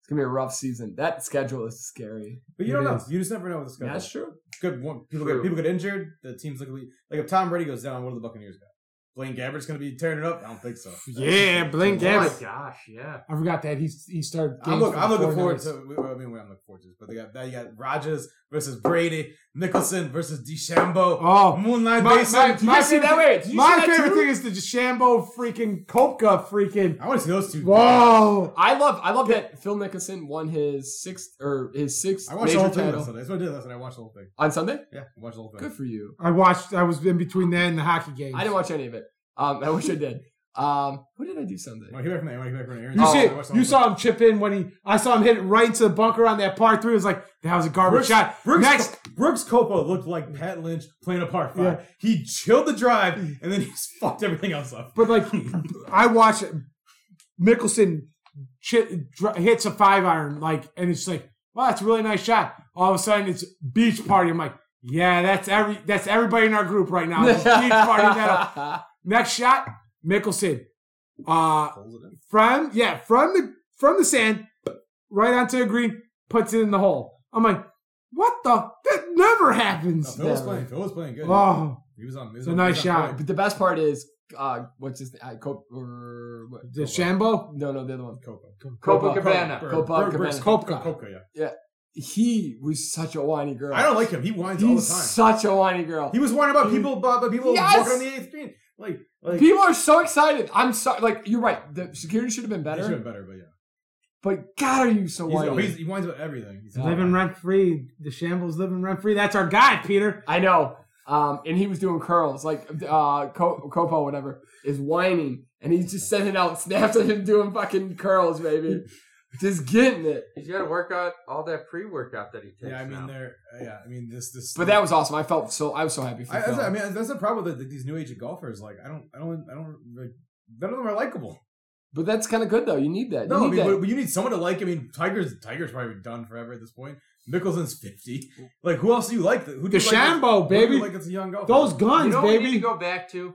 S1: it's gonna be a rough season. That schedule is scary.
S3: but you don't know. You just never know with this guy.
S1: That's true.
S3: Good one. People
S4: True.
S3: get people get injured. The team's looking like if Tom Brady goes down, what do the Buccaneers got? Blaine Gabbert's gonna be tearing it up. I don't think so.
S2: Yeah, Blaine
S4: Oh my
S2: Gabbert.
S4: gosh, yeah.
S2: I forgot that he he started.
S3: I'm,
S2: games
S3: look,
S2: for
S3: I'm
S2: the
S3: looking forward
S2: 49ers.
S3: to. I mean, I'm looking forward to this, but they got that. You got Rogers versus Brady, Nicholson versus DeChambeau,
S2: Oh,
S3: Moonlight
S2: My-
S3: Basin.
S2: my- Did you my guys see favorite-
S1: way.
S2: my favorite thing is the Shambo freaking Kopka freaking.
S3: I want to see those two.
S2: Whoa!
S1: I love I love that Phil Nicholson won his sixth or his sixth
S3: I watched the
S1: major
S3: whole thing on
S1: title
S3: Sunday. That's what I did last night. I watched the whole thing.
S1: on Sunday.
S3: Yeah, I watched the whole thing.
S1: Good for you.
S2: I watched. I was in between that and the hockey game.
S1: I didn't watch any of it. Um, I wish I did. Um, what did I do Sunday?
S3: When I came back from that, when I came back from Aaron,
S2: You see, you saw him chip in when he. I saw him hit it right into the bunker on that par three. It was like that was a garbage
S3: Brooks-
S2: shot.
S3: Brooks,
S2: Next,
S3: Brooks Copa looked like Pat Lynch playing a par five.
S2: Yeah.
S3: He chilled the drive and then he just fucked everything else up.
S2: but like I watched Mickelson chip, dr- hits a five iron like, and it's like, wow, that's a really nice shot. All of a sudden, it's beach party. I'm like, yeah, that's every that's everybody in our group right now. Just beach party that up. Next shot, Mickelson. Uh from yeah, from the from the sand, right onto the green, puts it in the hole. I'm like, what the that never
S3: No,
S2: happens.
S3: Phil was
S1: Yeah.
S3: playing. Phil was playing good.
S2: Oh
S3: He was on. He was
S2: It's a
S3: on-
S2: nice
S3: he was on
S2: shot.
S3: point.
S1: But the best part is, uh, what's his name? Uh, Cop- or what?
S2: the Shambo?
S1: No, no, the other one.
S3: Copa.
S4: Copacabana.
S3: Copa.
S1: Copa-
S3: Brooks-
S1: Cabana.
S3: Copa.
S2: Copa.
S3: Copa, yeah.
S1: He was such a whiny girl.
S3: I don't like him. He whines all the
S1: He's
S3: time.
S1: such a whiny girl.
S3: He was whining about people, about about people
S1: Yes!
S3: walking on the eighth green. Like, like
S1: People are so excited. I'm sorry. Like you're right. The security should have been
S3: He
S1: better.
S3: should have been better, but yeah.
S1: But God, are you so
S3: He's-
S1: whiny?
S3: he's- he whines about everything. He's-
S2: Living rent free. The Shambo's living rent free. That's our guy, Peter.
S1: I know. Um, and he was doing curls, like uh, Co- Copo, whatever, is whining, and he's just sending out snaps of him doing fucking curls, baby, just getting it.
S4: He's got to work out all that pre-workout that he takes.
S3: Yeah, I mean,
S4: now.
S3: they're yeah, I mean this this.
S1: But that was awesome. I felt so. I was so happy for
S3: I,
S1: Phil.
S3: that's, I mean that's the problem with like, these new age golfers. Like I don't I don't I don't like none of them are likable.
S1: but that's kind of good though. You need that. You
S3: No, I
S1: need
S3: mean
S1: that.
S3: but, but you need someone to like. I mean Tiger's Tiger's probably done forever at this point. Mickelson's fifty. Like who else do you like? Who do
S2: The
S3: you like as-
S2: Shambo,
S3: who do you
S2: baby.
S3: Like it's a young golfer.
S2: Those guns,
S4: you know what we need to
S2: baby.
S4: go back to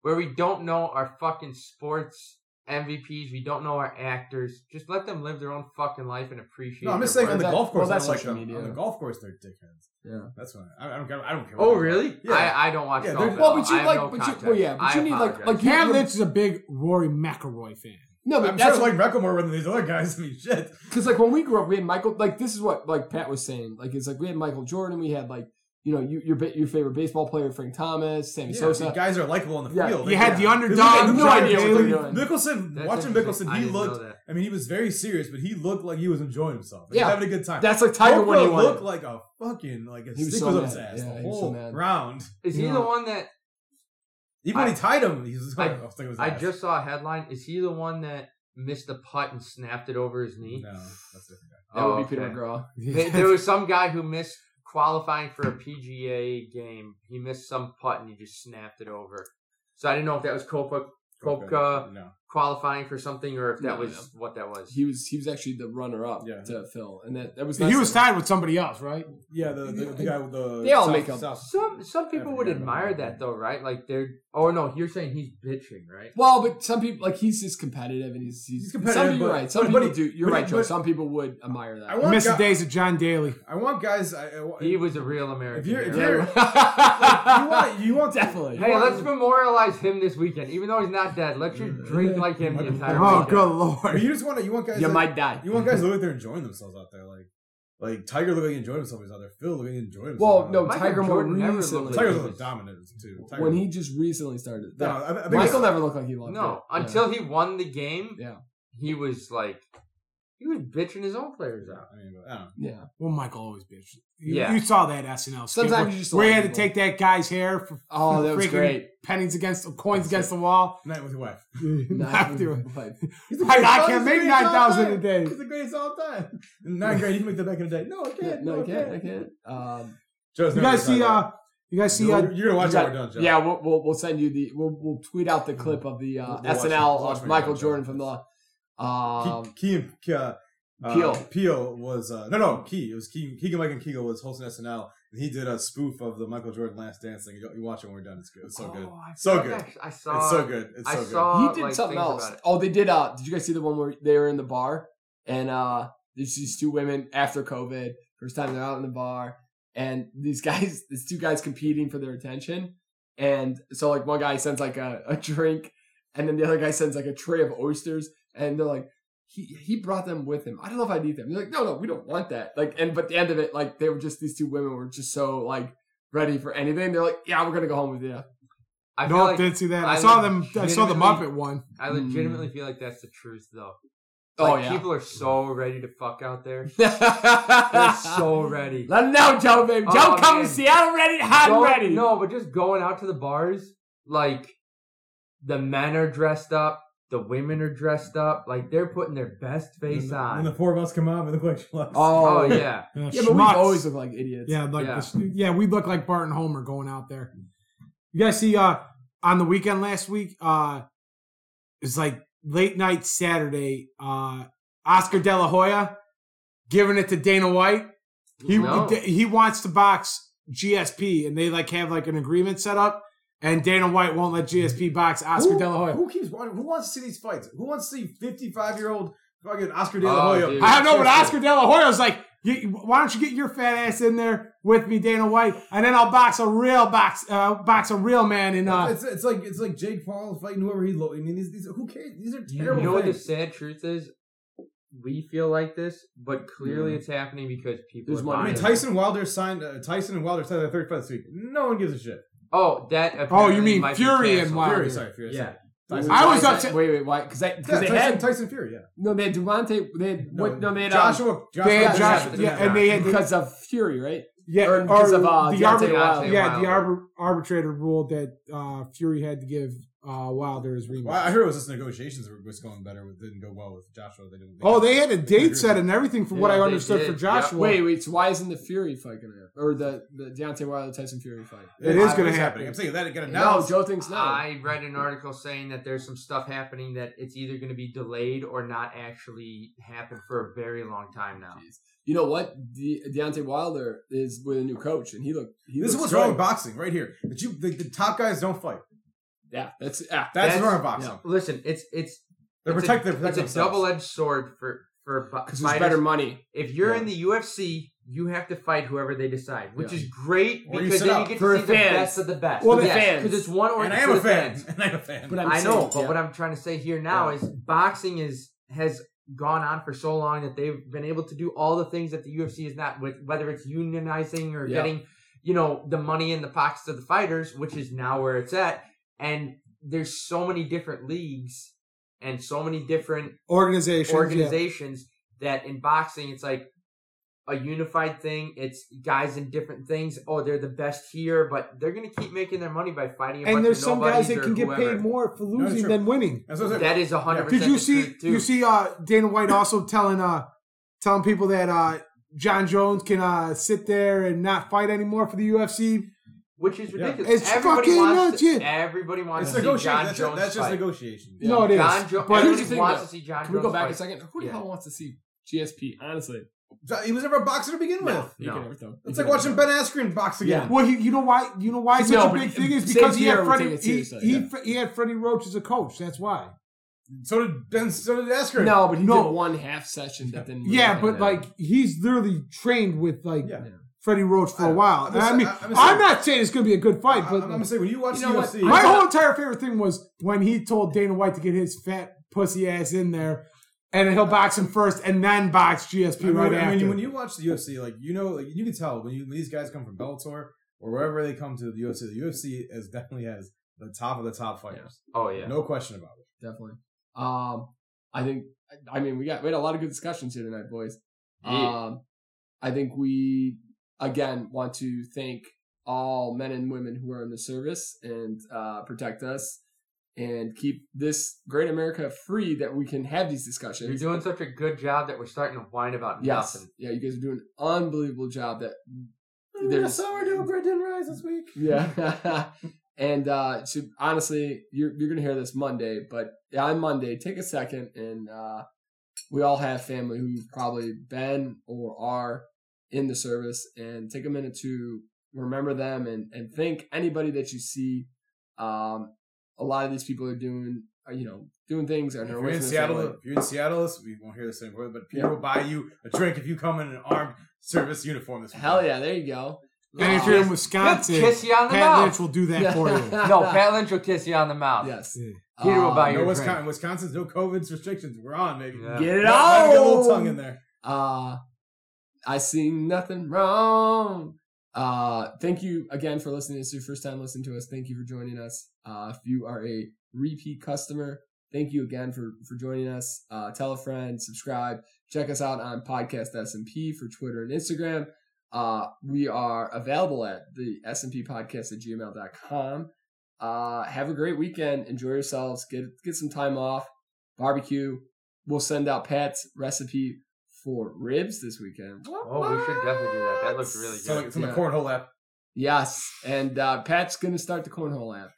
S4: where we don't know our fucking sports MVPs. We don't know our actors. Just let them live their own fucking life and appreciate.
S3: No, I'm just
S4: their
S3: saying on the
S4: work.
S1: Well,
S3: golf
S1: that-
S3: course.
S1: well,
S3: I
S1: that's
S3: don't like
S1: social
S3: them.
S1: media.
S3: On the golf course, they're dickheads.
S1: Yeah.
S3: That's what I, I don't care. I don't care. what
S4: Oh
S3: they
S4: really?
S3: Yeah.
S4: I, I don't watch
S3: Yeah,
S4: golf.
S3: they're-
S4: at
S1: well,
S4: all.
S1: but you
S4: I have
S1: like,
S4: no
S1: but
S4: context.
S1: you, well, yeah, but
S4: I
S1: you need like,
S4: apologize.
S1: like you,
S2: Cam
S1: you,
S2: Lynch is a big Rory McIlroy fan.
S1: no,
S3: Like.
S1: but
S3: I'm
S1: that's
S3: sure it's like Reckel more than these other guys. I mean, shit.
S1: Because like when we grew up, we had Michael. Like this is what like Pat was saying. Like it's like we had Michael Jordan. We had like you know you, your ba- your favorite baseball player Frank Thomas, Sammy
S3: Yeah,
S1: Sosa.
S3: these guys are likable on the
S1: Yeah.
S3: field.
S2: You had the
S3: Because
S2: underdog.
S3: look at
S1: No
S3: John
S1: idea what
S3: Daly.
S1: they're doing.
S3: Mickelson,
S4: That's
S3: watching
S4: interesting.
S3: Mickelson,
S4: I
S3: he
S4: didn't know
S3: looked.
S4: that.
S3: I mean, he was very serious, but he looked like he was enjoying himself. Like,
S1: Yeah.
S3: he was having a good time.
S1: That's like Tiger
S3: Oprah
S1: when he won.
S3: looked like a fucking like a
S1: He was
S3: stick
S1: so
S3: was up his
S1: mad.
S3: ass
S1: Yeah,
S3: the
S1: he was so
S3: whole
S1: mad.
S3: round.
S4: Is he
S1: Yeah.
S4: the one that
S3: Even when he tied him, he was. "Oh,
S4: I-
S3: I, was thinking it was
S4: I
S3: ass.
S4: just saw a headline? Is he the one that missed the putt and snapped it over his knee?
S3: No, that's different.
S1: that would be Peter
S4: Oh, okay.
S1: McGraw.
S4: Th- there was some guy who missed qualifying for a PGA game. He missed some putt and he just snapped it over. So I didn't know if that was Copa Kopka.
S3: No.
S4: qualifying for something or if that
S1: No,
S4: was
S1: no.
S4: what that was.
S1: He was he was actually the runner up
S3: Yeah.
S1: to Phil, and that that was nice
S2: He was
S1: of him.
S2: tied with somebody else, right?
S3: Yeah, the, the, the guy with the.
S1: They all
S3: South-
S1: make up.
S3: South-
S4: Some some people
S3: Yeah,
S4: would
S3: yeah,
S4: admire
S3: yeah.
S4: that though, right? Like they're oh no, you're saying he's bitching, right?
S1: Well, but some people like he's just competitive, and he's he's,
S3: He's competitive,
S1: Some people
S3: but-
S1: you're right. Some
S3: but- but
S1: people
S3: he-
S1: do. You're
S3: but he-
S1: right, Joe.
S3: but-
S1: some people would admire that.
S3: I
S2: I
S3: want
S2: miss the
S3: guy-
S2: days of John Daly.
S3: I want guys. I, I, want-
S4: He was a real American.
S3: If you're, if
S4: hero.
S3: you're, you want, you want
S1: Definitely.
S4: Hey, let's memorialize him this weekend, even though he's not dead. Let's just drink like him the entire
S2: Oh,
S4: weekend.
S2: good
S3: But
S2: lord.
S3: you just want to. You want guys.
S1: you
S3: that-
S1: might die.
S3: You want guys to look like they're enjoying themselves out there, like like Tiger looked like he enjoyed himself out there. Phil looked like he enjoyed himself.
S1: Well,
S3: out
S1: no,
S3: there.
S4: Michael
S1: Tiger more
S4: Jordan never looked
S1: recently.
S4: like
S3: Tiger's
S4: he
S3: looked
S4: was-
S3: dominant too. Tiger
S1: when
S3: was-
S1: he just recently started.
S3: no, I, I think it's-
S1: Michael never looked like he loved it.
S4: No,
S1: Yeah.
S4: until he won the game,
S1: Yeah.
S4: he was like, he was bitching his own players out.
S3: I mean, I don't know.
S1: yeah.
S2: Well, Michael always bitched. You,
S4: Yeah.
S2: you saw that SNL. skit
S1: Sometimes
S2: where-
S1: you just
S2: where he
S1: like
S2: had to
S1: people.
S2: take that guy's hair for
S1: Oh, that was
S2: Freaking-
S1: great.
S2: pennies against coins against the wall.
S3: Night with your wife.
S1: Not-
S2: Have to.
S1: like,
S2: I, I can't make
S3: He's the greatest
S2: nine
S3: all
S2: thousand a
S3: time.
S2: day.
S3: He's the greatest all time. In Nine grand, you can make that back in a day. No, I can't.
S1: yeah, no, I
S3: I
S1: can't. I can't. Um,
S3: Joe's
S2: You
S3: never
S2: guys see?
S3: gonna
S2: Uh, you guys see?
S3: You're
S2: Uh,
S3: gonna watch
S1: we
S3: how
S1: got-
S3: we're done, Joe.
S1: yeah, we'll, we'll we'll send you the we'll we'll tweet out the clip of the uh,
S3: We'll- we'll watch
S1: SNL
S3: it. We'll watch
S1: of
S3: it.
S1: Michael Jordan from the um,
S3: Key, Key, uh, uh,
S1: Peel.
S3: Peel was uh, no, no. Key. It was Key. Keegan Mike and Kegel was hosting SNL, and he did a spoof of the Michael Jordan Last Dance thing. You, you watch it when we're done. It's good. It's so good.
S4: Oh, I
S3: So
S4: think
S3: good.
S4: I, I
S1: Oh,
S4: saw.
S3: it's so good. It's
S4: I
S3: so
S4: saw.
S1: he did
S4: like,
S1: something
S4: things
S1: else.
S4: about it.
S1: Oh, they did. Uh, did you guys see the one where they were in the bar and uh, there's these two women after COVID, first time they're out in the bar, and these guys, these two guys competing for their attention, and so like one guy sends like a, a drink, and then the other guy sends like a tray of oysters, and they're like. He, he brought them with him. I don't know if I need them. They're like, no, no, we don't want that. Like, and but the end of it, like, they were just these two women were just so like ready for anything. They're like, yeah, we're gonna go home with you.
S4: I feel
S2: no,
S4: like
S2: didn't see that. I,
S4: I
S2: saw them. I saw the
S4: legitimately-
S2: Muppet one.
S4: I legitimately feel like that's the truth, though.
S1: Oh
S4: Like,
S1: yeah,
S4: people are so ready to fuck out there. They're
S1: They're
S4: so ready.
S1: Let him know, Joe, baby.
S4: Oh,
S1: Joe, come
S4: man.
S1: to Seattle ready, hot
S4: Go-
S1: and ready.
S4: No, but just going out to the bars, like the men are dressed up, the women are dressed up, like they're putting their best
S5: When
S4: face
S5: the,
S4: on.
S5: when the four of us come out with the quick schlubs.
S1: Oh,
S4: oh
S1: yeah.
S4: yeah,
S1: Yeah, but we
S2: schmucks.
S1: always look like idiots.
S2: Yeah, like
S4: Yeah.
S2: this- yeah, we look like Bart and Homer going out there. You guys see uh on the weekend last week, uh it's like late night Saturday, uh Oscar De La Hoya giving it to Dana White. He
S4: No.
S2: he wants to box GSP and they like have like an agreement set up and Dana White won't let GSP box Oscar
S3: who,
S2: De La Hoya.
S3: Who keeps wanting? Who wants to see these fights? Who wants to see fifty-five-year-old fucking Oscar De
S4: Oh,
S3: La Hoya?
S4: dude.
S2: I don't know, but Oscar De La Hoya's like, "You- why don't you get your fat ass in there with me, Dana White, and then I'll box a real box, uh, box a real man in uh,
S3: It's, it's like it's like Jake Paul fighting whoever he. Lo- I mean, these, these who cares? These are
S4: you
S3: terrible
S4: know what the
S3: things.
S4: sad truth is? We feel like this, but clearly it's happening because people.
S1: There's
S4: are
S1: money.
S3: I
S4: buying
S3: mean,
S4: it.
S3: Tyson Wilder signed uh, Tyson and Wilder signed their third fight this week. No one gives a shit.
S4: Oh, that.
S2: Oh, you mean
S4: apparently might be
S2: Fury and
S4: canceled.
S2: Wilder.
S3: Fury, sorry, Fury.
S4: Yeah.
S3: Tyson.
S2: Oh, I was
S1: Why
S2: upset-
S1: Wait, wait, why? Because
S3: Yeah,
S1: they
S3: Tyson,
S1: had
S3: Tyson Fury. Yeah.
S1: no, they had Devontae. They had what? No, they had um,
S3: Joshua. Joshua.
S2: uh, They had
S1: Yeah,
S2: Josh,
S1: Josh-
S2: yeah, and they had the,
S1: because of Fury, right?
S2: yeah,
S1: Or because of uh,
S2: the
S1: Deontay
S2: arbit-
S1: Wilder.
S4: Deontay
S2: yeah, the
S4: Wilder.
S2: arbit- arbitrator ruled that uh, Fury had to give uh, Wilder his rematch.
S5: Well, I heard it was just negotiations were was going better. It didn't go well with Joshua. They didn't.
S2: oh, they had a date
S5: with
S2: set
S5: you.
S2: and everything, from what
S4: Yeah,
S2: I
S4: they
S2: understood for
S4: did.
S2: Joshua.
S1: Wait, wait. So why isn't the Fury fight gonna happen? Or the the Deontay Wilder Tyson Fury fight?
S2: it is
S5: I-
S2: gonna
S5: it's
S2: happen.
S5: I'm saying that it got
S1: No,
S5: announced.
S1: Joe thinks not.
S4: I read an article saying that there's some stuff happening that it's either going to be delayed or not actually happen for a very long time now.
S1: You know what? De- Deontay Wilder is with a new coach, and he looked. He
S3: This is
S1: looks
S3: what's
S1: strong.
S3: wrong with boxing right here. That you the, the top guys don't fight.
S1: Yeah, that's yeah.
S3: That's,
S4: That's-
S3: wrong with boxing.
S1: yeah.
S4: Listen, it's it's
S3: They're
S4: it's
S3: protected.
S4: A,
S3: They protect
S4: it's a
S3: themselves.
S4: double-edged sword for for bo-
S1: because there's
S4: fighters.
S1: better money.
S4: If you're
S3: Yeah.
S4: in the UFC, you have to fight whoever they decide, which
S1: Yeah.
S4: is great
S3: Or you
S4: because
S3: sit
S4: then
S3: out.
S4: you get
S1: For
S4: to see the
S1: fans.
S4: best of the best.
S1: For the fans.
S4: because it's one or
S5: And I am a
S4: for the
S5: fan.
S4: fans.
S5: And I'm a fan.
S1: But I'm
S4: I know,
S1: saying-
S4: but
S1: yeah.
S4: what I'm trying to say here now is boxing is has gone on for so long that they've been able to do all the things that the UFC is not with, whether it's unionizing or
S1: Yeah.
S4: getting, you know, the money in the pockets of the fighters, which is now where it's at. And there's so many different leagues and so many different
S2: Organization,
S4: organizations that in boxing it's like a unified thing. It's guys in different things. Oh, they're the best here, but they're gonna keep making their money by fighting. A bunch
S2: and there's
S4: of
S2: some guys
S4: nobodies
S2: that
S4: or
S2: can get
S4: whoever.
S2: paid more for losing
S3: true.
S2: than winning.
S3: That's what I'm saying.
S4: That is a hundred percent.
S2: Did you
S4: the
S2: see?
S4: truth, too.
S2: You see? Uh, Dana White also telling uh, telling people that uh, John Jones can uh, sit there and not fight anymore for the UFC.
S4: which is
S3: Yeah.
S4: ridiculous.
S2: It's
S4: everybody
S2: fucking
S4: wants
S2: nuts,
S4: To,
S2: yeah.
S4: everybody wants
S3: It's
S4: to see
S3: negotiation.
S4: John
S3: That's,
S4: Jones
S3: that's just
S4: fight.
S3: negotiation.
S1: Yeah.
S2: No, it is.
S4: John Jo-
S1: here's
S2: but
S1: the
S4: everybody
S1: thing,
S4: wants
S1: though.
S4: to see John
S1: Can we
S4: Jones
S1: go back
S4: fight.
S1: a second? Who the
S4: Yeah.
S1: hell wants to see GSP? Honestly,
S3: He was never a boxer to begin
S1: no,
S3: with.
S1: you
S4: No.
S1: can never tell.
S3: It's like watching Ben Askren box again.
S2: Well, he, you know why? You know why it's
S1: No,
S2: such a
S1: but
S2: big thing is
S1: same
S2: because he
S1: here,
S2: had
S1: I would
S2: Freddie.
S1: take it
S2: He,
S1: seriously,
S2: he,
S1: yeah.
S2: he had Freddie Roach as a coach. That's why.
S3: So did Ben. So did Askren.
S1: No, but he
S2: No.
S1: did one half session that didn't.
S2: Yeah,
S1: really
S2: but
S1: matter.
S2: like he's literally trained with like
S3: Yeah.
S2: Freddie Roach for
S3: I
S2: a
S3: know.
S2: while.
S3: I'm
S2: And I
S3: just-
S2: mean,
S3: Uh, I- I'm
S2: I'm,
S3: just saying-
S2: not saying it's gonna be a good
S3: I,
S2: fight,
S3: am
S2: but
S3: gonna say when you watch
S1: You know what?
S3: UFC,
S2: my whole entire favorite thing was when he told Dana White to get his fat pussy ass in there, and he'll box him first, and then box GSP
S3: I mean,
S2: right
S3: I mean,
S2: after.
S3: when you watch the UFC, like you know, like you can tell when you, when these guys come from Bellator or wherever they come to the UFC. The UFC is definitely has the top of the top fighters,
S4: Oh yeah.
S3: no question about it.
S1: definitely. Um, I think. I mean, we got we had a lot of good discussions here tonight, boys.
S4: Yeah.
S1: Um, I think we again want to thank all men and women who are in the service and uh, protect us and keep this great America free that we can have these
S4: You're
S1: discussions.
S4: doing such a good job that we're starting to whine about
S1: Yes,
S4: nothing.
S1: yeah, you guys are doing an unbelievable job. That
S4: Mm,
S1: there's
S3: bread didn't rise this week.
S1: Yeah. and uh so honestly, you're you're gonna hear this Monday, but on Monday, take a second and uh we all have family who've probably been or are in the service and take a minute to remember them and, and think anybody that you see. Um a lot of these people are doing uh, you know, doing things and
S3: If
S1: they're
S3: you're
S1: away
S3: in
S1: from their
S3: Seattle,
S1: family.
S3: if you're in Seattle, this- we won't hear the same word, but people
S1: Yeah.
S3: will buy you a drink if you come in an armed service uniform. This
S1: Hell
S3: weekend.
S1: yeah, there you go.
S2: and if
S1: Uh,
S2: you're in
S4: He'll
S2: Wisconsin,
S4: kiss you on the
S2: Pat Lynch
S4: mouth.
S2: will do that for you.
S4: No, Pat Lynch will kiss you on the mouth.
S1: Yes.
S4: He will
S1: Uh,
S4: buy
S3: No
S4: Your
S3: Wisconsin,
S4: drink.
S3: Wisconsin's no COVID restrictions. We're on, maybe.
S4: Yeah.
S1: Get it
S3: Might have got a little
S1: on!
S3: tongue in there.
S1: Uh, I see nothing wrong. Uh, thank you again for listening. This is your first time listening to us. Thank you for joining us. Uh, if you are a repeat customer, thank you again for, for joining us. Uh, tell a friend, subscribe, check us out on Podcast SMP for Twitter and Instagram. Uh, we are available at the SMP podcast at gmail.com. Uh, have a great weekend. Enjoy yourselves. Get get some time off. Barbecue. We'll send out Pat's recipe for ribs this weekend.
S4: Oh, we should definitely do that. That looks really
S3: So
S4: good.
S3: it's in the
S1: Yeah.
S3: cornhole app.
S1: Yes, and uh, Pat's gonna start the cornhole app.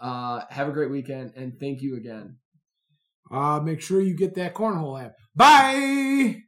S1: Uh, have a great weekend, and thank you again.
S2: Uh, make sure you get that cornhole app. Bye.